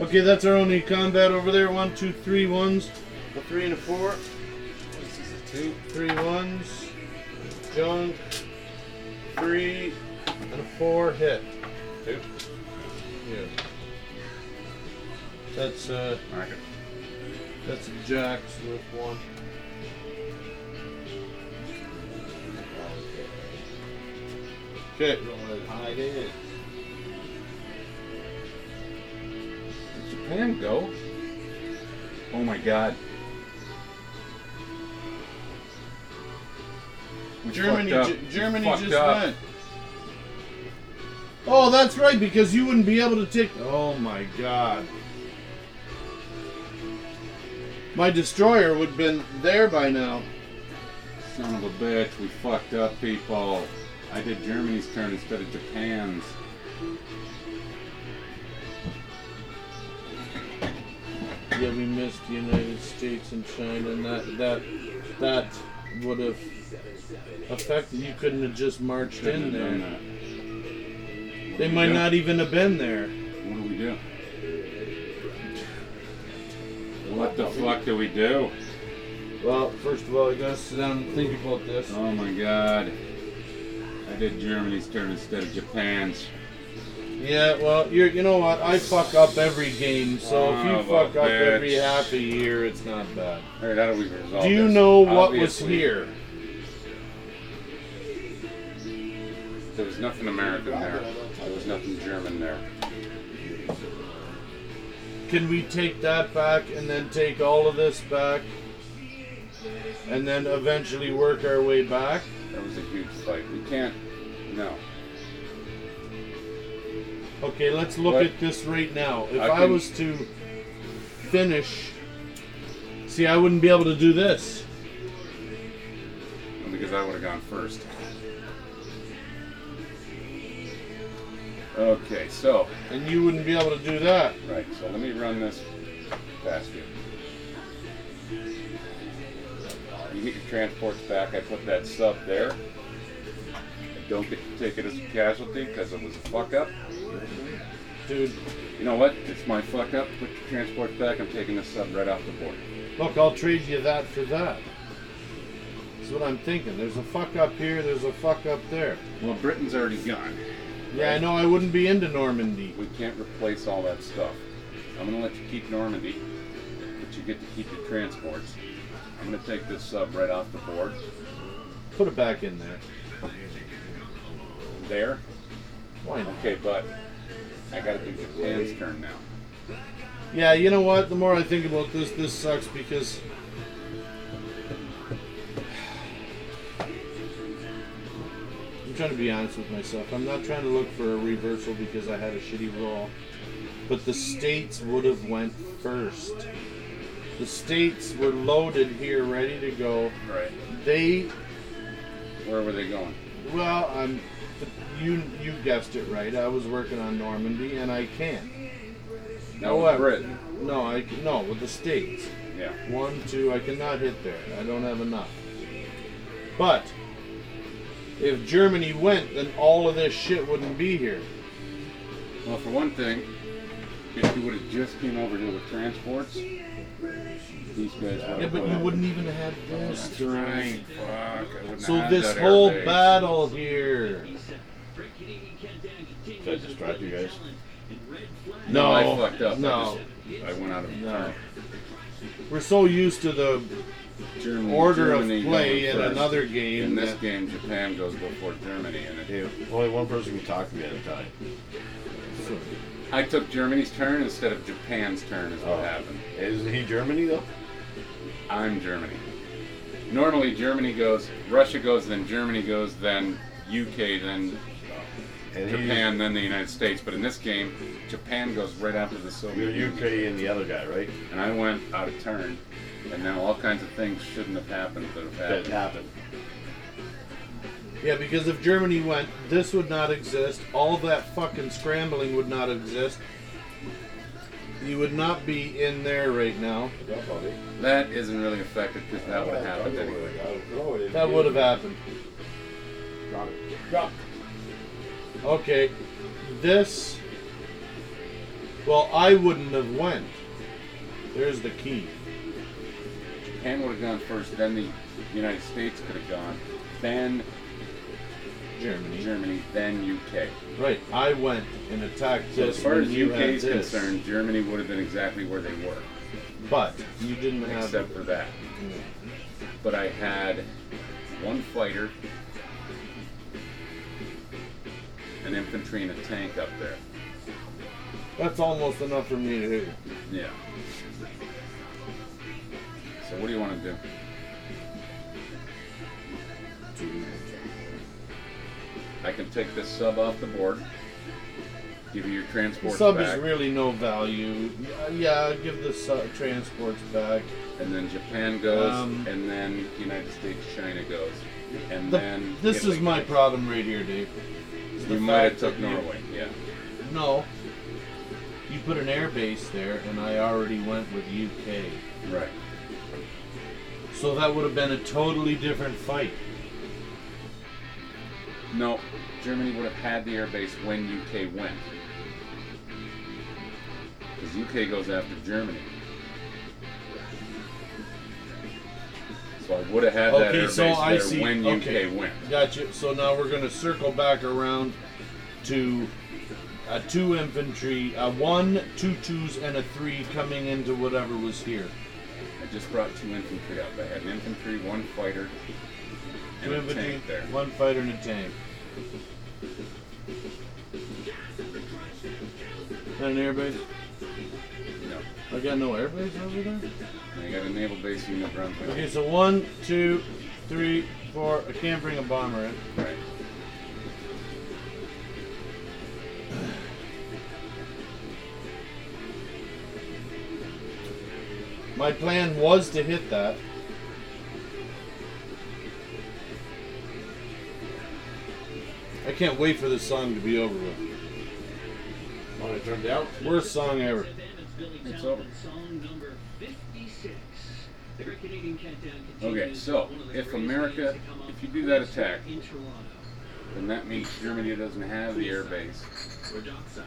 Speaker 2: Okay, that's our only combat over there. One, two, three ones. A three and a four.
Speaker 1: This is a two.
Speaker 2: Three ones. Junk. Three and a four hit.
Speaker 1: Two.
Speaker 2: Yeah. That's uh
Speaker 1: All right.
Speaker 2: that's a jacks with one. Okay.
Speaker 1: Did Japan go? Oh my god. We
Speaker 4: Germany,
Speaker 1: fucked up.
Speaker 4: Ge-
Speaker 1: We
Speaker 4: Germany
Speaker 1: fucked
Speaker 4: just
Speaker 1: up.
Speaker 4: went.
Speaker 2: Oh, that's right, because you wouldn't be able to take. Oh my god. My destroyer would have been there by now.
Speaker 1: Son of a bitch, we fucked up, people. I did Germany's turn instead of Japan's.
Speaker 2: Yeah, we missed the United States and China, and that that that would have affected. You couldn't have just marched in
Speaker 1: Shouldn't have done
Speaker 2: there.
Speaker 1: that. What
Speaker 2: They
Speaker 1: do we
Speaker 2: might
Speaker 1: do?
Speaker 2: not e- even have been there.
Speaker 1: What do we do? What the fuck do we do?
Speaker 2: Well, first of all, you gotta sit down and think about this.
Speaker 1: Oh my god. I did Germany's turn instead of Japan's.
Speaker 2: Yeah, well, you you know what? I fuck up every game, so if
Speaker 1: Son
Speaker 2: you
Speaker 1: of a
Speaker 2: fuck up
Speaker 1: bitch.
Speaker 2: every half a year, it's not bad.
Speaker 1: Alright, how do we resolve
Speaker 2: Do you
Speaker 1: this?
Speaker 2: know what was
Speaker 1: Obviously,
Speaker 2: here?
Speaker 1: There was nothing American there. There was nothing German there.
Speaker 2: Can we take that back and then take all of this back? And then eventually work our way back?
Speaker 1: That was a huge fight. We can't. No.
Speaker 2: Okay, let's look
Speaker 1: What?
Speaker 2: at this right now. If
Speaker 1: I
Speaker 2: I,
Speaker 1: can-
Speaker 2: was to finish, see, I wouldn't be able to do this.
Speaker 1: Because I would have gone first. Okay, so.
Speaker 2: And you wouldn't be able to do that.
Speaker 1: Right, so let me run this past you. You get your transports back. I put that sub there. I don't get to take it as a casualty because it was a fuck up.
Speaker 2: Dude,
Speaker 1: You know what? It's my fuck up. Put your transports back. I'm taking this sub right off the board.
Speaker 2: look, I'll trade you that for that. That's what I'm thinking. There's a fuck up here, there's a fuck up there.
Speaker 1: Well, Britain's already gone.
Speaker 2: Yeah, I know I wouldn't be into Normandy.
Speaker 1: We can't replace all that stuff. I'm gonna let you keep Normandy, but you get to keep your transports. I'm gonna take this sub right off the board.
Speaker 2: Put it back in there.
Speaker 1: There.
Speaker 2: Why not?
Speaker 1: Okay, but I gotta do Japan's turn now.
Speaker 2: Yeah, you know what? The more I think about this, this sucks because. I'm trying to be honest with myself. I'm not trying to look for a reversal because I had a shitty roll. But the states would have went first. The states were loaded here, ready to go.
Speaker 1: Right.
Speaker 2: They,
Speaker 1: Where were they going?
Speaker 2: well, I'm, you you guessed it right. I was working on Normandy, and I can't.
Speaker 1: That was
Speaker 2: However-
Speaker 1: Britain.
Speaker 2: No, I c- no with the states.
Speaker 1: Yeah.
Speaker 2: One, two, I cannot hit there. I don't have enough. But if Germany went, then all of this shit wouldn't be here.
Speaker 1: Well, for one thing, if you would have just came over here with transports, these guys.
Speaker 2: Yeah, but you wouldn't even have this.
Speaker 1: That's right. Fuck. I wouldn't
Speaker 2: So
Speaker 1: have
Speaker 2: this
Speaker 1: that
Speaker 2: whole
Speaker 1: airbase.
Speaker 2: battle here.
Speaker 3: Did I distract you guys?
Speaker 1: No, I fucked up. I
Speaker 2: No.
Speaker 1: just- I went out of
Speaker 2: No. We're so used to the
Speaker 1: Germany,
Speaker 2: order of
Speaker 1: Germany
Speaker 2: play
Speaker 1: going
Speaker 2: in
Speaker 1: first.
Speaker 2: another game.
Speaker 1: In this
Speaker 2: that-
Speaker 1: game, Japan goes before Germany, and it,
Speaker 3: Hey, only one person can talk to me at a time.
Speaker 1: I took Germany's turn instead of Japan's turn. Is what
Speaker 3: Oh.
Speaker 1: happened.
Speaker 3: Is he Germany though?
Speaker 1: I'm Germany. Normally, Germany goes, Russia goes, then Germany goes, then UK, then
Speaker 3: And
Speaker 1: Japan, then the United States. But in this game, Japan goes right after the
Speaker 3: He's,
Speaker 1: Soviet
Speaker 3: you're
Speaker 1: Union.
Speaker 3: UK and the other guy, right?
Speaker 1: And I went out of turn, and now all kinds of things shouldn't have happened that have
Speaker 3: That
Speaker 1: happened.
Speaker 3: happened.
Speaker 2: Yeah, because if Germany went, this would not exist. All that fucking scrambling would not exist. You would not be in there right now.
Speaker 1: That isn't really affected because that would have happened anyway.
Speaker 2: That would have happened. Okay. This Well, I wouldn't have went. There's the key.
Speaker 1: Japan would have gone first, then the United States could have gone, then
Speaker 2: Germany.
Speaker 1: Germany, then UK.
Speaker 2: Right. I went and attacked
Speaker 1: So
Speaker 2: this.
Speaker 1: as far
Speaker 2: when
Speaker 1: as
Speaker 2: you
Speaker 1: UK
Speaker 2: had
Speaker 1: is
Speaker 2: this.
Speaker 1: concerned, Germany would have been exactly where they were,
Speaker 2: But you didn't have.
Speaker 1: except for that. But I had one fighter, an infantry, and a tank up there.
Speaker 2: That's almost enough for me to do.
Speaker 1: Yeah. So what do you want to do? I can take this sub off the board. Give you your
Speaker 2: The
Speaker 1: transport
Speaker 2: sub
Speaker 1: back,
Speaker 2: is really no value. Yeah, yeah give the sub transports back.
Speaker 1: and then Japan goes,
Speaker 2: Um,
Speaker 1: and then United States, China goes, and
Speaker 2: The-
Speaker 1: then
Speaker 2: this is
Speaker 1: Italy
Speaker 2: my
Speaker 1: goes.
Speaker 2: problem right here, Dave. is the
Speaker 1: You might have
Speaker 2: fact
Speaker 1: took
Speaker 2: that you-
Speaker 1: Norway. Yeah.
Speaker 2: No. You put an air base there, and I already went with UK.
Speaker 1: Right.
Speaker 2: So that would have been a totally different fight.
Speaker 1: No, Germany would have had the airbase when UK went. Because UK goes after Germany. So I would have had that
Speaker 2: Okay,
Speaker 1: airbase
Speaker 2: so I
Speaker 1: there
Speaker 2: see.
Speaker 1: when
Speaker 2: Okay.
Speaker 1: UK went.
Speaker 2: Gotcha. So now we're going to circle back around to a two infantry, a one, two twos, and a three coming into whatever was here.
Speaker 1: I just brought two infantry up. I had an infantry, one fighter, and
Speaker 2: two
Speaker 1: a tank there.
Speaker 2: one fighter, and a tank. Got an airbase?
Speaker 1: No.
Speaker 2: I got no airbase over there?
Speaker 1: And I got a naval base in New Brunswick.
Speaker 2: Okay, so one, two, three, four. I can't bring a bomber in.
Speaker 1: Right.
Speaker 2: My plan was to hit that. I can't wait for this song to be over with.
Speaker 3: Want it turned out?
Speaker 2: Worst song ever.
Speaker 1: It's over.
Speaker 7: Song number 56. The Great Canadian Countdown
Speaker 1: Okay,
Speaker 7: continues
Speaker 1: so,
Speaker 7: with one of the
Speaker 1: if
Speaker 7: greatest
Speaker 1: America-
Speaker 7: bands to come up
Speaker 1: if you do that
Speaker 7: first
Speaker 1: attack-
Speaker 7: in Toronto.
Speaker 1: And that means Germany doesn't have the airbase.
Speaker 7: We're dockside.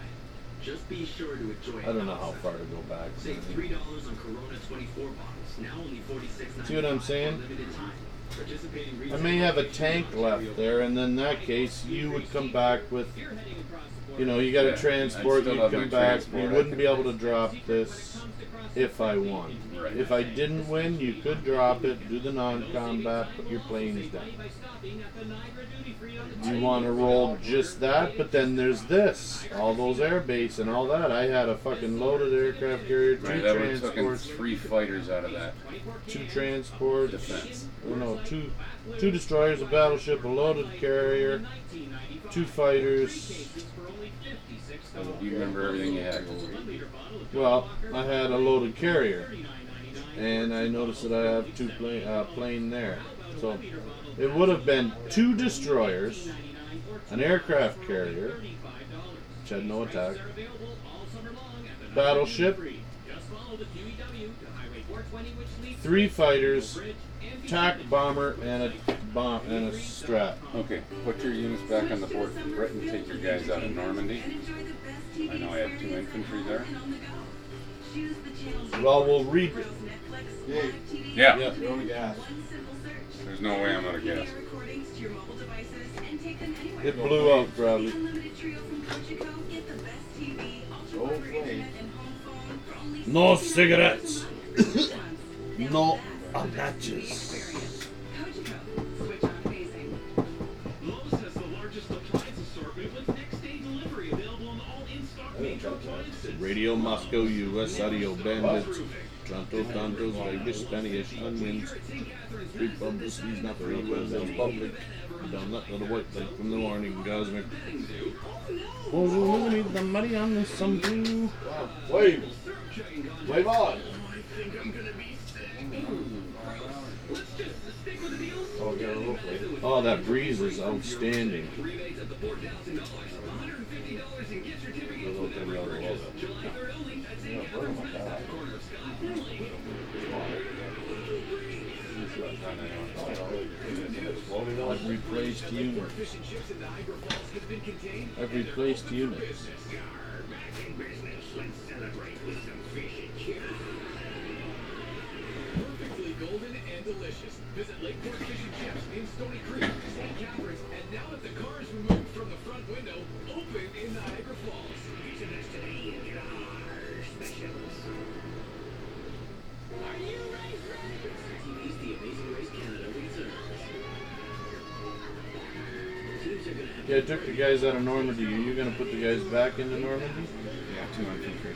Speaker 7: Just be sure to enjoy
Speaker 2: I don't know how
Speaker 7: dockside.
Speaker 2: far to go back.
Speaker 7: Save three dollars on Corona 24 bottles. Now only 46.95.
Speaker 2: See what I'm saying?
Speaker 7: for limited time. Participating
Speaker 2: I
Speaker 7: retail-
Speaker 2: may have a tank left there, and then in that case, you would come back with,
Speaker 7: If you're heading across the
Speaker 2: you know, you got
Speaker 1: Yeah,
Speaker 2: to
Speaker 1: I'd
Speaker 2: transport,
Speaker 1: still
Speaker 2: you'd
Speaker 1: have my
Speaker 2: come back.
Speaker 1: transport.
Speaker 2: You wouldn't be able to drop this if I won.
Speaker 1: Right.
Speaker 2: If I didn't win, you could drop it, do the non-combat, put your planes down. Do you want to roll just that? But then there's this, all those air base and all that. I had a fucking loaded aircraft carrier, two
Speaker 1: Right, that would have taken
Speaker 2: transports,
Speaker 1: three fighters out of that
Speaker 2: two transports,
Speaker 1: defense.
Speaker 2: or no, two, two destroyers, a battleship, a loaded carrier, two fighters.
Speaker 1: You remember everything you had.
Speaker 2: Well, I had a loaded carrier, and I noticed that I have two plane uh, plane there, so it would have been two destroyers, an aircraft carrier, which had no attack, battleship, three fighters, attack bomber, and a bomb and a strap.
Speaker 1: Okay, put your units back on the board for Britain. Take your guys out of Normandy. I know I have two infantry there.
Speaker 2: Well, we'll reap it.
Speaker 1: Yeah.
Speaker 2: Yeah.
Speaker 3: Go to gas.
Speaker 1: There's no way I'm out of gas.
Speaker 2: It blew out probably. No cigarettes. *coughs* no abatches.
Speaker 7: Lowe's has the largest appliance assortment with next day delivery available on all in-stock major appliances.
Speaker 2: Radio Moscow, U.S. Audio Bandits.
Speaker 7: Approving.
Speaker 2: Toronto, Tontos, Vegas, Spanish, Onions. Three bumbles, he's not free, well, that's public. Down that little white light from the morning, Gosmic. Oh, you need the money on this, some blue.
Speaker 3: Wave. Wave on. Oh, yeah, hopefully.
Speaker 2: Oh, that breeze is outstanding.
Speaker 3: A little bit of a little bit. Yeah, burn 'em like that.
Speaker 4: I've replaced units. I've replaced units.
Speaker 7: Perfectly golden and delicious. Visit Lakeport Fish and Chips in Stony Creek, St. Catharines, and now that the car is removed from the front window, open in Niagara Falls. Visit us today and get our specials. Are you ready for TV's The Amazing Race Canada returns. Teams are going to have
Speaker 2: Yeah, I took the guys out of Normandy. Are you gonna put the guys back into Normandy?
Speaker 1: Yeah, two infantry.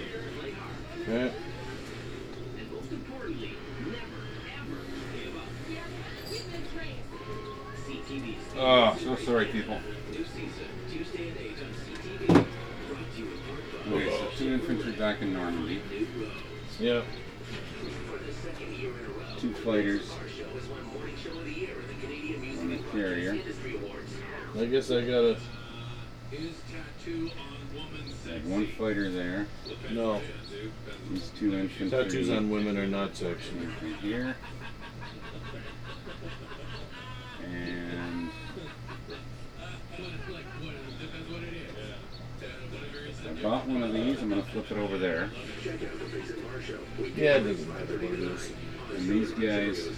Speaker 2: Yeah.
Speaker 7: And most importantly, never, ever give up. CTV's The
Speaker 1: Oh,
Speaker 7: Amazing
Speaker 1: so
Speaker 7: Race
Speaker 1: sorry,
Speaker 7: Canada.
Speaker 1: people.
Speaker 7: New season, Tuesday at 8 on CTV. Brought to you in part by
Speaker 1: Okay, so two infantry back in Normandy,
Speaker 7: New Roads.
Speaker 2: Yeah.
Speaker 7: For the second year in a row,
Speaker 1: two fighters,
Speaker 7: our show is one morning show of the year in the Canadian Music
Speaker 1: one
Speaker 7: and
Speaker 1: carrier.
Speaker 7: Industry Awards.
Speaker 2: I guess I gotta.
Speaker 7: His tattoo on woman's
Speaker 1: I had one fighter there.
Speaker 2: No.
Speaker 1: These two infantry.
Speaker 2: Tattoos on women are not sexual.
Speaker 1: infantry here. And I bought one of these. I'm gonna flip it over there.
Speaker 2: Yeah, it doesn't matter what it is.
Speaker 1: And these guys.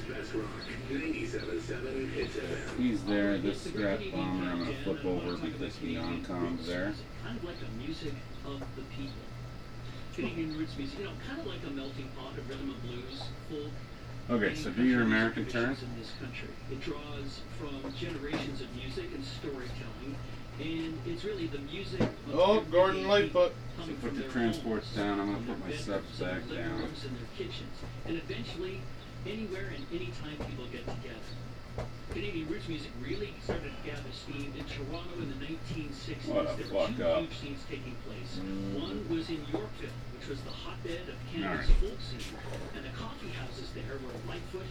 Speaker 1: He's there. This scrap bomber. I'm gonna flip over because he non-com's there.
Speaker 8: kind of like the music of the people. Canadian roots music, you know, kind of like a melting pot of rhythm and blues, folk.
Speaker 1: Okay,
Speaker 8: and
Speaker 1: so do your
Speaker 8: country music
Speaker 1: American turn.
Speaker 8: traditions In this country, it draws from generations of music and storytelling, and it's really the music. Of
Speaker 2: Oh,
Speaker 8: everyday
Speaker 2: Gordon Lightfoot.
Speaker 8: coming
Speaker 1: So put
Speaker 8: from
Speaker 1: the
Speaker 8: their
Speaker 1: transports
Speaker 8: homes,
Speaker 1: down, I'm gonna
Speaker 8: from
Speaker 1: put
Speaker 8: their
Speaker 1: my
Speaker 8: bedrooms,
Speaker 1: subs
Speaker 8: from their
Speaker 1: back
Speaker 8: living
Speaker 1: down.
Speaker 8: rooms and their kitchens, and eventually, anywhere and anytime people get together. Canadian roots music really started to gather steam in Toronto in the 1960s.
Speaker 1: What a
Speaker 8: there were
Speaker 1: fuck
Speaker 8: two
Speaker 1: up.
Speaker 8: huge scenes taking place. One was in Yorkville, which was the hotbed of Canada's
Speaker 1: Alright.
Speaker 8: folk scene, and the coffee houses there were Lightfoot,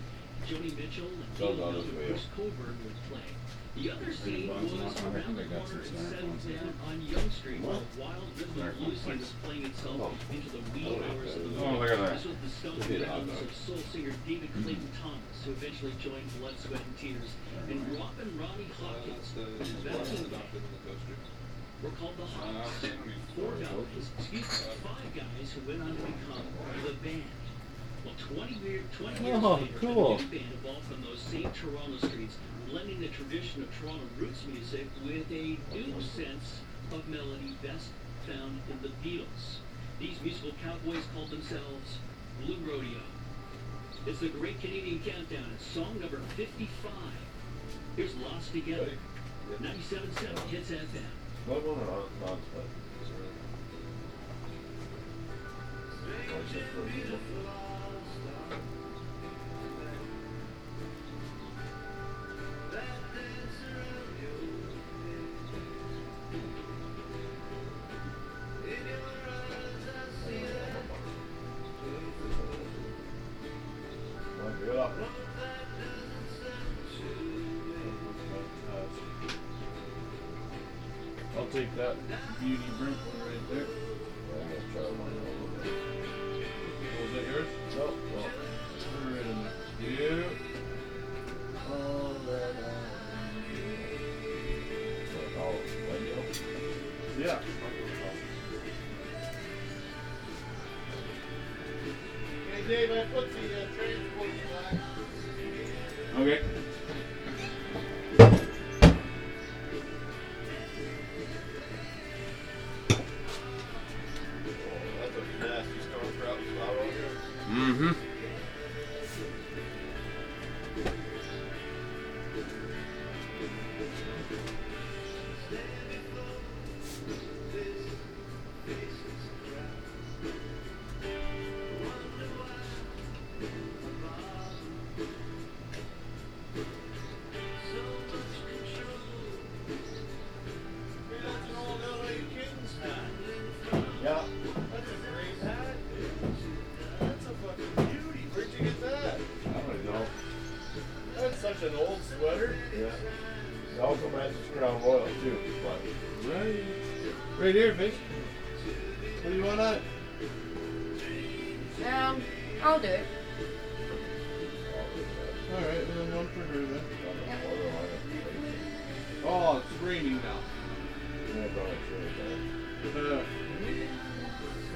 Speaker 8: Joni Mitchell, and
Speaker 3: Don't
Speaker 8: Dean
Speaker 3: know this
Speaker 8: Young and
Speaker 3: way.
Speaker 8: Bruce Coburn would play. The other scene
Speaker 1: bugs
Speaker 8: was
Speaker 1: off? I think
Speaker 8: around the
Speaker 1: I got
Speaker 8: corner
Speaker 1: some
Speaker 8: and
Speaker 1: smartphones
Speaker 8: settled
Speaker 1: in
Speaker 8: down on Young Street, while Wild Rhythm
Speaker 1: There,
Speaker 8: of Blues
Speaker 1: thanks.
Speaker 8: was playing itself into the wee
Speaker 3: Oh,
Speaker 8: hours of the
Speaker 1: Oh,
Speaker 8: morning.
Speaker 1: look at that. Mm-hmm.
Speaker 8: This was the Stone
Speaker 3: Look at that.
Speaker 8: Rhythms of soul singer David Clayton Thomas, who eventually joined Blood, Sweat, and Tears, and Robin Ronnie Hawkins, whose backing were called the Hawks. Four guys, excuse me, five guys who went on to become the band. Well, 20, year, 20 years
Speaker 2: Oh,
Speaker 8: later,
Speaker 2: cool.
Speaker 8: the new band evolved from those same Toronto streets, blending the tradition of Toronto roots music with a new sense of melody best found in the Beatles. These musical cowboys called themselves Blue Rodeo. It's the Great Canadian Countdown. It's song number 55. Here's Lost Together. 97.7 Hits FM.
Speaker 3: Level or on, on
Speaker 2: I'll take that beauty brink one right there. Oh, was that yours?
Speaker 3: Nope.
Speaker 2: Put her right in there. Yeah. Yeah. Hey Dave, I put the uh, transport back.
Speaker 1: Okay.
Speaker 3: That's a nasty storm trout spot over here.
Speaker 1: Mm-hmm.
Speaker 3: Yeah.
Speaker 2: That's a fucking beauty. Where'd you get that?
Speaker 3: I don't know.
Speaker 2: That's such an old sweater.
Speaker 3: Yeah. It also matches crown royal too. But
Speaker 2: Right. Right here, fish. What do you want on it?
Speaker 5: Um, I'll do it.
Speaker 2: All right, then one for her then.
Speaker 6: Oh, it's raining now.
Speaker 3: I'm not sure.
Speaker 2: Uh,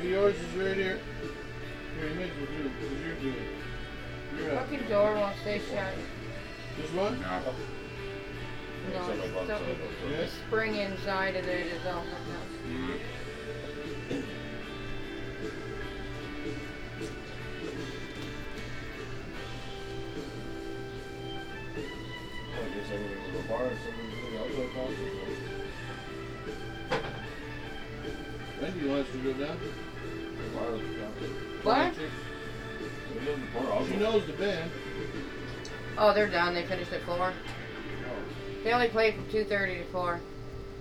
Speaker 2: hey, yours doors is right here. Here, you might as well do it, 'cause you're doing it. You're up.
Speaker 5: Fucking door won't stay shut.
Speaker 2: This one?
Speaker 1: No.
Speaker 5: No, it's something.
Speaker 2: Yes.
Speaker 5: Spring inside of it is all fucked up.
Speaker 2: Wendy wants to go down.
Speaker 5: What?
Speaker 2: She knows the band.
Speaker 5: Oh, they're done. They finished at four. They only played from two thirty to four.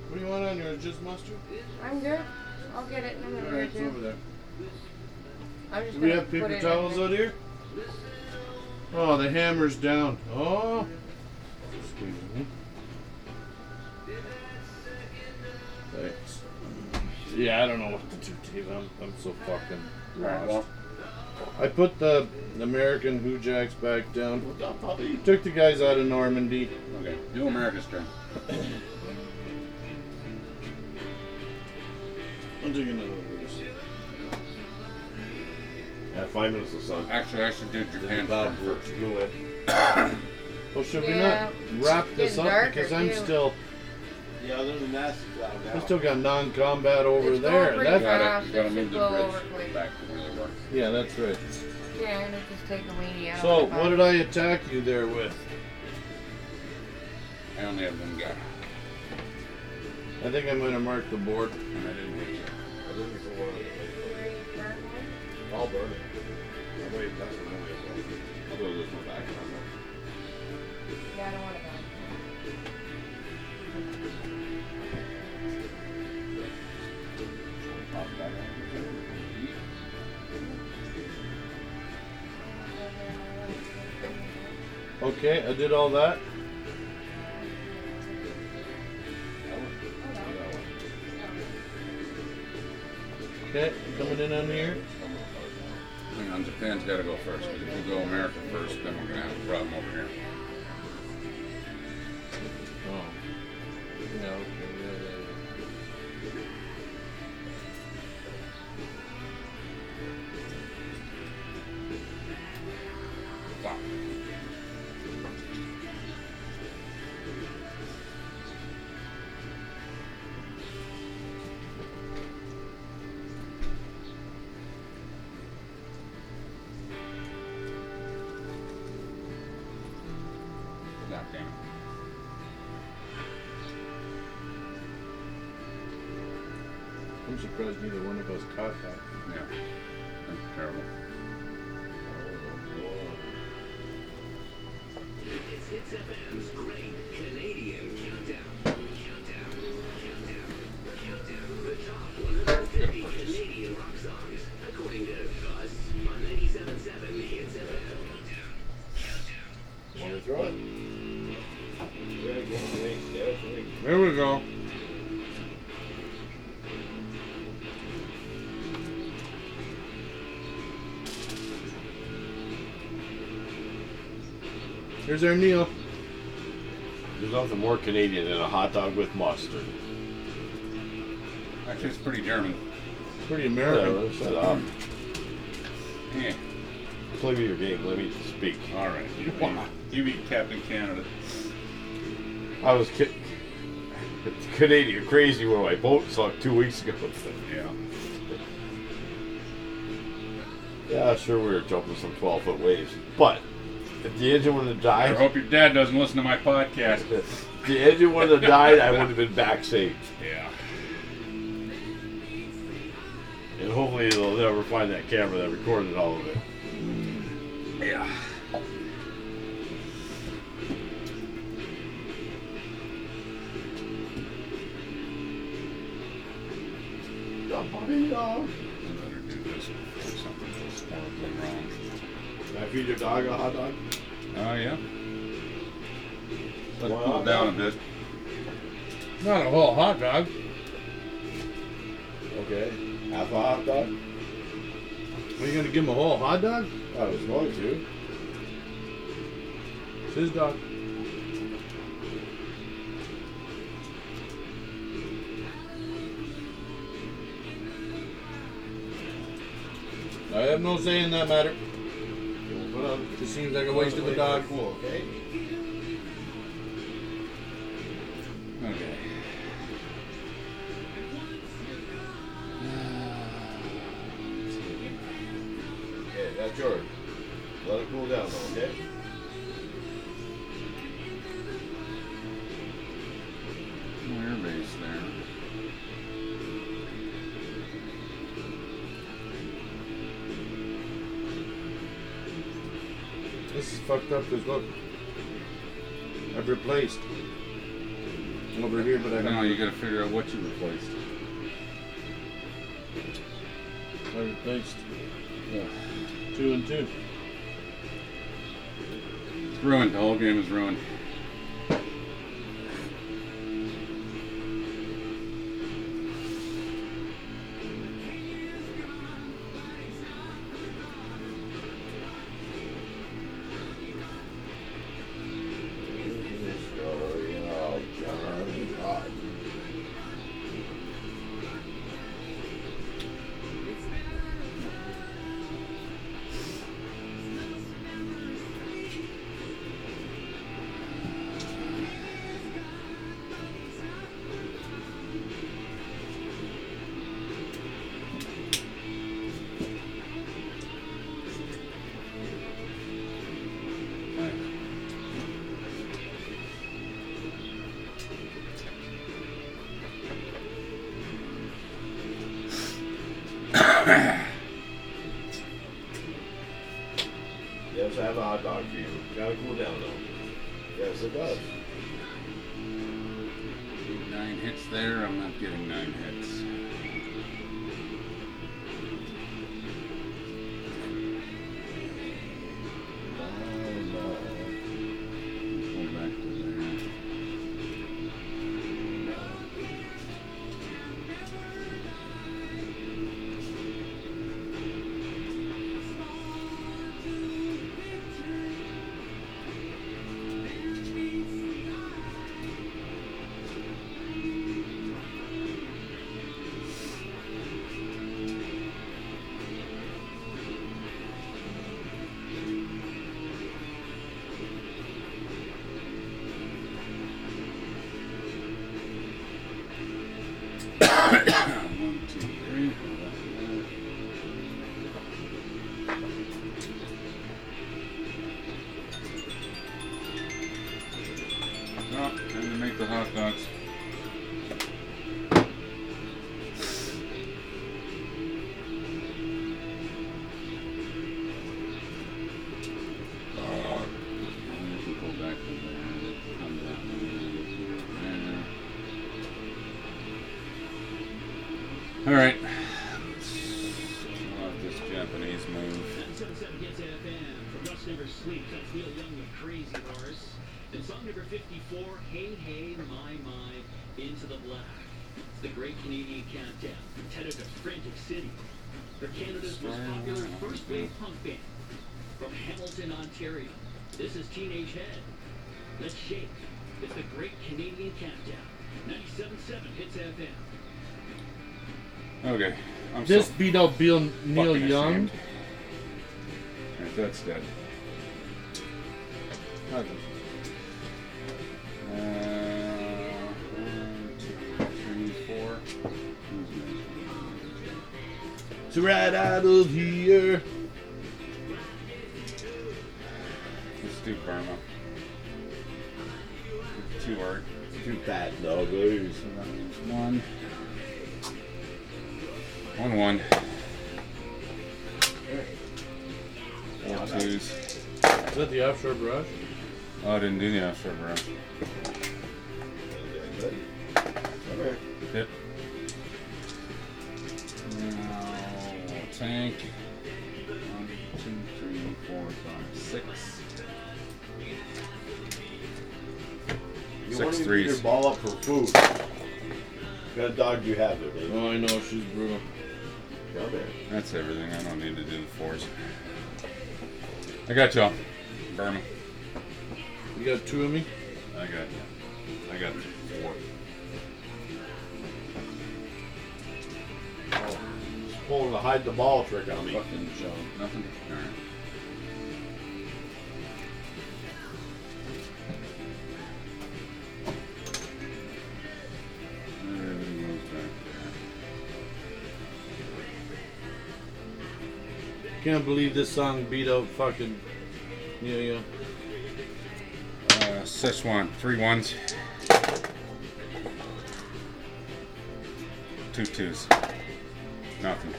Speaker 2: What do you want on yours? Just mustard?
Speaker 5: I'm good. I'll get it in a minute
Speaker 2: Alright,
Speaker 5: or
Speaker 2: it's
Speaker 5: two.
Speaker 2: over there.
Speaker 5: I'm just
Speaker 2: Do we
Speaker 5: gonna
Speaker 2: have
Speaker 5: put
Speaker 2: paper
Speaker 5: it
Speaker 2: towels
Speaker 5: in.
Speaker 2: out here? Oh, the hammer's down. Oh. Excuse me. Thanks. Yeah, I don't know what to do, Dave. I'm, I'm so fucking
Speaker 1: Alright, well,
Speaker 2: lost. I put the American Who Jacks back down.
Speaker 1: what's up, puppy?
Speaker 2: Took the guys out of Normandy.
Speaker 1: Okay, do America's turn.
Speaker 2: I'm taking another one of these.
Speaker 3: At five minutes of sun.
Speaker 1: Actually, I should do Japan turn first.
Speaker 3: Blue it.
Speaker 2: Well, should
Speaker 5: Yeah.
Speaker 2: we not wrap this
Speaker 5: Getting
Speaker 2: up?
Speaker 5: darker,
Speaker 2: Because I'm
Speaker 5: too.
Speaker 2: still,
Speaker 6: Yeah, there's a massive
Speaker 2: I
Speaker 6: out
Speaker 2: still got non-combat over
Speaker 5: It's
Speaker 2: there.
Speaker 5: going pretty
Speaker 1: You
Speaker 2: That's-
Speaker 1: gotta, you gotta
Speaker 5: Fast,
Speaker 1: move
Speaker 5: it should go
Speaker 1: the
Speaker 5: over quick.
Speaker 1: bridge back to where they were.
Speaker 2: yeah, that's right.
Speaker 5: Yeah, I'm gonna just take the weenie out.
Speaker 2: So, what did I attack you there with?
Speaker 1: I only had one guy,
Speaker 2: I think I'm gonna mark the board.
Speaker 1: and I didn't hit you.
Speaker 6: I'll burn it. I'll wait, that's what I'm waiting for. I'll go with my back. on
Speaker 5: Yeah, I don't want to
Speaker 6: that. Pop back on.
Speaker 2: Okay, I did all that.
Speaker 5: Oh,
Speaker 2: Okay, coming in on here.
Speaker 1: Hang on, Japan's gotta go first, 'cause if we go America first, then we're gonna have a problem over here.
Speaker 2: Oh. Yeah, okay, yeah, yeah,
Speaker 1: Fuck. God damn it.
Speaker 2: yeah. I'm surprised neither one of us caught that.
Speaker 1: Yeah. That's terrible.
Speaker 7: It's Hits FM's great Canadian countdown. Countdown, countdown, countdown. The top 150 Canadian rock songs, according to us on 97.7 Hits FM. Countdown, countdown.
Speaker 3: Want to throw it?
Speaker 2: There we go. Here's our Neil.
Speaker 3: There's nothing more Canadian than a hot dog with mustard.
Speaker 1: Actually, it's pretty German.
Speaker 2: Pretty American.
Speaker 3: Whatever, Shut up.
Speaker 1: Yeah.
Speaker 3: uh, Play me your game. Let me speak.
Speaker 1: All right. You beat, you beat Captain Canada.
Speaker 3: I was ki- *laughs* Canadian crazy where my boat sunk two weeks ago. *laughs*
Speaker 1: Yeah.
Speaker 3: yeah, sure, we were jumping some 12 foot waves. But if the engine would have
Speaker 1: I
Speaker 3: died,
Speaker 1: hope your dad doesn't listen to my podcast.
Speaker 3: if the engine would have died, I would have been back safe.
Speaker 1: Yeah.
Speaker 3: And hopefully they'll never find that camera that recorded all of it.
Speaker 1: Yeah.
Speaker 3: uh,
Speaker 1: I better do this before something goes horribly wrong.
Speaker 3: Can I feed your dog a hot dog?
Speaker 1: Oh, yeah. Let it
Speaker 3: Why
Speaker 1: cool
Speaker 3: not?
Speaker 1: down a bit.
Speaker 2: Not a whole hot dog.
Speaker 3: Okay. Half a hot dog?
Speaker 2: Are you gonna give him a whole hot dog?
Speaker 3: I was going to.
Speaker 2: It's his dog. I have no say in that matter.
Speaker 6: Put on
Speaker 2: Just seems like a waste of a dog.
Speaker 6: Cool, okay?
Speaker 1: Okay.
Speaker 6: Okay, that's yours. Let it cool down, though, okay?
Speaker 1: Air base there.
Speaker 2: This is fucked up because look, I've replaced over here, but I
Speaker 1: Now
Speaker 2: haven't.
Speaker 1: you gotta figure out what you replaced.
Speaker 2: I replaced two and two.
Speaker 1: It's ruined. The whole game is ruined.
Speaker 3: Yes, I have a hot dog for you. Gotta cool down though. Yes, it does.
Speaker 1: Nine hits there. I'm not getting nine hits. Oh, Go back to there. One, two, three. Go back to there. Oh, time to make the hot dogs. Uh, and if we go back to there, come down there. All right. Love this Japanese move.
Speaker 8: 977 Hits FM. From Rust Never Sleeps, that's Neil Young with Crazy Horse. And song number 54, Hey Hey My My, Into the Black. It's the Great Canadian Countdown, competitive frantic city. They're Canada's most popular first wave punk band. From Hamilton, Ontario, this is Teenage Head. Let's shake. It's the Great Canadian Countdown. 977 Hits FM.
Speaker 1: Okay. I'm
Speaker 2: This
Speaker 1: so
Speaker 2: beat out Bill Neil
Speaker 1: fucking
Speaker 2: Young.
Speaker 1: ashamed. All right, that's dead. Uh, one, two, three, four. Who's next?
Speaker 2: It's right out of here.
Speaker 1: Let's do Burma. Two art.
Speaker 3: Too bad, no blues.
Speaker 1: So that means one. One one. Four twos.
Speaker 2: Is that the offshore brush?
Speaker 1: Oh, I didn't do the offshore bro. Hit. Now, tank. One, two, three, four, five, six.
Speaker 3: You
Speaker 1: Six
Speaker 3: wanna beat
Speaker 1: threes.
Speaker 3: Your ball up for food. What dog do you have there, baby?
Speaker 2: Oh, I know she's brutal.
Speaker 3: Come here.
Speaker 1: That's everything. I don't need to do the fours. I got y'all. Burma.
Speaker 2: You got two of me.
Speaker 1: I got I got four.
Speaker 3: pulling the hide the ball trick on me.
Speaker 6: Fucking John.
Speaker 1: Nothing. All right. Everybody goes back
Speaker 2: Can't believe this song beat out fucking. Yeah, yeah.
Speaker 1: there. Uh, Szechuan, three ones. Two twos. Nothing.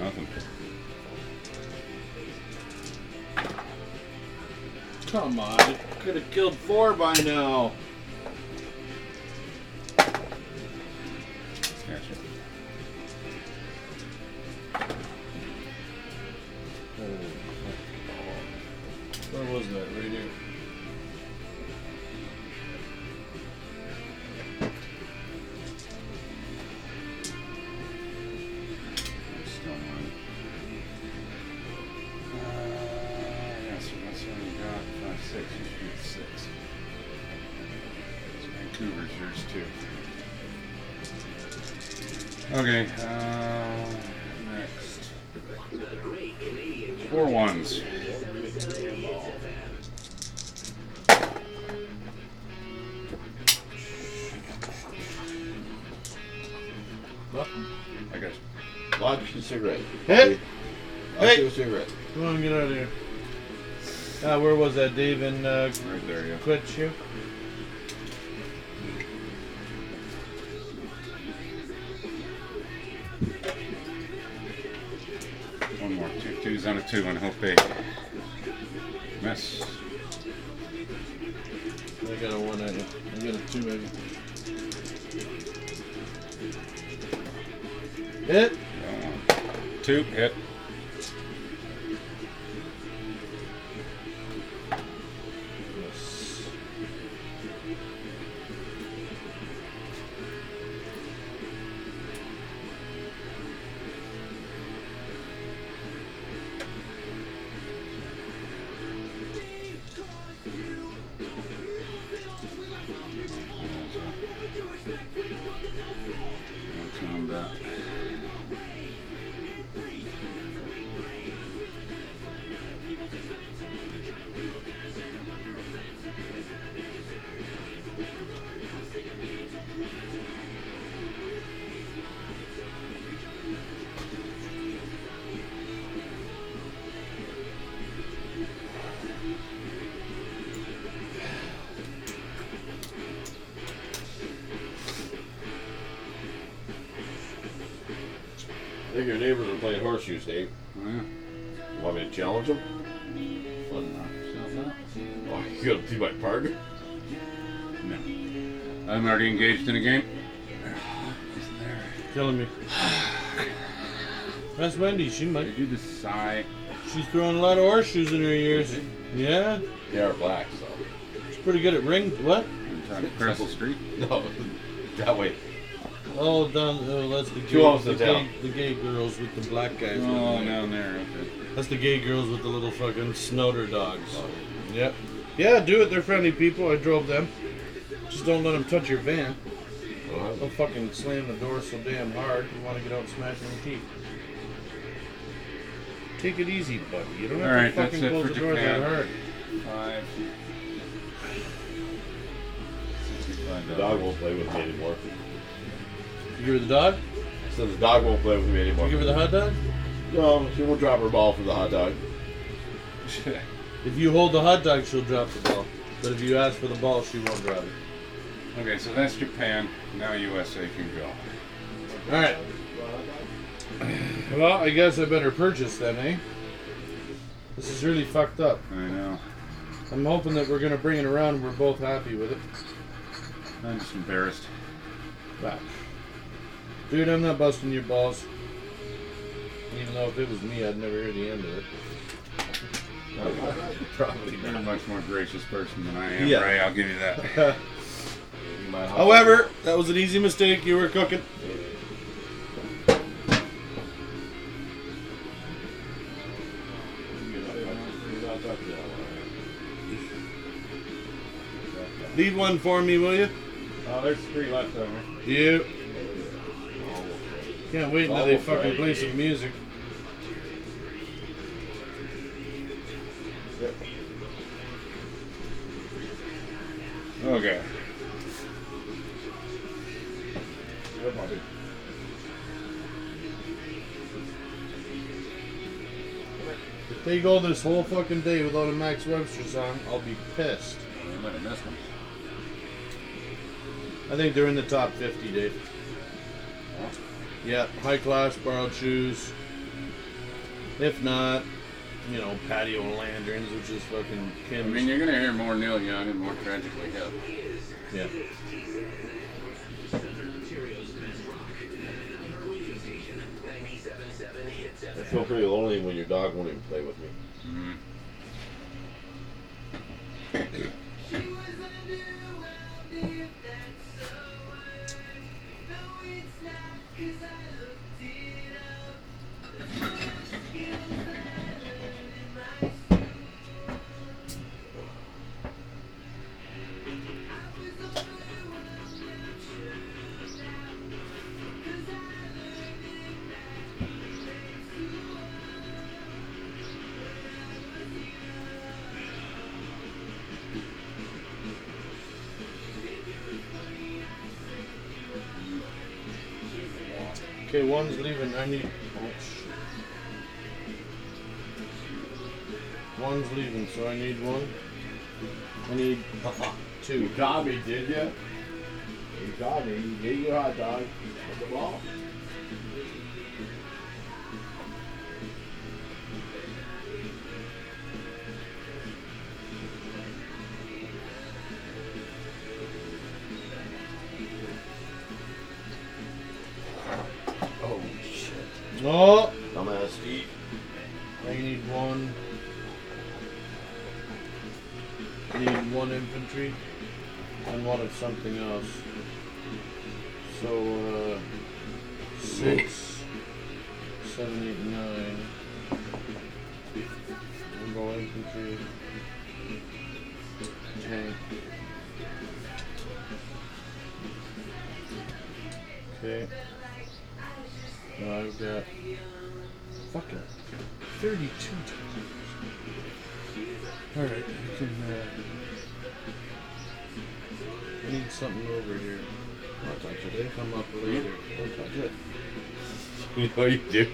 Speaker 1: Nothing.
Speaker 4: Come on, I could have killed four by now.
Speaker 1: Gotcha.
Speaker 2: Oh,
Speaker 4: Where was that? Right here.
Speaker 1: It's still mine. Uh, yes, that's what we got. Five, six. You should get six. It's Vancouver's yours too. Okay. Uh, next. Four ones. I got you.
Speaker 3: Lodge the cigarette.
Speaker 2: Hey!
Speaker 3: Lodge the cigarette.
Speaker 2: Come on, get out of here. Ah, where was that? Dave and uh,
Speaker 1: Right there, yeah.
Speaker 2: quit you?
Speaker 1: One more. Two twos on a two on hope eight. Miss.
Speaker 4: I got a one on you. I got a two maybe.
Speaker 1: Got
Speaker 2: Hit!
Speaker 1: one. Two. Hit. That's on that.
Speaker 3: I think your neighbors are playing horseshoes, Dave.
Speaker 1: Oh, yeah.
Speaker 3: Want me to challenge them?
Speaker 1: Fun enough.
Speaker 3: Oh, *laughs* you gonna be my partner?
Speaker 1: No. I'm already engaged in a game.
Speaker 2: Killing me. *sighs* That's Wendy. She might.
Speaker 1: Did you just sigh?
Speaker 2: She's throwing a lot of horseshoes in her ears. Yeah,
Speaker 3: They are black, so. *laughs*
Speaker 2: she's pretty good at ring. What?
Speaker 1: I'm trying to cross the street.
Speaker 3: No, *laughs* that way.
Speaker 2: Oh, down. Oh, that's the
Speaker 3: Two
Speaker 2: gay,
Speaker 3: offs
Speaker 2: the,
Speaker 3: and
Speaker 2: gay,
Speaker 3: down.
Speaker 2: the gay girls with the black guys.
Speaker 1: Oh, down there. Okay.
Speaker 2: That's the gay girls with the little fucking snouter dogs. Yep. Oh. Yeah, do it. They're friendly people. I drove them. Just don't let them touch your van. Don't fucking slam the door so damn hard. You want to get out and smash them teeth. Take it easy, buddy. You don't have
Speaker 1: All right,
Speaker 2: to
Speaker 1: that's
Speaker 2: fucking
Speaker 1: it
Speaker 2: close
Speaker 1: for
Speaker 2: the door
Speaker 1: Japan.
Speaker 2: that hard.
Speaker 1: Five.
Speaker 3: The
Speaker 1: Sixty-five
Speaker 3: dog
Speaker 1: dollars.
Speaker 3: won't play with me anymore.
Speaker 2: You give her the dog?
Speaker 3: So the dog won't play with me anymore.
Speaker 2: You give her the hot dog?
Speaker 3: No, she won't drop her ball for the hot dog.
Speaker 1: *laughs*
Speaker 2: If you hold the hot dog, she'll drop the ball. But if you ask for the ball, she won't drop it.
Speaker 1: okay, so that's Japan. Now USA can go.
Speaker 2: All right. Well, I guess I better purchase then, eh? This is really fucked up.
Speaker 1: I know.
Speaker 2: I'm hoping that we're gonna bring it around and we're both happy with it.
Speaker 1: I'm just embarrassed.
Speaker 2: But, dude, I'm not busting your balls. Even though if it was me, I'd never hear the end of it. *laughs*
Speaker 3: Probably
Speaker 1: You're a much more gracious person than I am,
Speaker 2: Yeah.
Speaker 1: Ray. I'll give you *laughs* that.
Speaker 3: My hot
Speaker 2: However, that was an easy mistake. You were cooking.
Speaker 3: dog.
Speaker 2: Leave one for me, will you?
Speaker 6: Oh, there's three left over.
Speaker 2: You. Can't wait until they
Speaker 6: Almost
Speaker 2: fucking
Speaker 6: right.
Speaker 2: play some music.
Speaker 1: Okay.
Speaker 6: Good one.
Speaker 2: If they go this whole fucking day without a Max Webster song, I'll be pissed.
Speaker 1: I might have missed them.
Speaker 2: I think they're in the top 50, Dave. Yeah, high class, borrowed shoes. If not, you know, patio lanterns, which is fucking
Speaker 1: I
Speaker 2: Kim's.
Speaker 1: mean, you're gonna hear more Neil Young and more tragically hip.
Speaker 2: yeah.
Speaker 3: I feel pretty lonely when your dog won't even play with me.
Speaker 1: Mm-hmm.
Speaker 2: Okay, one's leaving. I need. Oh, shit. One's leaving, so I need one. I need two.
Speaker 6: You got me, did ya? You got me. You gave you a hot dog. Put the ball.
Speaker 3: Oh shit.
Speaker 2: Oh!
Speaker 3: Dumbass Steve.
Speaker 2: I need one. I need one infantry and one of something else. So, uh, six, seven, eight, nine. We'll go infantry. Tank. Okay. Now I've got fucking 32 times. Alright, I can, uh, I need something over here. I'll talk to you. Come up later. I'll talk to you.
Speaker 3: You know you do.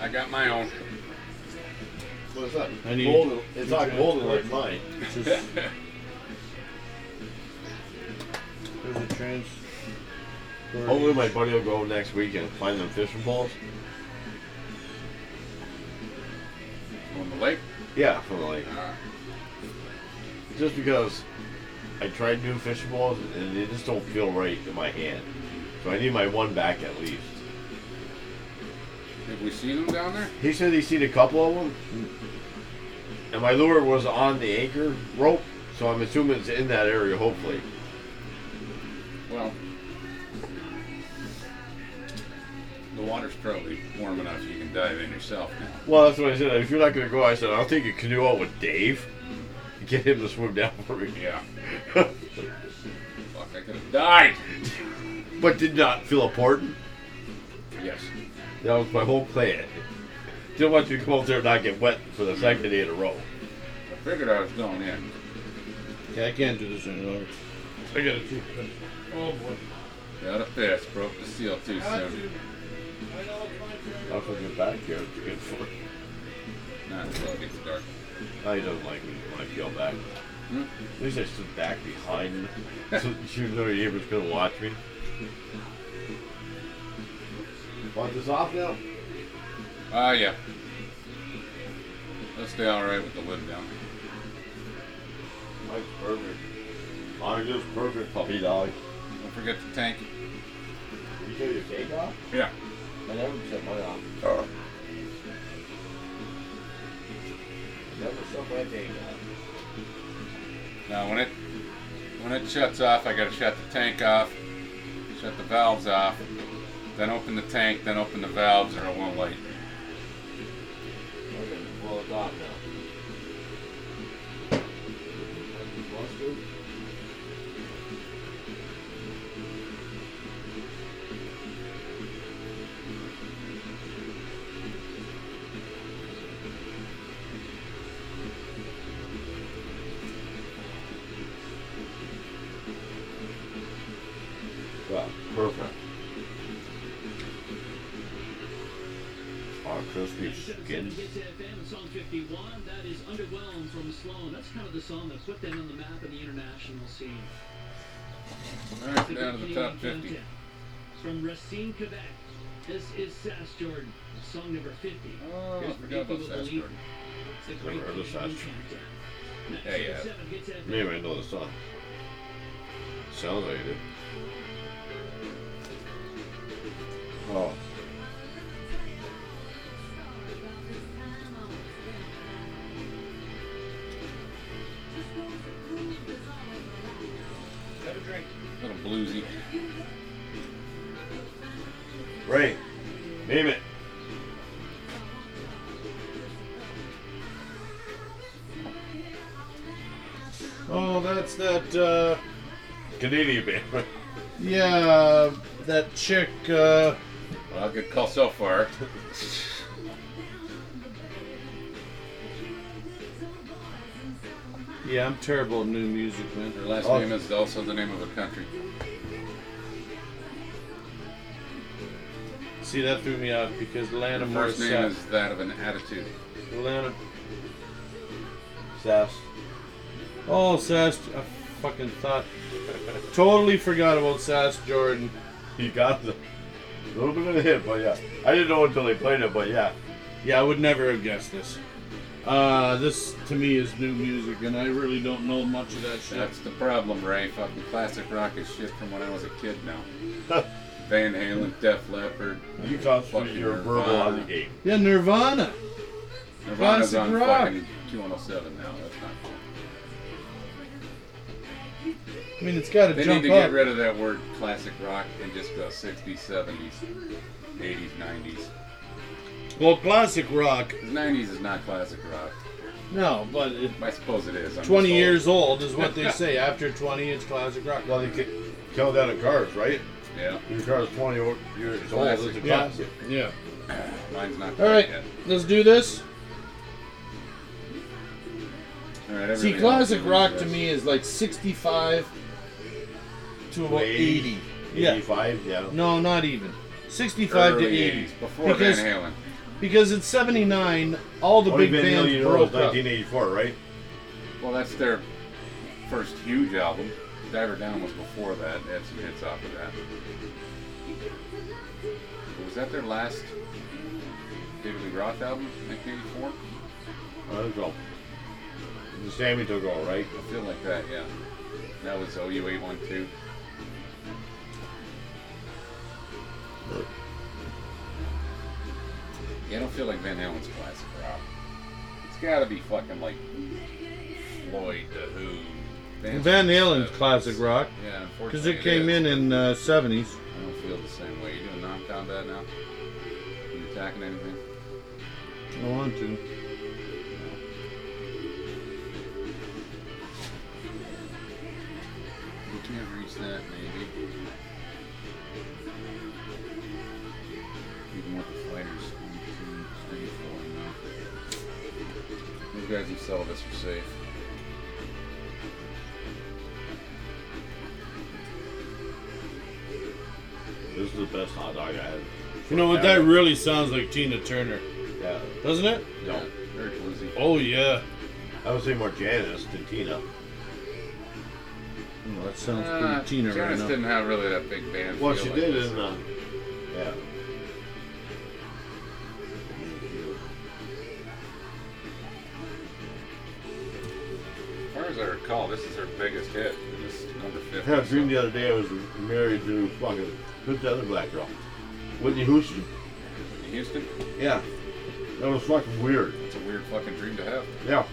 Speaker 1: I got my own.
Speaker 3: well, it's *laughs* not
Speaker 2: I need-
Speaker 3: golden. It's not
Speaker 2: Okay.
Speaker 3: golden like mine.
Speaker 2: It's just, there's a trans.
Speaker 3: Hopefully my buddy will go next week and find them fishing poles.
Speaker 1: On the lake.
Speaker 3: Yeah, from the lake.
Speaker 1: Uh,
Speaker 3: Just because I tried new fishing poles and they just don't feel right in my hand. So I need my one back at least.
Speaker 1: have we seen them down there?
Speaker 3: He said he seen a couple of them. And my lure was on the anchor rope, so I'm assuming it's in that area, hopefully.
Speaker 1: Well, the water's probably warm enough you can dive in yourself now.
Speaker 3: Well, that's what I said. If you're not going to go, I said, I'll take a canoe out with Dave. Get him to swim down *laughs* for me.
Speaker 1: Yeah. Fuck, I could have died.
Speaker 3: but did not feel important.
Speaker 1: Yes.
Speaker 3: That was my whole plan. Didn't want you to come out there and not get wet for the second day in a row.
Speaker 1: I figured I was going in.
Speaker 2: Yeah, I can't do this any longer. I gotta do Oh boy.
Speaker 1: Got a fish, broke the seal too soon.
Speaker 3: I'll put you back here. It's good for
Speaker 1: Not until it gets dark.
Speaker 3: Now he doesn't like me when I feel back.
Speaker 1: Hmm?
Speaker 3: At least I stood back behind him. so she was never able to watch me. Want this off now?
Speaker 1: Ah, yeah. Let's stay alright with the lid down.
Speaker 3: Mine's perfect. Mine is perfect, puppy dog.
Speaker 1: Don't forget the tank.
Speaker 3: You took your cake off?
Speaker 1: Yeah.
Speaker 3: I never set mine off.
Speaker 1: Oh.
Speaker 3: Never set my cake off.
Speaker 1: Now when it when it shuts off, I gotta shut the tank off, shut the valves off, then open the tank, then open the valves, or it won't light.
Speaker 3: Okay, well it's off now. Perfect. Oh, crispy
Speaker 8: Seven
Speaker 3: skin.
Speaker 8: hits FM and song 51. That is Underwhelmed from Sloan. That's kind of the song that put them on the map in the international scene.
Speaker 1: All right, we're down to the top 50.
Speaker 8: From Racine, Quebec. This is Sass Jordan, song number 50.
Speaker 1: Oh,
Speaker 8: Here's
Speaker 1: I forgot about
Speaker 8: Ridiculous
Speaker 1: Sass
Speaker 8: Belief.
Speaker 1: Jordan.
Speaker 8: It's a
Speaker 3: Never
Speaker 8: great
Speaker 3: heard of
Speaker 8: thing
Speaker 3: Sass
Speaker 8: you
Speaker 3: Jordan.
Speaker 8: can't do. Next
Speaker 1: Yeah,
Speaker 8: to the
Speaker 1: yeah.
Speaker 8: seven hits FM.
Speaker 3: Maybe I know the song. Sounds like I do. Oh.
Speaker 1: Little bluesy.
Speaker 3: Right. Name it.
Speaker 2: Oh, that's that. Uh,
Speaker 3: Canadian *laughs* band.
Speaker 2: yeah, that chick. Uh,
Speaker 1: Well, a good call so far.
Speaker 2: yeah, I'm terrible at new music, man.
Speaker 1: Her last
Speaker 3: Oh.
Speaker 1: name is also the name of a country.
Speaker 2: See, that threw me off because
Speaker 1: Her
Speaker 2: Lana
Speaker 1: first name
Speaker 2: Morissette.
Speaker 1: is that of an attitude.
Speaker 2: Lana.
Speaker 3: Sass.
Speaker 2: Oh, Sass. I fucking thought. totally forgot about Sass
Speaker 1: *laughs*
Speaker 2: Jordan.
Speaker 3: You got the little bit of a hit, but yeah. I didn't know until they played it, but yeah.
Speaker 2: Yeah, I would never have guessed this. Uh, this to me is new music, and I really don't know much of that shit.
Speaker 1: That's the problem, Ray. Fucking classic rock is shit from when I was a kid
Speaker 2: *laughs*
Speaker 1: now. Van Halen, Def Leppard,
Speaker 3: You constantly your verbal on the game.
Speaker 2: Yeah, Nirvana.
Speaker 1: Nirvana's on
Speaker 2: Classic rock.
Speaker 1: fucking 2107 now. That's not cool.
Speaker 2: I mean, it's got to
Speaker 1: They
Speaker 2: jump
Speaker 1: need to
Speaker 2: up.
Speaker 1: get rid of that word classic rock and just go 60s, 70s, 80s, 90s.
Speaker 2: Well, classic rock.
Speaker 1: 'Cause 90s is not classic rock.
Speaker 2: No, but it,
Speaker 1: I suppose it is. I'm just old.
Speaker 2: 20 years old is
Speaker 1: *laughs*
Speaker 2: what they say. After 20, it's classic rock.
Speaker 3: Well, they can count down the cars, right?
Speaker 1: Yeah.
Speaker 3: Your car's 20 o- years old. It's a
Speaker 1: Classic.
Speaker 2: Yeah.
Speaker 3: classic.
Speaker 2: Yeah.
Speaker 1: Mine's not
Speaker 2: All right,
Speaker 1: yet.
Speaker 2: let's do this.
Speaker 1: All right,
Speaker 2: See,
Speaker 1: everybody
Speaker 2: classic
Speaker 1: else is
Speaker 2: rock to
Speaker 1: interested.
Speaker 2: me is like 65 to about 80. Yeah.
Speaker 3: 85, yeah.
Speaker 2: No, not even. 65
Speaker 1: Early
Speaker 2: to 80.
Speaker 1: 80s, before
Speaker 2: because,
Speaker 1: Van Halen.
Speaker 2: because in 79, all the
Speaker 3: Only
Speaker 2: big
Speaker 3: band
Speaker 2: bands
Speaker 3: you know
Speaker 2: broke
Speaker 3: is
Speaker 2: up.
Speaker 3: 1984, right?
Speaker 1: Well, that's their first huge album. Diver Down was before that. They had some hits off of that. But was that their last David Lee Roth album, 1984?
Speaker 3: I don't know. The Sammy took all right.
Speaker 1: I feel like that, yeah. That was OU812. Yeah, I don't feel like Van Halen's classic rock. It's gotta be fucking like Floyd, The Who.
Speaker 2: Van Halen's
Speaker 1: uh,
Speaker 2: classic rock.
Speaker 1: Yeah,
Speaker 2: Because
Speaker 1: unfortunately
Speaker 2: it came
Speaker 1: is.
Speaker 2: in in uh, 70s.
Speaker 1: I don't feel the same way. You doing non-combat now? You attacking anything?
Speaker 2: I want to.
Speaker 1: You can't reach that, maybe. Even with the fighters, one, two, three, four, no. Those guys who sell this are safe.
Speaker 3: This is the best hot dog I had.
Speaker 2: You know what? That really sounds like Tina Turner,
Speaker 3: Yeah.
Speaker 2: doesn't it?
Speaker 3: No.
Speaker 1: Very bluesy.
Speaker 2: Oh, yeah.
Speaker 3: I would say more Janice than Tina.
Speaker 2: Oh, that sounds pretty
Speaker 1: Uh,
Speaker 2: Tina right
Speaker 1: Janis
Speaker 2: now.
Speaker 1: didn't have really that big band.
Speaker 3: Well,
Speaker 1: feel
Speaker 3: she
Speaker 1: like
Speaker 3: did
Speaker 1: this.
Speaker 3: in uh, yeah.
Speaker 1: As far as I recall, this is her biggest hit. It was number 50.
Speaker 3: I had a dream
Speaker 1: so-
Speaker 3: the other day I was married to fucking who's the other black girl? Whitney Houston.
Speaker 1: Houston?
Speaker 3: Yeah. That was fucking weird.
Speaker 1: It's a weird fucking dream to have.
Speaker 3: Yeah.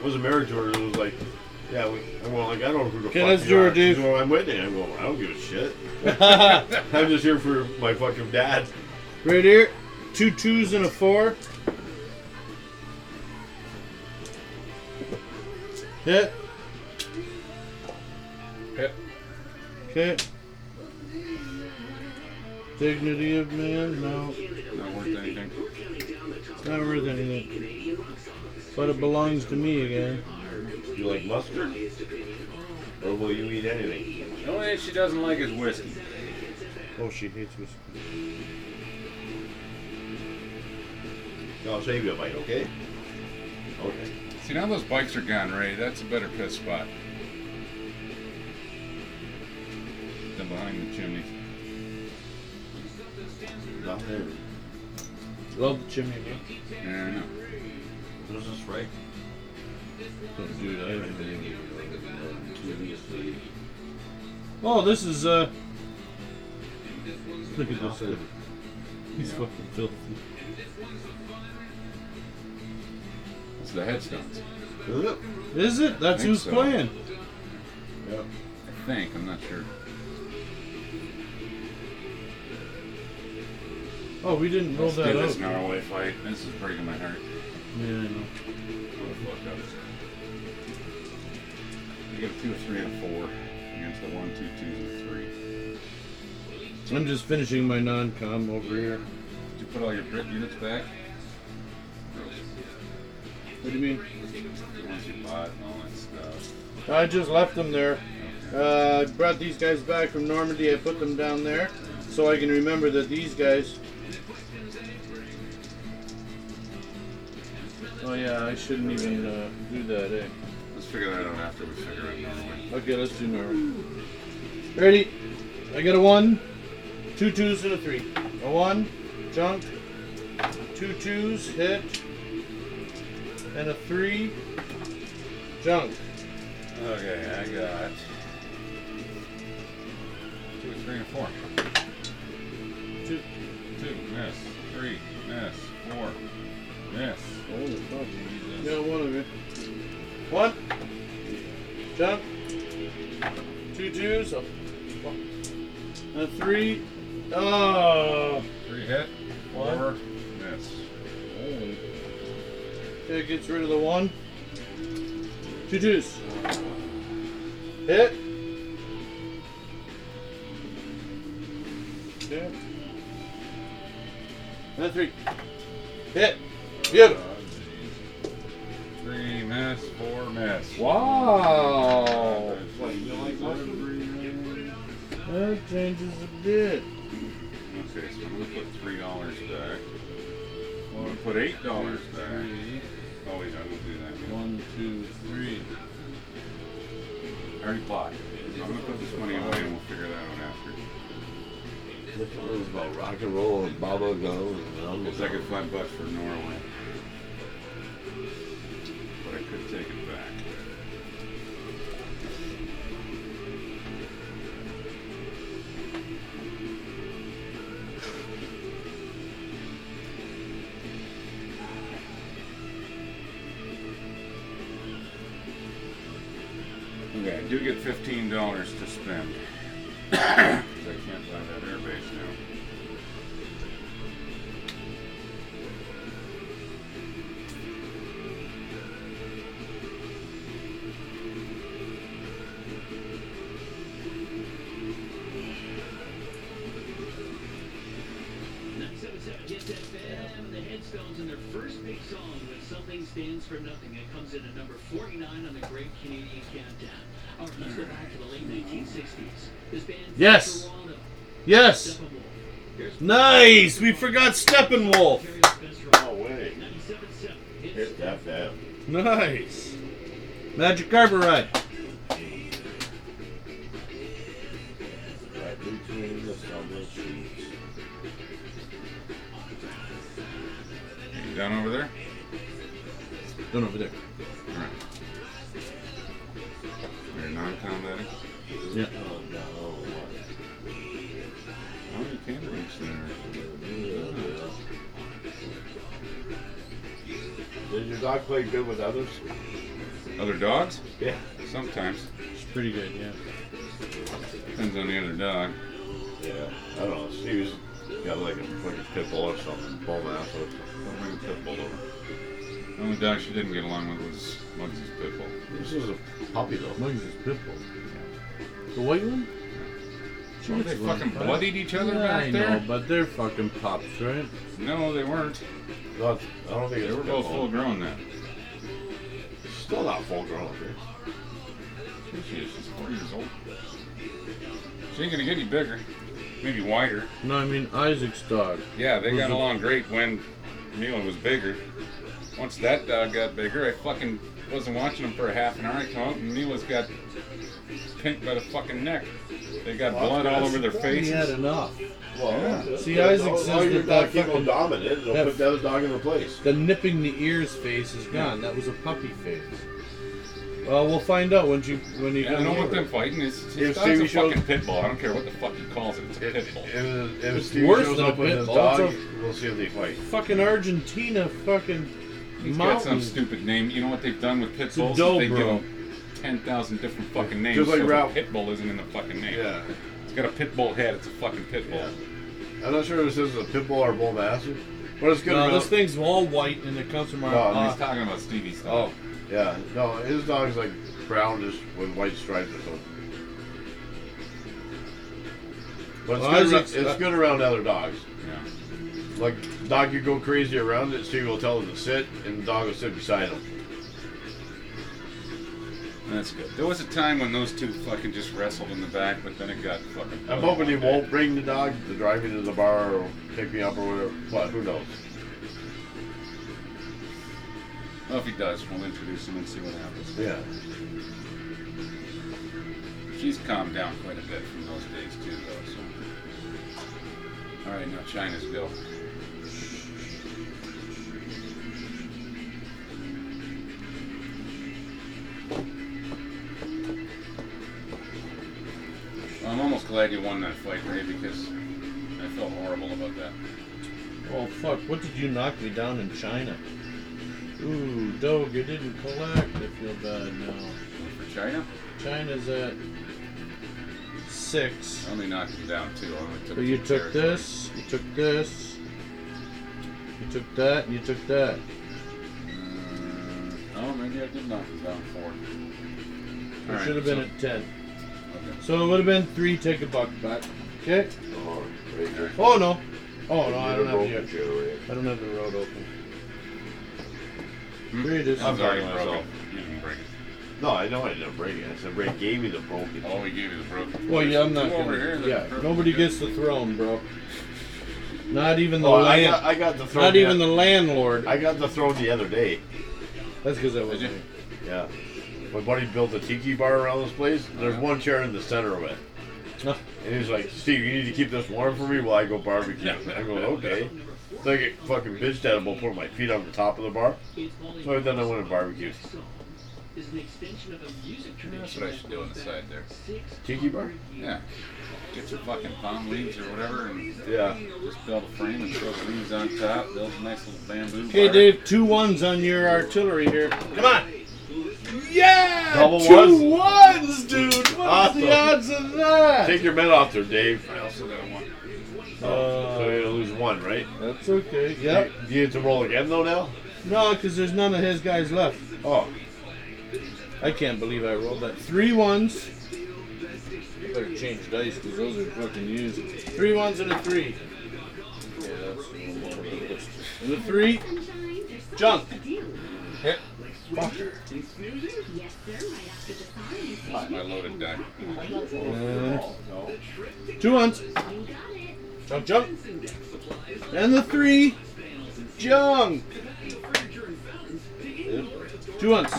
Speaker 3: I wasn't married to her. It was like, yeah, we, I'm going like I don't know who the
Speaker 2: Okay,
Speaker 3: fuck
Speaker 2: let's
Speaker 3: you
Speaker 2: do
Speaker 3: are.
Speaker 2: her, dude.
Speaker 3: She's going, I'm Whitney. I'm going. I don't give
Speaker 2: *laughs*
Speaker 3: a shit. I'm just here for my fucking dad.
Speaker 2: Right here, two twos and a four. Hit.
Speaker 1: Hit.
Speaker 2: Okay. Dignity of man, no,
Speaker 1: Not worth anything.
Speaker 2: it's not worth anything. But it belongs to me again.
Speaker 3: You like mustard? Or will you eat anything?
Speaker 1: The only thing she doesn't like is whiskey.
Speaker 4: Oh, she hates me.
Speaker 3: I'll save you a bite, okay? Okay.
Speaker 1: See, now those bikes are gone, Ray. That's a better piss spot than behind the chimney.
Speaker 3: Not there.
Speaker 2: Love the chimney, man.
Speaker 1: Yeah, I know.
Speaker 3: There's this right.
Speaker 4: Dude, I haven't been able to go on two weeks.
Speaker 2: Oh, this is uh.
Speaker 4: Look at this guy. He's
Speaker 1: Yeah.
Speaker 4: fucking filthy.
Speaker 1: It's the headstones.
Speaker 3: Look.
Speaker 2: Is it? That's
Speaker 1: Think
Speaker 2: who's
Speaker 1: so.
Speaker 2: playing.
Speaker 1: I think. I'm not sure.
Speaker 2: Oh, we didn't roll
Speaker 1: Let's
Speaker 2: that
Speaker 1: do
Speaker 2: out.
Speaker 1: this Norway fight. This is breaking my heart.
Speaker 2: Yeah, I know.
Speaker 1: You get a two, a three, and a four against the one, two, twos, and three.
Speaker 2: I'm just finishing my non-com over here.
Speaker 1: Did you put all your Brit units back?
Speaker 2: What do you mean?
Speaker 1: The ones you bought and all that stuff.
Speaker 2: I just left them there. Uh, brought these guys back from Normandy. I put them down there so I can remember that these guys. Oh yeah, I shouldn't even uh, do that, eh?
Speaker 1: Let's figure that out after we figure out Norway.
Speaker 2: Okay, let's do Normandy. Ready? I got a one, two twos, and a three. A one, junk, two twos, hit, and a three, junk.
Speaker 1: Okay, I got two, a three, and a four.
Speaker 2: Two.
Speaker 1: Two, miss. Three, miss. Four, miss.
Speaker 4: Holy fuck.
Speaker 1: Jesus.
Speaker 2: Got one of it. One. Jump. Two twos. A, a three. Oh.
Speaker 1: Three hit.
Speaker 2: One.
Speaker 1: Four, miss.
Speaker 2: It gets rid of the one. Two twos. Hit. Okay. And a three. Hit. Beautiful.
Speaker 1: Three, miss. Four, miss.
Speaker 2: Wow.
Speaker 1: What, you like
Speaker 2: That changes a bit.
Speaker 1: Okay, so I'm gonna put three dollars back. I'm gonna put eight dollars back. Oh wait, I will do that.
Speaker 4: One, two, three.
Speaker 1: I already bought. So I'm gonna put this money away and we'll figure that out after.
Speaker 3: This one's about rock and roll and Baba Go and all
Speaker 1: It's
Speaker 3: this
Speaker 1: like a five bucks for Norway. But I could take it back. Okay, I do get fifteen dollars to spend. *coughs* 'Cause I can't buy that airbase now.
Speaker 8: Nine seven seven hits FM and the Headstones in their first big song, When Something Stands for Nothing. It comes in at number 49 on the Great Canadian Countdown. All right, let's go back to the late 1960s. This band from
Speaker 2: Yes.
Speaker 8: Toronto,
Speaker 2: Yes.
Speaker 8: Steppenwolf,
Speaker 2: Nice. We forgot Steppenwolf.
Speaker 8: Carrio's best rock.
Speaker 3: No way.
Speaker 8: 97.7 hits
Speaker 3: It's that bad.
Speaker 2: Nice. Magic Carboride.
Speaker 3: Right, blue team, this on this sheet.
Speaker 1: You done over there?
Speaker 2: Done over there.
Speaker 1: Alright. You're non-combating?
Speaker 2: Yeah.
Speaker 3: Oh, no, what?
Speaker 1: How many can reach there?
Speaker 3: Did your dog play good with others?
Speaker 1: Other dogs?
Speaker 3: Yeah.
Speaker 1: Sometimes.
Speaker 2: It's pretty good, yeah.
Speaker 1: Depends on the other dog.
Speaker 3: Yeah. I don't know. She was got like a like a pit bull or something, bull mastiff.
Speaker 1: Don't bring a pit bull over. The only dog she didn't get along with was Muggsy's pit bull.
Speaker 3: This is a puppy though.
Speaker 2: Muggs is pitbull. The white one? She
Speaker 1: Well,
Speaker 2: looks
Speaker 1: they
Speaker 2: like
Speaker 1: fucking
Speaker 2: a-
Speaker 1: bloodied each other
Speaker 2: Yeah, I
Speaker 1: back there?
Speaker 2: know, but they're fucking pups, right?
Speaker 1: No, they weren't.
Speaker 3: Not, I don't think
Speaker 1: They
Speaker 3: it's
Speaker 1: were
Speaker 3: a pit
Speaker 1: both full
Speaker 3: bull.
Speaker 1: grown then.
Speaker 3: Still not full grown. dude.
Speaker 1: She is. She's four years old. She ain't gonna get any bigger. maybe wider.
Speaker 2: No, I mean Isaac's dog.
Speaker 1: Yeah, they got along great when Nealon was bigger. Once that dog got bigger, I fucking wasn't watching him for a half an hour. I come out and Nealon's got pinked by the fucking neck. They got blood all over their
Speaker 2: He had
Speaker 1: faces.
Speaker 2: enough.
Speaker 1: Yeah.
Speaker 2: See, Isaac
Speaker 3: all,
Speaker 2: says
Speaker 3: all your
Speaker 2: that that
Speaker 3: dog keep
Speaker 2: fucking-
Speaker 3: on dominant. It'll
Speaker 2: that-
Speaker 3: put the other dog in the place.
Speaker 2: The nipping the ears phase is gone. That was a puppy phase. Well, we'll find out when you when you.
Speaker 1: Yeah, I don't want them fighting. It's,
Speaker 3: If
Speaker 1: it's dog's
Speaker 3: TV
Speaker 1: a
Speaker 3: shows-
Speaker 1: fucking pit bull. I don't care what the fuck he calls it. It's a
Speaker 3: If,
Speaker 1: pit bull.
Speaker 3: if, if
Speaker 2: It's
Speaker 3: Steve
Speaker 2: worse
Speaker 3: shows
Speaker 2: than a
Speaker 3: up with
Speaker 2: pit
Speaker 3: his
Speaker 2: bull. It's a-
Speaker 3: dog, we'll see if they fight.
Speaker 2: Fucking Argentina, fucking
Speaker 1: He's got
Speaker 2: mountain.
Speaker 1: some stupid name. You know what they've done with pit
Speaker 2: a
Speaker 1: bulls? is They give
Speaker 2: dobro.
Speaker 1: them ten thousand different fucking names.
Speaker 3: Just like
Speaker 1: so
Speaker 3: Ralph-
Speaker 1: the pit bull isn't in the fucking name.
Speaker 3: Yeah.
Speaker 1: It's got a pit bull head. It's a fucking pit bull.
Speaker 3: Yeah. I'm not sure if this is a pit bull or a bull mastiff, but it's good.
Speaker 2: no,
Speaker 3: around-
Speaker 2: this thing's all white and it comes from our.
Speaker 3: No,
Speaker 1: Oh, And
Speaker 2: uh,
Speaker 1: he's talking about Stevie's
Speaker 3: Oh,
Speaker 1: dog.
Speaker 3: yeah. No, his dog's like brownish with white stripes or something. But
Speaker 2: Well,
Speaker 3: it's, good,
Speaker 2: Isaac's-
Speaker 3: around, it's good around other dogs.
Speaker 1: Yeah.
Speaker 3: Like, dog could go crazy around it, Steve will tell him to sit, and the dog will sit beside him.
Speaker 1: That's good. There was a time when those two fucking just wrestled in the back, but then it got fucking.
Speaker 3: I'm
Speaker 2: Oh,
Speaker 3: hoping he won't bring the dog to drive me to the bar or pick me up or whatever, but who knows?
Speaker 1: Well, if he does, we'll introduce him and see what happens.
Speaker 3: Yeah.
Speaker 1: She's calmed down quite a bit from those days too, though. So. All right, now China's go. Well, I'm almost glad you won that fight, Ray, because I felt horrible about that.
Speaker 2: oh fuck! What did you knock me down in China? Ooh, dog, you didn't collect. I feel bad now.
Speaker 1: For China,
Speaker 2: China's at six.
Speaker 1: I only knocked him down two. I only took
Speaker 2: So you
Speaker 1: two
Speaker 2: took
Speaker 1: pairs.
Speaker 2: this, you took this, you took that, and you took that.
Speaker 1: Mm, oh, maybe I did knock him down four.
Speaker 2: It
Speaker 1: All right,
Speaker 2: should have been
Speaker 1: so-
Speaker 2: at ten.
Speaker 1: Okay.
Speaker 2: So it would have been three. Take a buck back. Okay.
Speaker 3: Oh, Ranger.
Speaker 2: Oh no. Oh no, I don't have
Speaker 3: Ranger,
Speaker 2: the.
Speaker 3: Ranger.
Speaker 2: I don't have the road open.
Speaker 1: Hmm?
Speaker 2: Here it is.
Speaker 1: I'm sorry,
Speaker 3: sorry,
Speaker 1: broken.
Speaker 3: myself.
Speaker 1: You didn't break it.
Speaker 3: No, I know I didn't break it. I said Ray gave me the broken.
Speaker 2: Oh,
Speaker 1: All we gave you is broken.
Speaker 2: Well, yeah, I'm not.
Speaker 1: Come
Speaker 2: Gonna,
Speaker 1: over here.
Speaker 2: yeah,
Speaker 1: that's perfect.
Speaker 2: nobody gets the throne, bro. Not even the
Speaker 3: Oh, I
Speaker 2: land.
Speaker 3: got, I got the throne.
Speaker 2: not
Speaker 3: the-
Speaker 2: even the landlord.
Speaker 3: I got the throne the other day.
Speaker 2: That's because I was.
Speaker 1: you?
Speaker 2: me.
Speaker 3: Yeah. My buddy built a tiki bar around this place. There's one chair in the center of it.
Speaker 2: No.
Speaker 3: And he's like, Steve, you need to keep this warm for me while I go barbecue. I go, okay. So I get fucking bitched at him while putting my feet on the top of the bar. So then I went and barbecued.
Speaker 8: Is an extension of a music tradition
Speaker 1: That's what I should do on the
Speaker 8: that goes
Speaker 1: side
Speaker 8: back
Speaker 1: there.
Speaker 8: six
Speaker 3: Tiki bar?
Speaker 8: hundred years.
Speaker 1: Yeah. Get some fucking palm leaves or whatever and
Speaker 3: Yeah.
Speaker 1: just build a frame and throw the leaves on top. Build a nice little bamboo.
Speaker 2: Okay,
Speaker 1: bar.
Speaker 2: Dave. Two ones on your artillery here. Come on. Yeah.
Speaker 3: Double
Speaker 2: two ones, dude. What's
Speaker 3: Awesome.
Speaker 2: the odds of that?
Speaker 3: Take your men off there, Dave.
Speaker 1: I also got one.
Speaker 3: So
Speaker 2: Uh,
Speaker 3: you're gonna lose one, right?
Speaker 2: that's okay. Yep.
Speaker 3: Do you have to roll again though now?
Speaker 2: No, because there's none of his guys left.
Speaker 3: Oh.
Speaker 2: I can't believe I rolled that. Three ones. Better change dice because those are fucking used. Three ones and a three. And the three. Junk.
Speaker 1: Hit.
Speaker 9: Fucker.
Speaker 1: My loaded die.
Speaker 2: Uh, And two ones. Junk, junk. And the three. Junk. Two ones.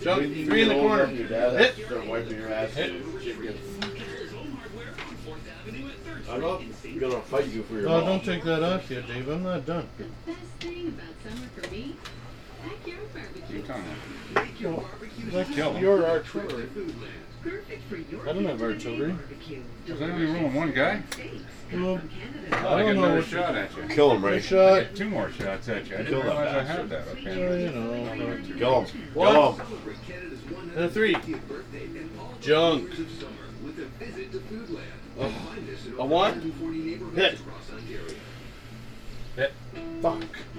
Speaker 2: Junk. Three in the corner. Hit.
Speaker 3: Start wiping your ass. I'm not gonna fight you for your
Speaker 2: Oh,
Speaker 3: mom.
Speaker 2: don't take that off yet, Dave. I'm not done.
Speaker 9: The best thing about summer for me, backyard barbecue.
Speaker 1: Keep talking.
Speaker 2: That's your artillery.
Speaker 9: Perfect for your
Speaker 2: I don't have artillery.
Speaker 9: barbecue.
Speaker 1: Was I only rolling one guy?
Speaker 9: Steaks
Speaker 2: Well,
Speaker 9: from Canada.
Speaker 1: I,
Speaker 2: I
Speaker 1: got
Speaker 2: don't know
Speaker 1: another
Speaker 2: what you
Speaker 1: shot at you.
Speaker 3: Kill him,
Speaker 2: Good
Speaker 3: Ray. Kill
Speaker 2: shot.
Speaker 1: Two more shots at you. I didn't
Speaker 3: Kill that
Speaker 1: realize I
Speaker 3: bastard.
Speaker 1: had that.
Speaker 2: Well,
Speaker 1: Okay.
Speaker 2: you know.
Speaker 3: him. Kill him.
Speaker 2: What?
Speaker 7: Canada's 100th
Speaker 2: And a three.
Speaker 7: birthday and all the
Speaker 2: Junk.
Speaker 7: wonders of summer with a visit to Foodland. Find us in
Speaker 2: A
Speaker 7: over
Speaker 2: one?
Speaker 7: 140 neighborhoods
Speaker 2: Hit.
Speaker 7: across Ontario.
Speaker 2: Fuck.
Speaker 1: Fuck.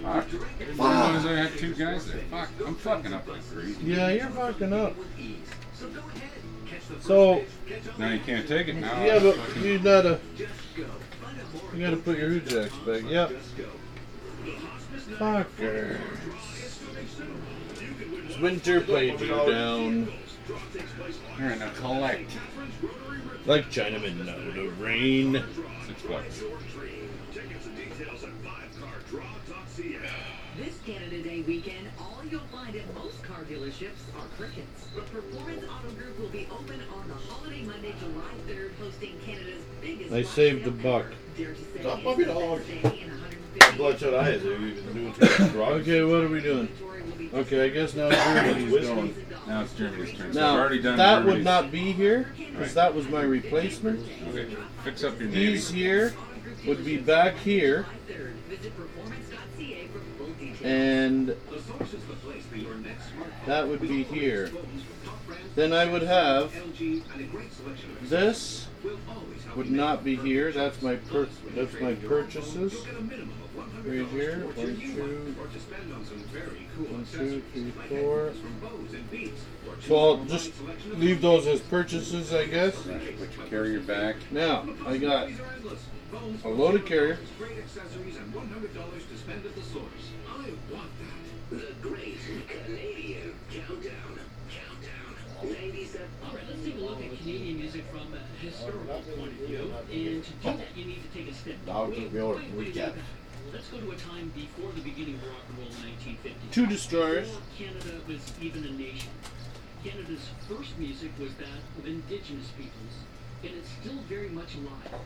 Speaker 1: I didn't realize I had two guys there. Fuck. I'm fucking up like crazy.
Speaker 2: Yeah, you're fucking up.
Speaker 7: Ease. So go ahead, catch the
Speaker 2: So-
Speaker 7: first fish, catch up
Speaker 1: Now you can't take it now.
Speaker 2: Yeah, but
Speaker 1: Fucking-
Speaker 2: you gotta
Speaker 7: Just go. Find out more
Speaker 2: you gotta put your hoojax back. Yep.
Speaker 7: Just go.
Speaker 2: Fucker. Winter blades are down.
Speaker 1: All right, now collect.
Speaker 2: Like Chinaman, no, the rain.
Speaker 1: Six bucks.
Speaker 9: This Canada Day weekend, all you'll find at most car dealerships are crickets. The Performance Auto Group will be open on the holiday Monday, July 3rd, hosting Canada's biggest.
Speaker 2: They
Speaker 9: block
Speaker 2: saved the
Speaker 9: sale
Speaker 2: buck.
Speaker 9: ever. Dare to say
Speaker 3: The
Speaker 9: it's
Speaker 3: puppy
Speaker 9: the
Speaker 3: dog.
Speaker 9: best day in 150
Speaker 3: Bloodshot eyes. Have you even doing too much drugs?
Speaker 2: Okay, what are we doing?
Speaker 9: Inventory will be
Speaker 2: Okay, I guess now Germany's going.
Speaker 1: Now it's Germany's turn. So we've
Speaker 2: Now
Speaker 1: already done
Speaker 2: that would
Speaker 1: Germany's.
Speaker 2: not be here because that was my replacement.
Speaker 1: Okay, fix up your navy.
Speaker 2: He's here, would be back here,
Speaker 9: July 3rd. Visit performance.ca for full details.
Speaker 2: and that would be here. Then I would have this would not be here. That's my per- that's my purchases. Right here, one, two, one, two, three, four. So I'll just leave those as purchases, I guess.
Speaker 1: Right, Put your carrier back.
Speaker 2: Now I got a loaded carrier.
Speaker 8: All right, let's take a look at Canadian music from a historical point of view, and to do that, you need to take a step.
Speaker 3: Now
Speaker 8: back.
Speaker 3: to be able to
Speaker 8: Wait, wait, wait,
Speaker 3: recap.
Speaker 8: wait. Let's go to a time before the beginning of rock and roll in 1950.
Speaker 2: Two destroyers.
Speaker 8: Before Canada was even a nation. Canada's first music was that of Indigenous peoples, and it's still very much alive.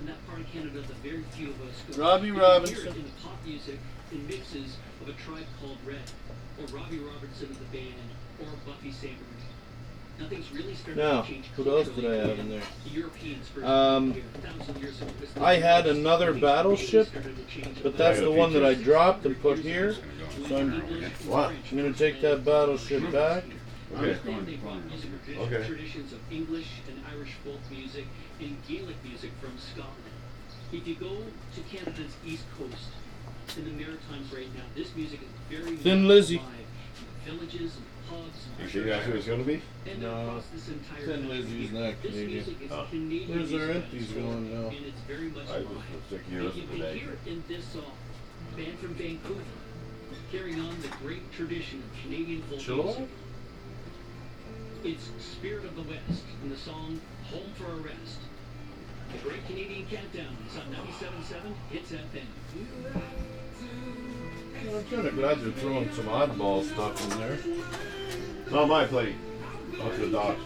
Speaker 8: In that part of Canada, that very few of us go.
Speaker 2: Robbie
Speaker 8: You can hear it
Speaker 2: Robinson.
Speaker 8: in the pop music and mixes of a tribe called Red, or Robbie Robertson of the band, or Buffy Sabres. Nothing's really started
Speaker 2: Now,
Speaker 8: to change.
Speaker 2: what else did
Speaker 8: culturally
Speaker 2: I have
Speaker 8: in
Speaker 2: in there?
Speaker 8: the Europeans first
Speaker 2: Um,
Speaker 8: came here 1,000 years ago. It's
Speaker 2: I had
Speaker 8: nothing
Speaker 2: another
Speaker 8: really
Speaker 2: battleship,
Speaker 8: started to change
Speaker 2: But that's the one that I dropped and put here.
Speaker 1: Just gonna go in
Speaker 2: So
Speaker 1: the
Speaker 2: I'm-
Speaker 1: corner, okay?
Speaker 3: What?
Speaker 2: I'm gonna take that battleship back.
Speaker 3: Okay.
Speaker 8: Okay.
Speaker 3: Okay.
Speaker 8: Traditions of English and Irish folk music and Gaelic music from Scotland. If you go to Canada's east coast, in the Maritimes right now, this music is very
Speaker 2: Thin
Speaker 8: much
Speaker 2: Lizzy.
Speaker 8: alive in Villages and
Speaker 3: You
Speaker 8: pubs.
Speaker 3: sure that's who it's gonna be?
Speaker 8: And
Speaker 2: No.
Speaker 8: across this entire
Speaker 2: Thin
Speaker 8: country.
Speaker 2: Lizzy's not
Speaker 8: This
Speaker 2: Canadian.
Speaker 8: music is
Speaker 3: Oh.
Speaker 8: Canadian
Speaker 2: Where's our
Speaker 8: music
Speaker 2: empties
Speaker 8: that's
Speaker 2: going now?
Speaker 8: And it's very much
Speaker 3: I was
Speaker 8: alive.
Speaker 3: sick
Speaker 8: And
Speaker 3: years
Speaker 8: you can
Speaker 3: today.
Speaker 8: hear it in this song, band from Vancouver, carrying on the great tradition of Canadian folk music. It's Spirit of the West and the song Home for a Rest. The Great Canadian Countdown is on 97.7 Hits FM.
Speaker 3: I'm kind of glad they're throwing some oddball stuff in there. Not my plate. Up the dock.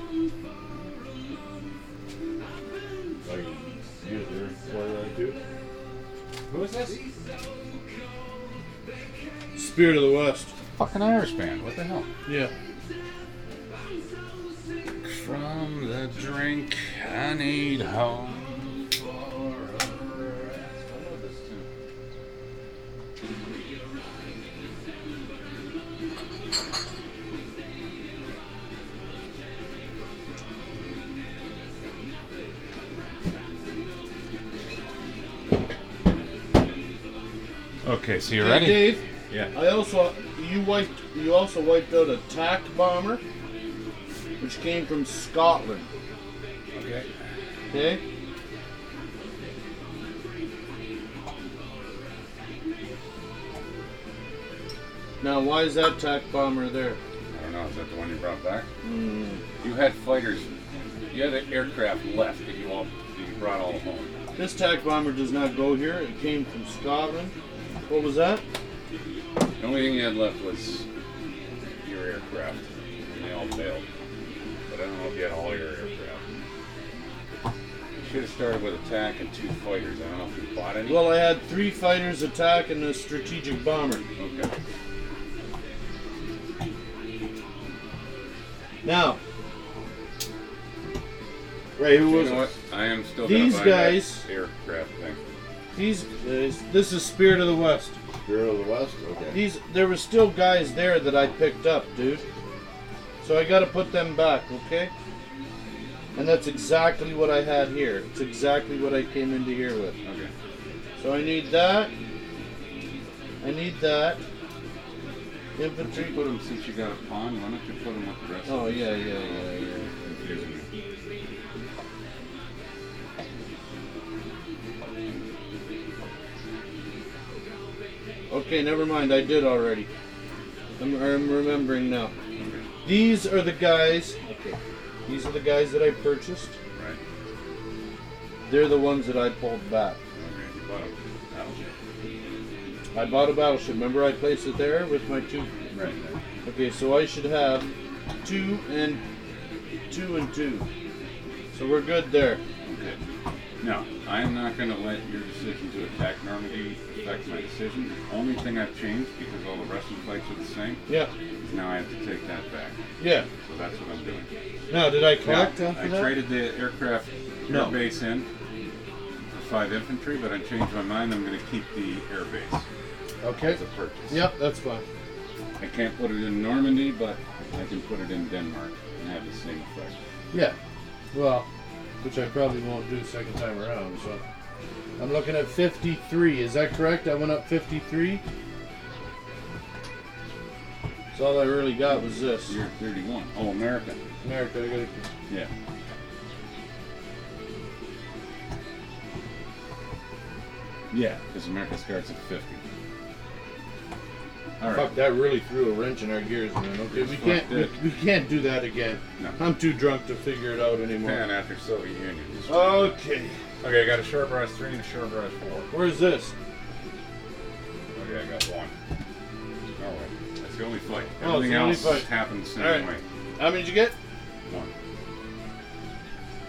Speaker 3: Like, you there for that too?
Speaker 1: Who is this?
Speaker 2: Spirit of the West.
Speaker 1: Fucking Irish band. What the hell?
Speaker 2: Yeah.
Speaker 1: From the drink I need home for a rest. I know this tune. Okay, so you
Speaker 2: Hey,
Speaker 1: ready?
Speaker 2: Dave,
Speaker 1: Yeah.
Speaker 2: I also you wiped you also wiped out a tack bomber, which came from Scotland.
Speaker 1: Okay.
Speaker 2: Okay. Now, why is that tack bomber there?
Speaker 1: I don't know. Is that the one you brought back? You had fighters. You had an aircraft left that you all that you brought all home.
Speaker 2: This tack bomber does not go here. It came from Scotland. What was that?
Speaker 1: The only thing you had left was your aircraft, and they all failed. But I don't know if you had all your aircraft. You should have started with attack and two fighters. I don't know if you bought any.
Speaker 2: Well, I had three fighters attack and a strategic bomber.
Speaker 1: okay.
Speaker 2: Now,
Speaker 3: Ray, who
Speaker 1: You
Speaker 3: was
Speaker 1: know
Speaker 3: it?
Speaker 1: what? I am still
Speaker 2: These
Speaker 1: gonna buy that
Speaker 2: guys-
Speaker 1: aircraft thing.
Speaker 2: these guys, this is Spirit of the West.
Speaker 3: Spirit of the West? Okay.
Speaker 2: These there were still guys there that I picked up, dude. So I got to put them back, okay? And that's exactly what I had here. It's exactly what I came into here with.
Speaker 1: Okay.
Speaker 2: So I need that. I need that. Infantry.
Speaker 1: Put 'em- since you got a pawn. Why don't you put them with the rest?
Speaker 2: Oh
Speaker 1: of
Speaker 2: yeah, yeah, yeah, yeah.
Speaker 1: Confusing me.
Speaker 2: Okay, never mind. I did already. I'm, I'm remembering now.
Speaker 1: Okay.
Speaker 2: These are the guys. These are the guys that I purchased.
Speaker 1: Right.
Speaker 2: They're the ones that I pulled back.
Speaker 1: Okay, you bought a battleship.
Speaker 2: I bought a battleship. Remember, I placed it there with my two.
Speaker 1: Right there.
Speaker 2: Okay, so I should have two and two and two. So we're good there.
Speaker 1: Good. No, I am not going to let your decision to attack Normandy affect my decision. The only thing I've changed, because all the Russian fights are the same,
Speaker 2: Yeah,
Speaker 1: is now I have to take that back.
Speaker 2: yeah.
Speaker 1: So that's what I'm doing.
Speaker 2: Now, did I
Speaker 1: Now,
Speaker 2: collect off
Speaker 1: I
Speaker 2: of that?
Speaker 1: traded the aircraft
Speaker 2: No.
Speaker 1: air base in for five infantry, but I changed my mind. I'm going to keep the air base
Speaker 2: Okay.
Speaker 1: as a purchase.
Speaker 2: Yep, that's fine.
Speaker 1: I can't put it in Normandy, but I can put it in Denmark and have the same effect.
Speaker 2: Yeah. Well, which I probably won't do second time around, so. I'm looking at 53. Is that correct? I went up 53? So all I really got was this.
Speaker 1: You're 31. Oh, America.
Speaker 2: America, I gotta-
Speaker 1: Yeah. Yeah, because America starts at 50. All right.
Speaker 2: Fuck, that really threw a wrench in our gears, man. Okay, we
Speaker 1: Fuck
Speaker 2: can't, we,
Speaker 1: that.
Speaker 2: we can't do that again.
Speaker 1: No.
Speaker 2: I'm too drunk to figure it out
Speaker 1: Japan
Speaker 2: anymore.
Speaker 1: after Soviet Union.
Speaker 2: Okay,
Speaker 1: Okay, I got a short brush three and a short brush four.
Speaker 2: where's this?
Speaker 1: Okay, I got one. Oh, All right. That's the only fight.
Speaker 2: Oh,
Speaker 1: Everything
Speaker 2: it's the only
Speaker 1: else
Speaker 2: fight.
Speaker 1: happens the
Speaker 2: All
Speaker 1: same
Speaker 2: right.
Speaker 1: way.
Speaker 2: How many did you get?
Speaker 1: One.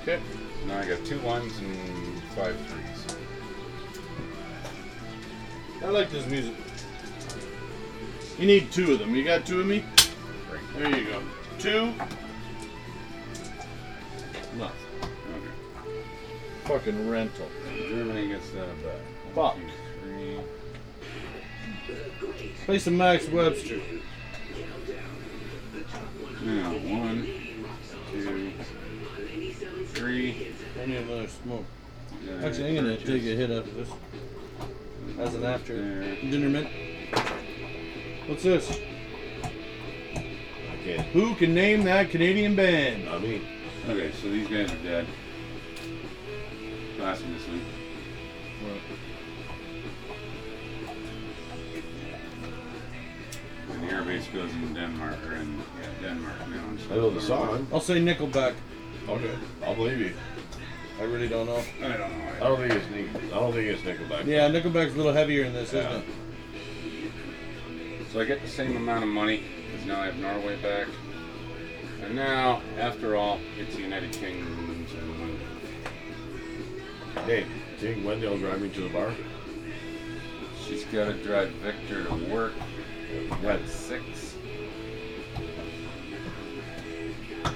Speaker 2: Okay.
Speaker 1: Now I got two ones and five threes.
Speaker 2: I like this music. You need two of them. You got two of me?
Speaker 1: Great.
Speaker 2: There you go. Two. Nothing.
Speaker 1: Okay.
Speaker 2: Fucking rental.
Speaker 1: Germany gets that back.
Speaker 2: Fuck.
Speaker 1: One, two, three.
Speaker 2: Play some Max Webster.
Speaker 1: Now, one, two, three.
Speaker 4: I need another smoke.
Speaker 1: Yeah,
Speaker 4: Actually, I'm gonna
Speaker 1: purchase.
Speaker 4: take a hit after this. As an after
Speaker 1: There.
Speaker 4: dinner mint.
Speaker 2: What's this?
Speaker 3: I can't.
Speaker 2: Who can name that Canadian band?
Speaker 3: I mean,
Speaker 1: Okay, so these guys are dead. Last missing. And the airbase goes in Denmark, or in yeah, Denmark now.
Speaker 3: I know the song.
Speaker 4: I'll say Nickelback.
Speaker 3: Okay. I'll believe you.
Speaker 4: I really don't know.
Speaker 1: I don't know.
Speaker 3: I don't think it's Nick. I don't think it's Nickelback.
Speaker 4: Yeah, Nickelback's a little heavier in this,
Speaker 1: Yeah.
Speaker 4: isn't it?
Speaker 1: So I get the same amount of money because now I have Norway back. And now, after all, it's the United Kingdom.
Speaker 3: Hey, do you think Wendell drive me to the bar?
Speaker 1: She's got to drive Victor to work
Speaker 3: When?
Speaker 1: at six.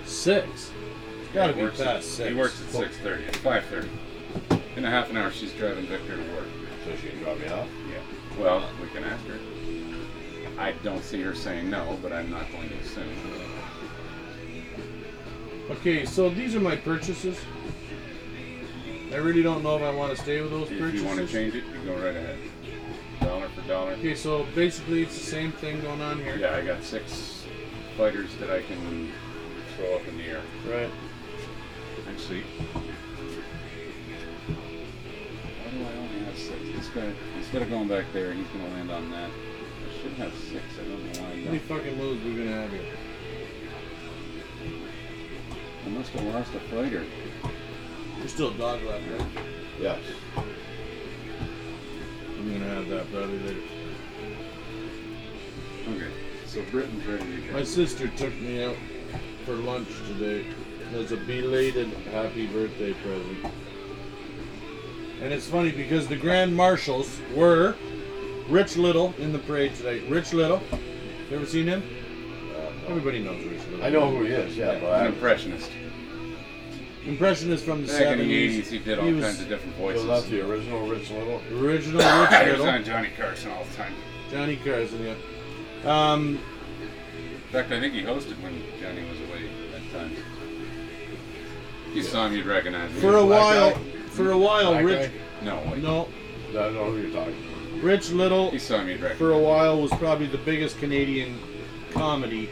Speaker 4: Six. It's gotta
Speaker 1: He
Speaker 4: be
Speaker 1: works
Speaker 4: past
Speaker 1: at-
Speaker 4: six.
Speaker 1: He works at six thirty. It's five thirty. In a half an hour, she's driving Victor to work.
Speaker 3: So she can drop me off.
Speaker 1: Yeah. Well, we can ask her. I don't see her saying no, but I'm not going to assume.
Speaker 2: Okay, so these are my purchases. I really don't know if I want to stay with those
Speaker 1: If
Speaker 2: purchases.
Speaker 1: you want to change it, you go right ahead. Dollar for dollar.
Speaker 2: Okay, so basically it's the same thing going on here.
Speaker 1: Yeah, I got six fighters that I can throw up in the air.
Speaker 2: Right.
Speaker 1: Actually, why do I only have six? This guy, instead of going back there, he's going to land on that. I should have six. I don't know why. I
Speaker 2: How many
Speaker 1: don't.
Speaker 2: fucking moves we're gonna have here?
Speaker 1: I must have lost a fighter.
Speaker 4: You're still dog left, right?
Speaker 3: Yes.
Speaker 2: I'm gonna have that probably later.
Speaker 1: Okay, so Britain's ready to go.
Speaker 2: My sister took me out for lunch today as a belated happy birthday present. And it's funny because the Grand Marshals were Rich Little in the parade today. Rich Little. You ever seen him? Everybody knows Rich Little.
Speaker 3: I know who he is. Yeah,
Speaker 1: An
Speaker 3: but
Speaker 1: impressionist.
Speaker 2: Impressionist from the
Speaker 1: Back
Speaker 2: 70s.
Speaker 1: in the 80s, he did all
Speaker 2: He
Speaker 1: kinds
Speaker 2: was
Speaker 1: of different
Speaker 3: I
Speaker 1: voices. *laughs*
Speaker 3: still love the original Rich
Speaker 1: *coughs*
Speaker 3: Little.
Speaker 2: Original
Speaker 1: I
Speaker 2: Rich
Speaker 1: was on
Speaker 2: Little.
Speaker 1: Johnny Carson all the time.
Speaker 2: Johnny Carson, yeah. Um,
Speaker 1: In fact, I think he hosted when Johnny was away at times. If You saw him, you'd recognize him.
Speaker 2: for a
Speaker 3: Black
Speaker 2: while,
Speaker 3: guy?
Speaker 2: for a while,
Speaker 3: Black
Speaker 2: Rich.
Speaker 1: No, wait.
Speaker 2: No,
Speaker 3: I don't know who you're talking. about.
Speaker 2: Rich Little
Speaker 1: You saw him, you'd recognize
Speaker 2: for a while was probably the biggest Canadian comedy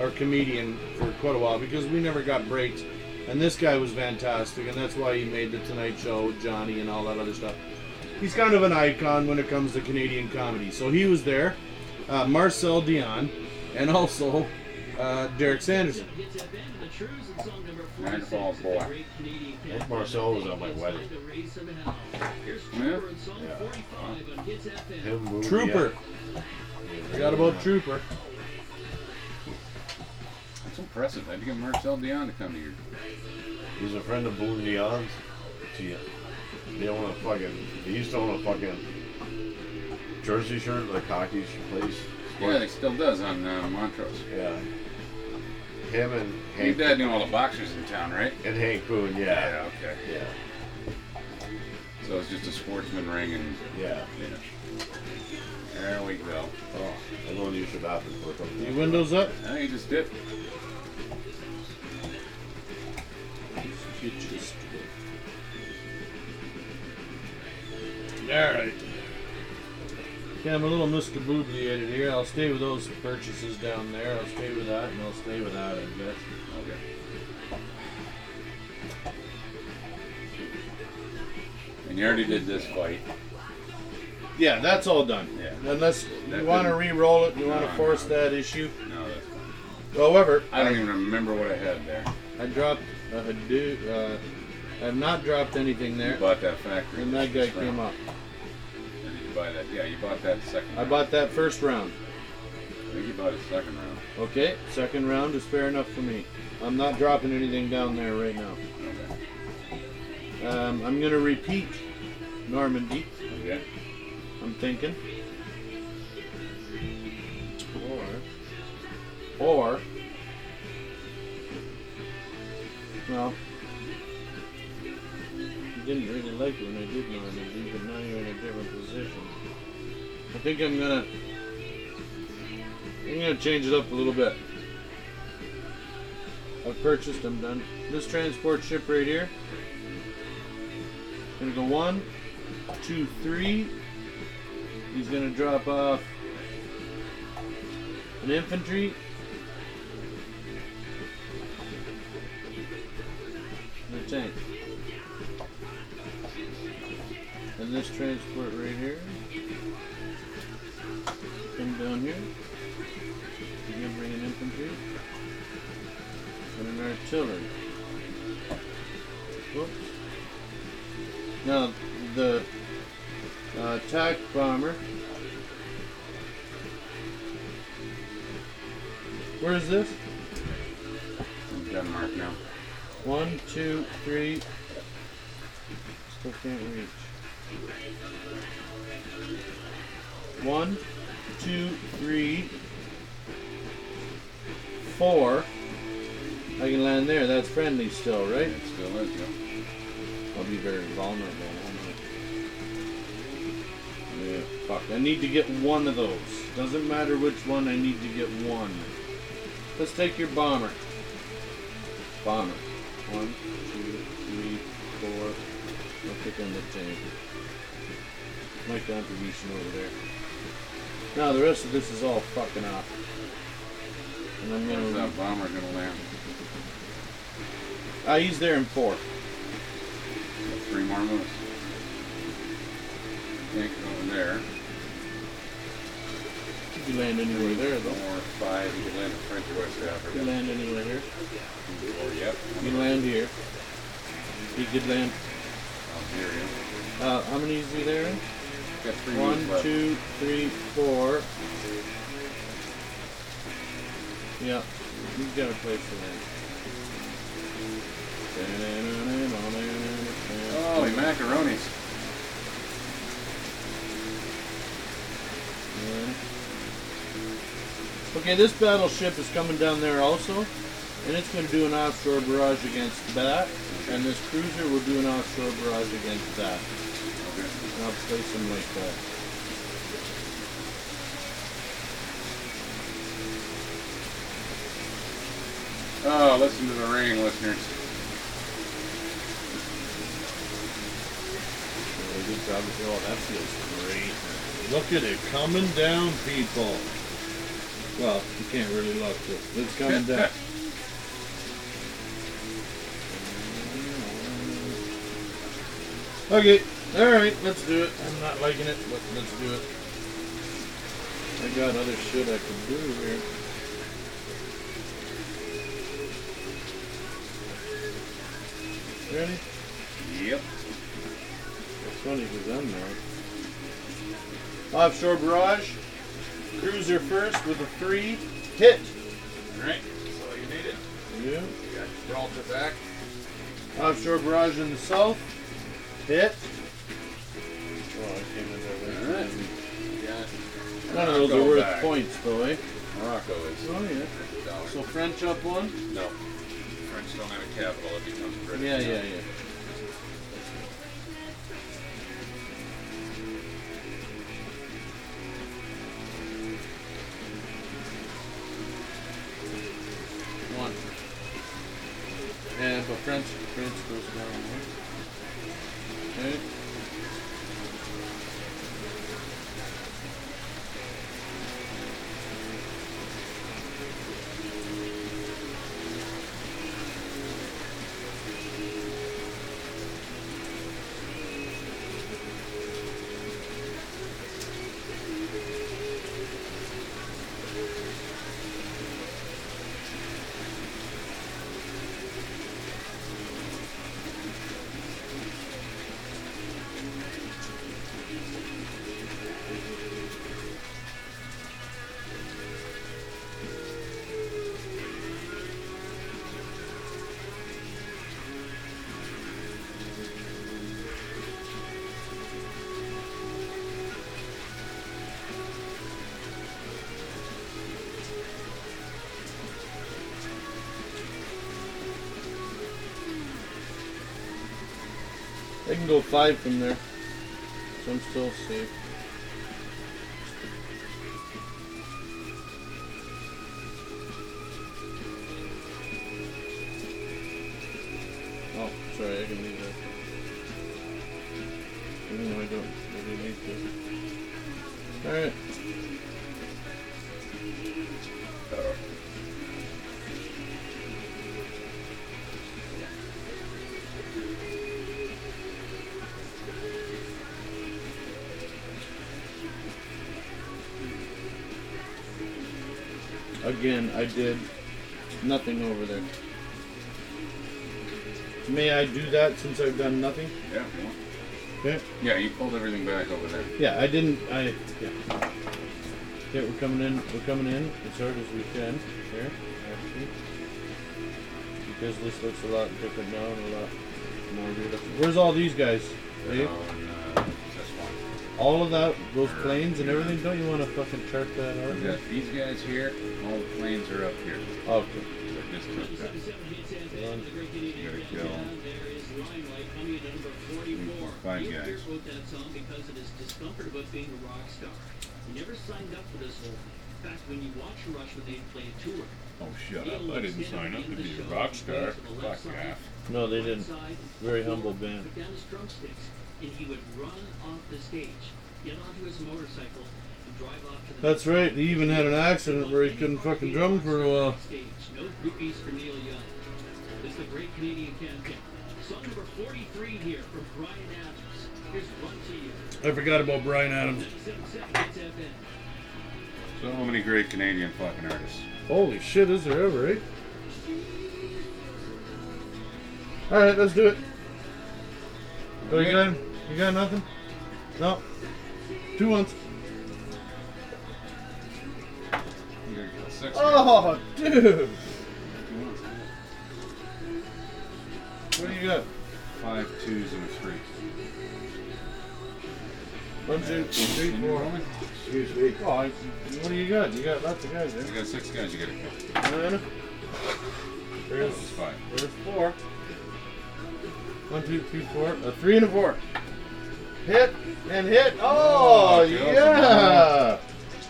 Speaker 2: or comedian for quite a while because we never got breaks. And this guy was fantastic, and that's why he made the Tonight Show, Johnny, and all that other stuff. He's kind of an icon when it comes to Canadian comedy. So he was there, uh, Marcel Dion, and also uh, Derek Sanderson.
Speaker 1: Niagara Falls boy.
Speaker 3: Nick Marcel was at my wedding.
Speaker 1: Yeah.
Speaker 3: Him, Moody,
Speaker 2: Trooper. Forgot about Trooper.
Speaker 1: That's impressive. How'd you get Marcel Dion to come to your
Speaker 3: yeah. He's a friend of Boone Dion's. See, They own a fucking. They used to own a fucking jersey shirt, like hockey place.
Speaker 1: Yeah, he still does on uh, Montrose.
Speaker 3: Yeah. Him and
Speaker 1: Your
Speaker 3: Hank.
Speaker 1: dad knew all the boxers in town, right?
Speaker 3: And Hank Boone, yeah.
Speaker 1: okay.
Speaker 3: Yeah.
Speaker 1: So it's just a sportsman ring and
Speaker 3: Yeah.
Speaker 1: yeah. There we go.
Speaker 3: Oh, I'm going to use the bathroom for a couple
Speaker 2: Your
Speaker 3: minutes.
Speaker 2: windows up?
Speaker 1: Now you just dip.
Speaker 2: Alright. Yeah, I'm a little miscaboobly here. I'll stay with those purchases down there. I'll stay with that, and I'll stay with that, I guess.
Speaker 1: Okay. And you already did this fight.
Speaker 2: Yeah, that's all done.
Speaker 1: Yeah.
Speaker 2: Unless
Speaker 1: That
Speaker 2: you want to
Speaker 1: didn't-
Speaker 2: re-roll it, you want
Speaker 1: No,
Speaker 2: to force
Speaker 1: no.
Speaker 2: that issue.
Speaker 1: No, that's fine.
Speaker 2: However,
Speaker 1: I don't even remember what I had there.
Speaker 2: I dropped a Hadoo. Uh, I've not dropped anything
Speaker 1: You
Speaker 2: there,
Speaker 1: bought that factory.
Speaker 2: and that guy came up.
Speaker 1: And you buy that? Yeah, you bought that second.
Speaker 2: I
Speaker 1: round.
Speaker 2: bought that first round.
Speaker 1: I think you bought it second round.
Speaker 2: Okay, second round is fair enough for me. I'm not dropping anything down there right now.
Speaker 1: Okay.
Speaker 2: Um, I'm gonna repeat Normandy.
Speaker 1: Okay.
Speaker 2: I'm thinking. Or. Or. Well. I didn't really like it when I did Normandy, but now you're in a different position. I think I'm gonna. I'm gonna change it up a little bit. I've purchased, I'm done. This transport ship right here. Gonna go one, two, three. He's gonna drop off an infantry. And a tank. And this transport right here. Come down here. You're gonna bring an infantry. And an artillery. Whoops. Now the uh, attack bomber. Where is this?
Speaker 1: In Denmark now.
Speaker 2: One, two, three. Still can't reach. One, two, three, four. I can land there. That's friendly still, right?
Speaker 1: It still is. Yeah.
Speaker 2: I'll be very vulnerable. won't I? Yeah, fuck. I need to get one of those. Doesn't matter which one, I need to get one. Let's take your bomber. Bomber. One, two, three, four. I'll pick on the tank. My contribution over there. Now the rest of this is all fucking off. And I'm
Speaker 1: Where's
Speaker 2: gonna.
Speaker 1: that bomber gonna land?
Speaker 2: Ah, he's there in four.
Speaker 1: Three more moves. Tank over there.
Speaker 2: If you land anywhere there,
Speaker 1: Four,
Speaker 2: though.
Speaker 1: five. You can land in French or West
Speaker 2: If you
Speaker 1: Africa.
Speaker 2: land anywhere here.
Speaker 1: Or yep.
Speaker 2: He can land here. He could land.
Speaker 1: Algeria.
Speaker 2: Uh, how many is he there? in?
Speaker 1: Got three moves
Speaker 2: One,
Speaker 1: left.
Speaker 2: two, three, four. Yeah, he's got a place to land.
Speaker 1: Holy Oh, macaronis.
Speaker 2: Okay, this battleship is coming down there also, and it's going to do an offshore barrage against that, and this cruiser will do an offshore barrage against that.
Speaker 1: Okay.
Speaker 2: And I'll place them like that.
Speaker 1: Oh, listen to the rain, listeners.
Speaker 2: Look at it coming down, people. Well, you can't really look, but it's coming down. Okay, alright, let's do it. I'm not liking it, but let's do it. I got other shit I can do here. Ready?
Speaker 1: *laughs* Yep.
Speaker 2: It's funny because I'm there. Offshore barrage. Cruiser first with a three. Hit.
Speaker 1: Alright, that's all you needed.
Speaker 2: Yeah.
Speaker 6: You got Gibraltar back.
Speaker 2: Offshore barrage in the south. Hit.
Speaker 4: Well, I came in there with
Speaker 1: Alright.
Speaker 6: Yeah.
Speaker 4: None of those
Speaker 1: Go
Speaker 4: are worth
Speaker 1: back.
Speaker 4: points, though, eh?
Speaker 1: Morocco is.
Speaker 4: Oh, yeah.
Speaker 6: $100.
Speaker 2: So French up one.
Speaker 1: No. French don't have a capital, it becomes British.
Speaker 4: Yeah, yeah, yeah.
Speaker 2: One. And but French French goes down one. Okay. They can go five from there. So I'm still safe. Oh, sorry, I can leave that. Even though I don't really need to. Alright. Again, I did nothing over there. May I do that since I've done nothing?
Speaker 1: Yeah, if you want.
Speaker 2: Okay.
Speaker 1: yeah, you pulled everything back over there.
Speaker 2: Yeah, I didn't. I yeah. Okay, we're coming in. We're coming in as hard as we can here, actually, because this looks a lot different now and a lot more beautiful. Where's all these guys? See?
Speaker 1: They're on, uh, this one.
Speaker 2: All of that, those planes and everything. Don't you want to fucking chart that out? Oh,
Speaker 1: We got these guys here, all the planes are up here.
Speaker 2: Okay.
Speaker 1: So just took that. There you go. Five guys.
Speaker 8: wrote that song because of his discomfort about being a rock star. He never signed up for this whole thing. In fact, when you watch Rush when they play a tour,
Speaker 1: Oh, shut up. I didn't sign up to be a rock star. Fuck off.
Speaker 2: No, they
Speaker 8: one
Speaker 2: didn't.
Speaker 8: side,
Speaker 2: Very
Speaker 8: the floor,
Speaker 2: humble band.
Speaker 8: put down his drumsticks, and he would run off the stage, get onto his motorcycle, and drive off to the
Speaker 2: That's right. He even had an accident where he couldn't fucking drum for a while.
Speaker 8: Stage, no groupies for Neil Young. It's the Great Canadian Campaign. Song number 43 here from Brian Adams. Here's Run to You.
Speaker 2: I forgot about Brian Adams.
Speaker 8: 97.7 Hits FM.
Speaker 1: So many great Canadian fucking artists.
Speaker 2: Holy shit! Is there ever? Eh? All right, let's do it. What you got? You got nothing? No. Two ones.
Speaker 1: Here you go. Six.
Speaker 2: Oh, dude. What do you got?
Speaker 1: Five twos and a three.
Speaker 2: One, two, three,
Speaker 1: Can you roll
Speaker 2: four.
Speaker 1: me?
Speaker 2: Excuse me. Oh, I- what do you got? You got lots of guys eh?
Speaker 1: You
Speaker 2: there.
Speaker 1: got six guys you gotta kill.
Speaker 2: Nine.
Speaker 1: That
Speaker 2: There's,
Speaker 1: was five.
Speaker 2: there's four. One, two, three, four. A three and a four. Hit and hit. Oh,
Speaker 1: Oh, Joe's a
Speaker 2: yeah.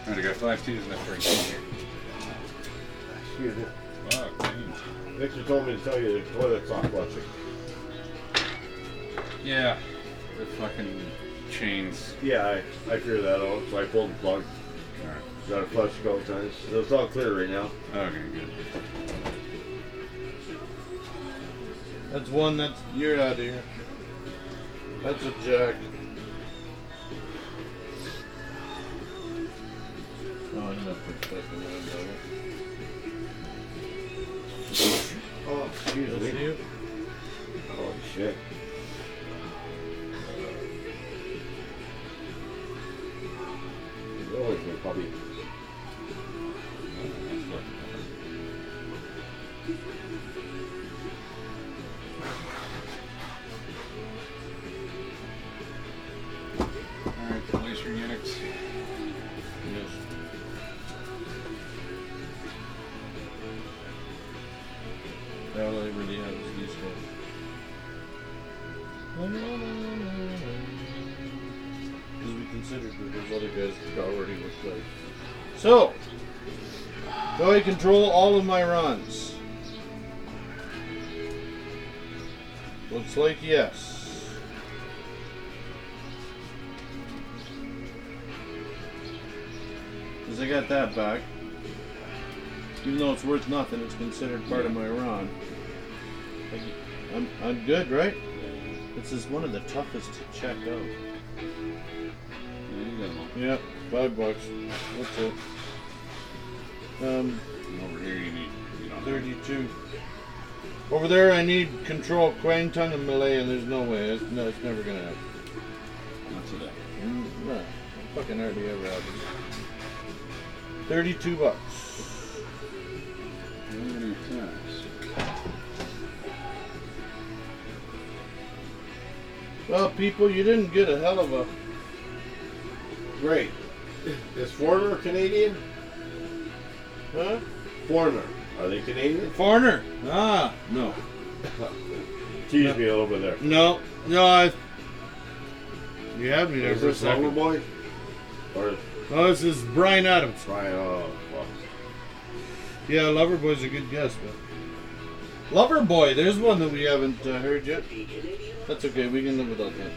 Speaker 1: Alright, I got five twos and a three.
Speaker 3: Excuse me.
Speaker 1: Fuck, man.
Speaker 3: Victor told me to tell you the toilet's not flushing.
Speaker 1: Yeah. The fucking chains.
Speaker 3: Yeah, I, I figured that out, so I pulled the plug.
Speaker 1: Alright.
Speaker 3: Got it flushed a couple times. So it's all clear right now.
Speaker 1: Okay, good.
Speaker 2: That's one. That's you're out of here. That's a jack.
Speaker 4: Oh, I ended up with fucking one dollar.
Speaker 3: Oh, excuse
Speaker 2: That's you.
Speaker 3: Oh, shit. You're always my puppy.
Speaker 1: Alright, then laser Unix.
Speaker 4: Yes. Now all I really have is these guys. Because we considered that there's other guys that already were played.
Speaker 2: So, so I control all of my runs. Looks like yes.
Speaker 4: Because I got that back. Even though it's worth nothing, it's considered part of my run. I g- I'm, I'm good, right? This is one of the toughest to check out.
Speaker 6: Yeah, you got 'em all.
Speaker 2: Yep, five bucks. That's it. Um,
Speaker 1: And over here you need, you know,
Speaker 2: 32. Over there, I need control Quang Tongue and Malay, and there's no way. It's, no, it's never gonna happen.
Speaker 1: not today.
Speaker 2: Mm, no, I fucking hardly ever have it. 32 bucks.
Speaker 6: How many times?
Speaker 2: Well, people, you didn't get a hell of a.
Speaker 3: Great. Is foreigner Canadian?
Speaker 2: Huh?
Speaker 3: Foreigner. Are they Canadian?
Speaker 2: Foreigner? Ah, no.
Speaker 3: Tease me a little bit there.
Speaker 2: No, no, I. You had me there
Speaker 3: Is
Speaker 2: for a
Speaker 3: this
Speaker 2: second.
Speaker 3: Loverboy? Or
Speaker 2: Oh, this is Brian Adams.
Speaker 3: Brian? Oh, fuck.
Speaker 2: Yeah, Loverboy's a good guess, but. Loverboy, there's one that we haven't uh, heard yet. That's okay, we can live without that.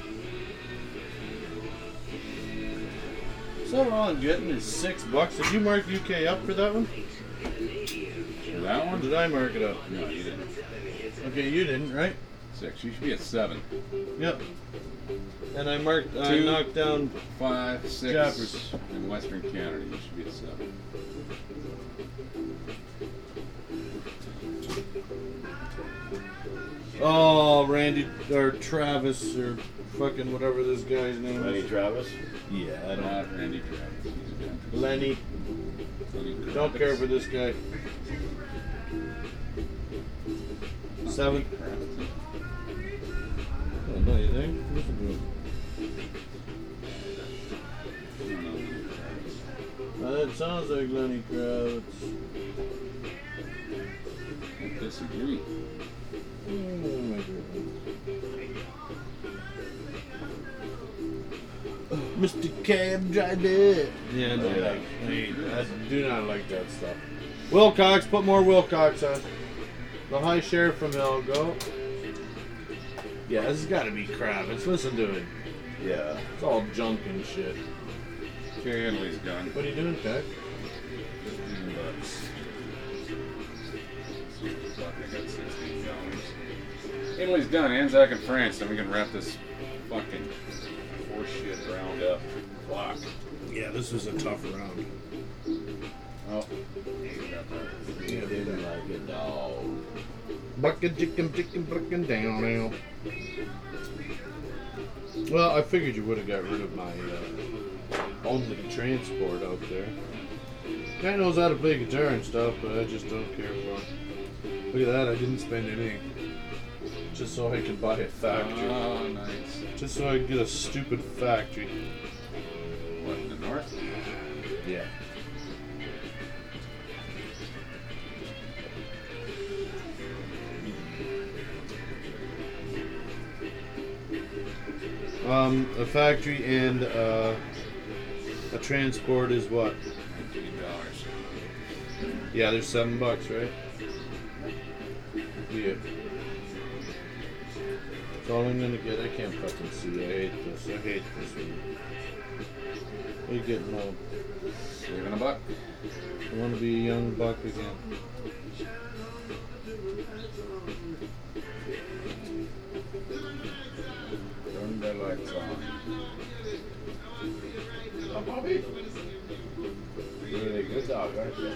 Speaker 4: So all I'm getting is six bucks.
Speaker 2: Did you mark UK up for that one?
Speaker 1: That
Speaker 2: Or
Speaker 1: one?
Speaker 2: did I mark it up?
Speaker 1: No, you didn't.
Speaker 2: Okay, you didn't, right?
Speaker 1: Six. You should be at seven.
Speaker 2: Yep. And I marked, I
Speaker 1: Two.
Speaker 2: knocked down.
Speaker 1: Five, six,
Speaker 2: Jaffers.
Speaker 1: in Western Canada. You should be at seven.
Speaker 2: Oh, Randy or Travis or fucking whatever this guy's name
Speaker 3: Lenny
Speaker 2: is.
Speaker 3: Travis?
Speaker 2: Yeah, I don't.
Speaker 1: Not Randy Travis. He's a Democrat.
Speaker 2: Lenny.
Speaker 1: Lenny
Speaker 2: Don't care
Speaker 1: Kravitz.
Speaker 2: for this guy. Seven.
Speaker 1: Kravitz.
Speaker 2: Oh, no, you think? What's the deal?
Speaker 1: I don't know Lenny Kravitz.
Speaker 2: Uh, That sounds like Lenny Kravitz.
Speaker 1: I disagree.
Speaker 2: Mm, I agree. Mr. Cab Driver. Yeah, I don't
Speaker 3: Yeah.
Speaker 2: like. I do not like that stuff. Wilcox, put more Wilcox on. The High Sheriff from Hell, go. Yeah, this has got to be Kravitz. Listen to it.
Speaker 3: Yeah.
Speaker 2: It's all junk and shit.
Speaker 1: Carrie Italy's gone.
Speaker 2: What are you doing, Tech?
Speaker 1: Fifteen bucks. Fuck, I got sixteen dollars. Italy's done. Anzac and France. Then we can wrap this fucking horseshit round up. Fuck.
Speaker 2: Yeah, this was a tough round. Oh.
Speaker 1: Well, we got that.
Speaker 3: yeah. Didn't like it. No.
Speaker 2: Bucking, chicken, chicken, bucking down now. Well, I figured you would have got rid of my uh, only transport out there. Guy knows how to play guitar and stuff, but I just don't care for him. Look at that, I didn't spend anything. Just so I could buy a factory.
Speaker 1: Oh, nice.
Speaker 2: Just so I could get a stupid factory.
Speaker 1: What in the north?
Speaker 2: Yeah. Um, a factory and uh, a transport is what?
Speaker 1: Nineteen dollars.
Speaker 2: Yeah, there's seven bucks, right? Yeah. That's all I'm gonna get. I can't fucking see. I hate this. I hate this. One. We're getting old.
Speaker 1: Saving a buck.
Speaker 2: I want to be a young buck again.
Speaker 1: Turn the lights on.
Speaker 3: A puppy? Really good dog, aren't you?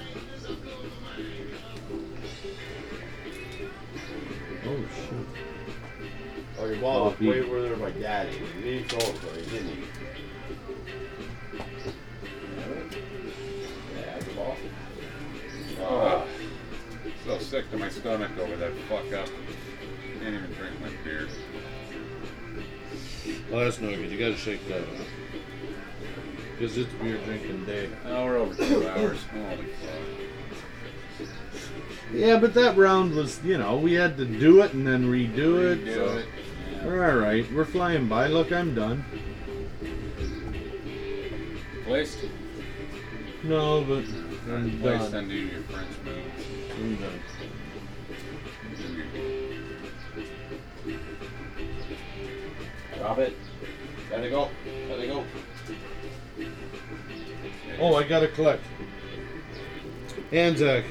Speaker 2: Oh shit!
Speaker 3: Larry Wallace way over there my daddy. He told me, didn't he?
Speaker 6: Yeah, it's awful.
Speaker 1: Oh, so sick to my stomach over that fuck up. Can't even drink my beer.
Speaker 2: Oh, that's no good. You gotta shake that off. Because it's beer drinking day.
Speaker 1: Now we're over two hours. Holy fuck.
Speaker 2: Yeah, but that round was, you know, we had to do it and then redo it.
Speaker 1: Redo
Speaker 2: so
Speaker 1: it. Yeah.
Speaker 2: We're alright. We're flying by. Look, I'm done.
Speaker 1: Placed,
Speaker 2: No, but I'm
Speaker 1: placed
Speaker 2: done.
Speaker 1: on due to your French move.
Speaker 2: I'm done.
Speaker 6: Drop it. Let it go. Let it go.
Speaker 2: Oh, I gotta collect. Anzac.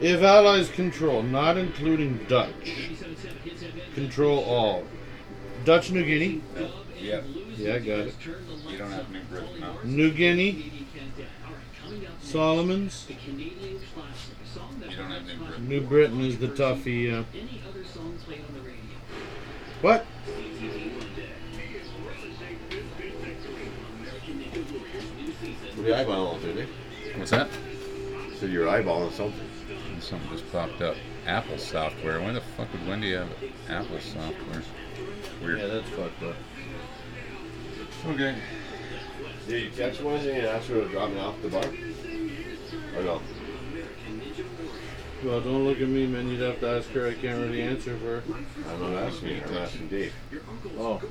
Speaker 2: If allies control, not including Dutch, control all. Dutch New Guinea,
Speaker 1: Yeah.
Speaker 2: Yeah, I got it.
Speaker 1: You don't have New Britain, no.
Speaker 2: New Guinea, Solomons,
Speaker 1: You don't have New Britain.
Speaker 2: New Britain is the toughie. Uh,
Speaker 8: Any other song played on the radio?
Speaker 2: what?
Speaker 3: What are you eyeballing, Jimmy?
Speaker 1: What's that?
Speaker 3: So you're eyeballing something.
Speaker 1: Something just popped up. Apple software. Why the fuck would Wendy have Apple software?
Speaker 2: Yeah,
Speaker 1: Weird.
Speaker 2: that's fucked up.
Speaker 1: Okay.
Speaker 3: Did you text Wednesday and ask her to drop me off at the bar? Or no?
Speaker 2: Well, don't look at me, man. You'd have to ask her. I can't really answer for her.
Speaker 3: I'm not asking you. I'm asking Dave.
Speaker 2: Oh.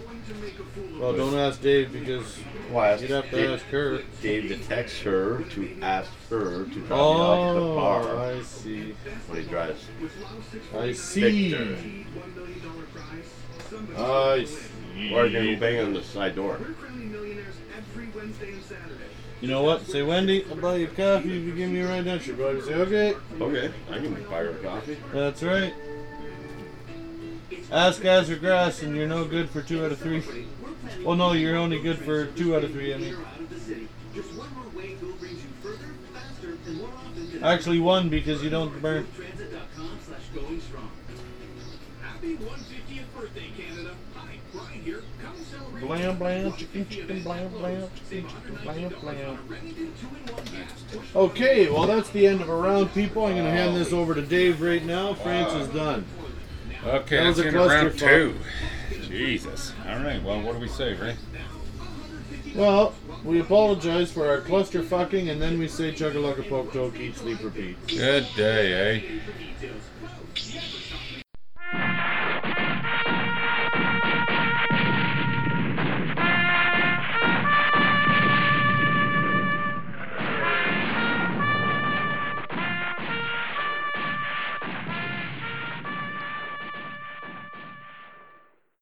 Speaker 2: Well, don't ask Dave because
Speaker 3: Why?
Speaker 2: you'd have to ask her.
Speaker 3: Dave to text her to ask her to drop me
Speaker 2: Oh,
Speaker 3: off at the bar
Speaker 2: I see.
Speaker 3: when he drives.
Speaker 2: I see.
Speaker 3: Victor.
Speaker 2: I see.
Speaker 3: Or you can bang on the side door.
Speaker 2: You know what? Say, Wendy, I'll buy you coffee if you give me a ride down. She'll probably say, okay.
Speaker 3: Okay, I can buy her a coffee.
Speaker 2: That's right. Ask as or grass, and you're no good for two out of three. Well, no, you're only good for two out of three. I mean, actually, one because you don't burn.
Speaker 7: Transit.com slash going strong. Happy 150th birthday, Canada. Hi, Brian here. Come celebrate.
Speaker 2: Blam blam chicken chicken blam blam chicken chicken blam blam. Okay, well that's the end of a round, people. I'm gonna hand this over to Dave right now. France is done.
Speaker 1: Okay,
Speaker 2: That was
Speaker 1: that's
Speaker 2: a
Speaker 1: in round two.
Speaker 2: clusterfuck.
Speaker 1: Jesus. All right. Well, what do we say, Ray?
Speaker 2: Well, we apologize for our cluster fucking, and then we say chugga lucka poke toe, eat sleep repeat.
Speaker 1: Good day, eh?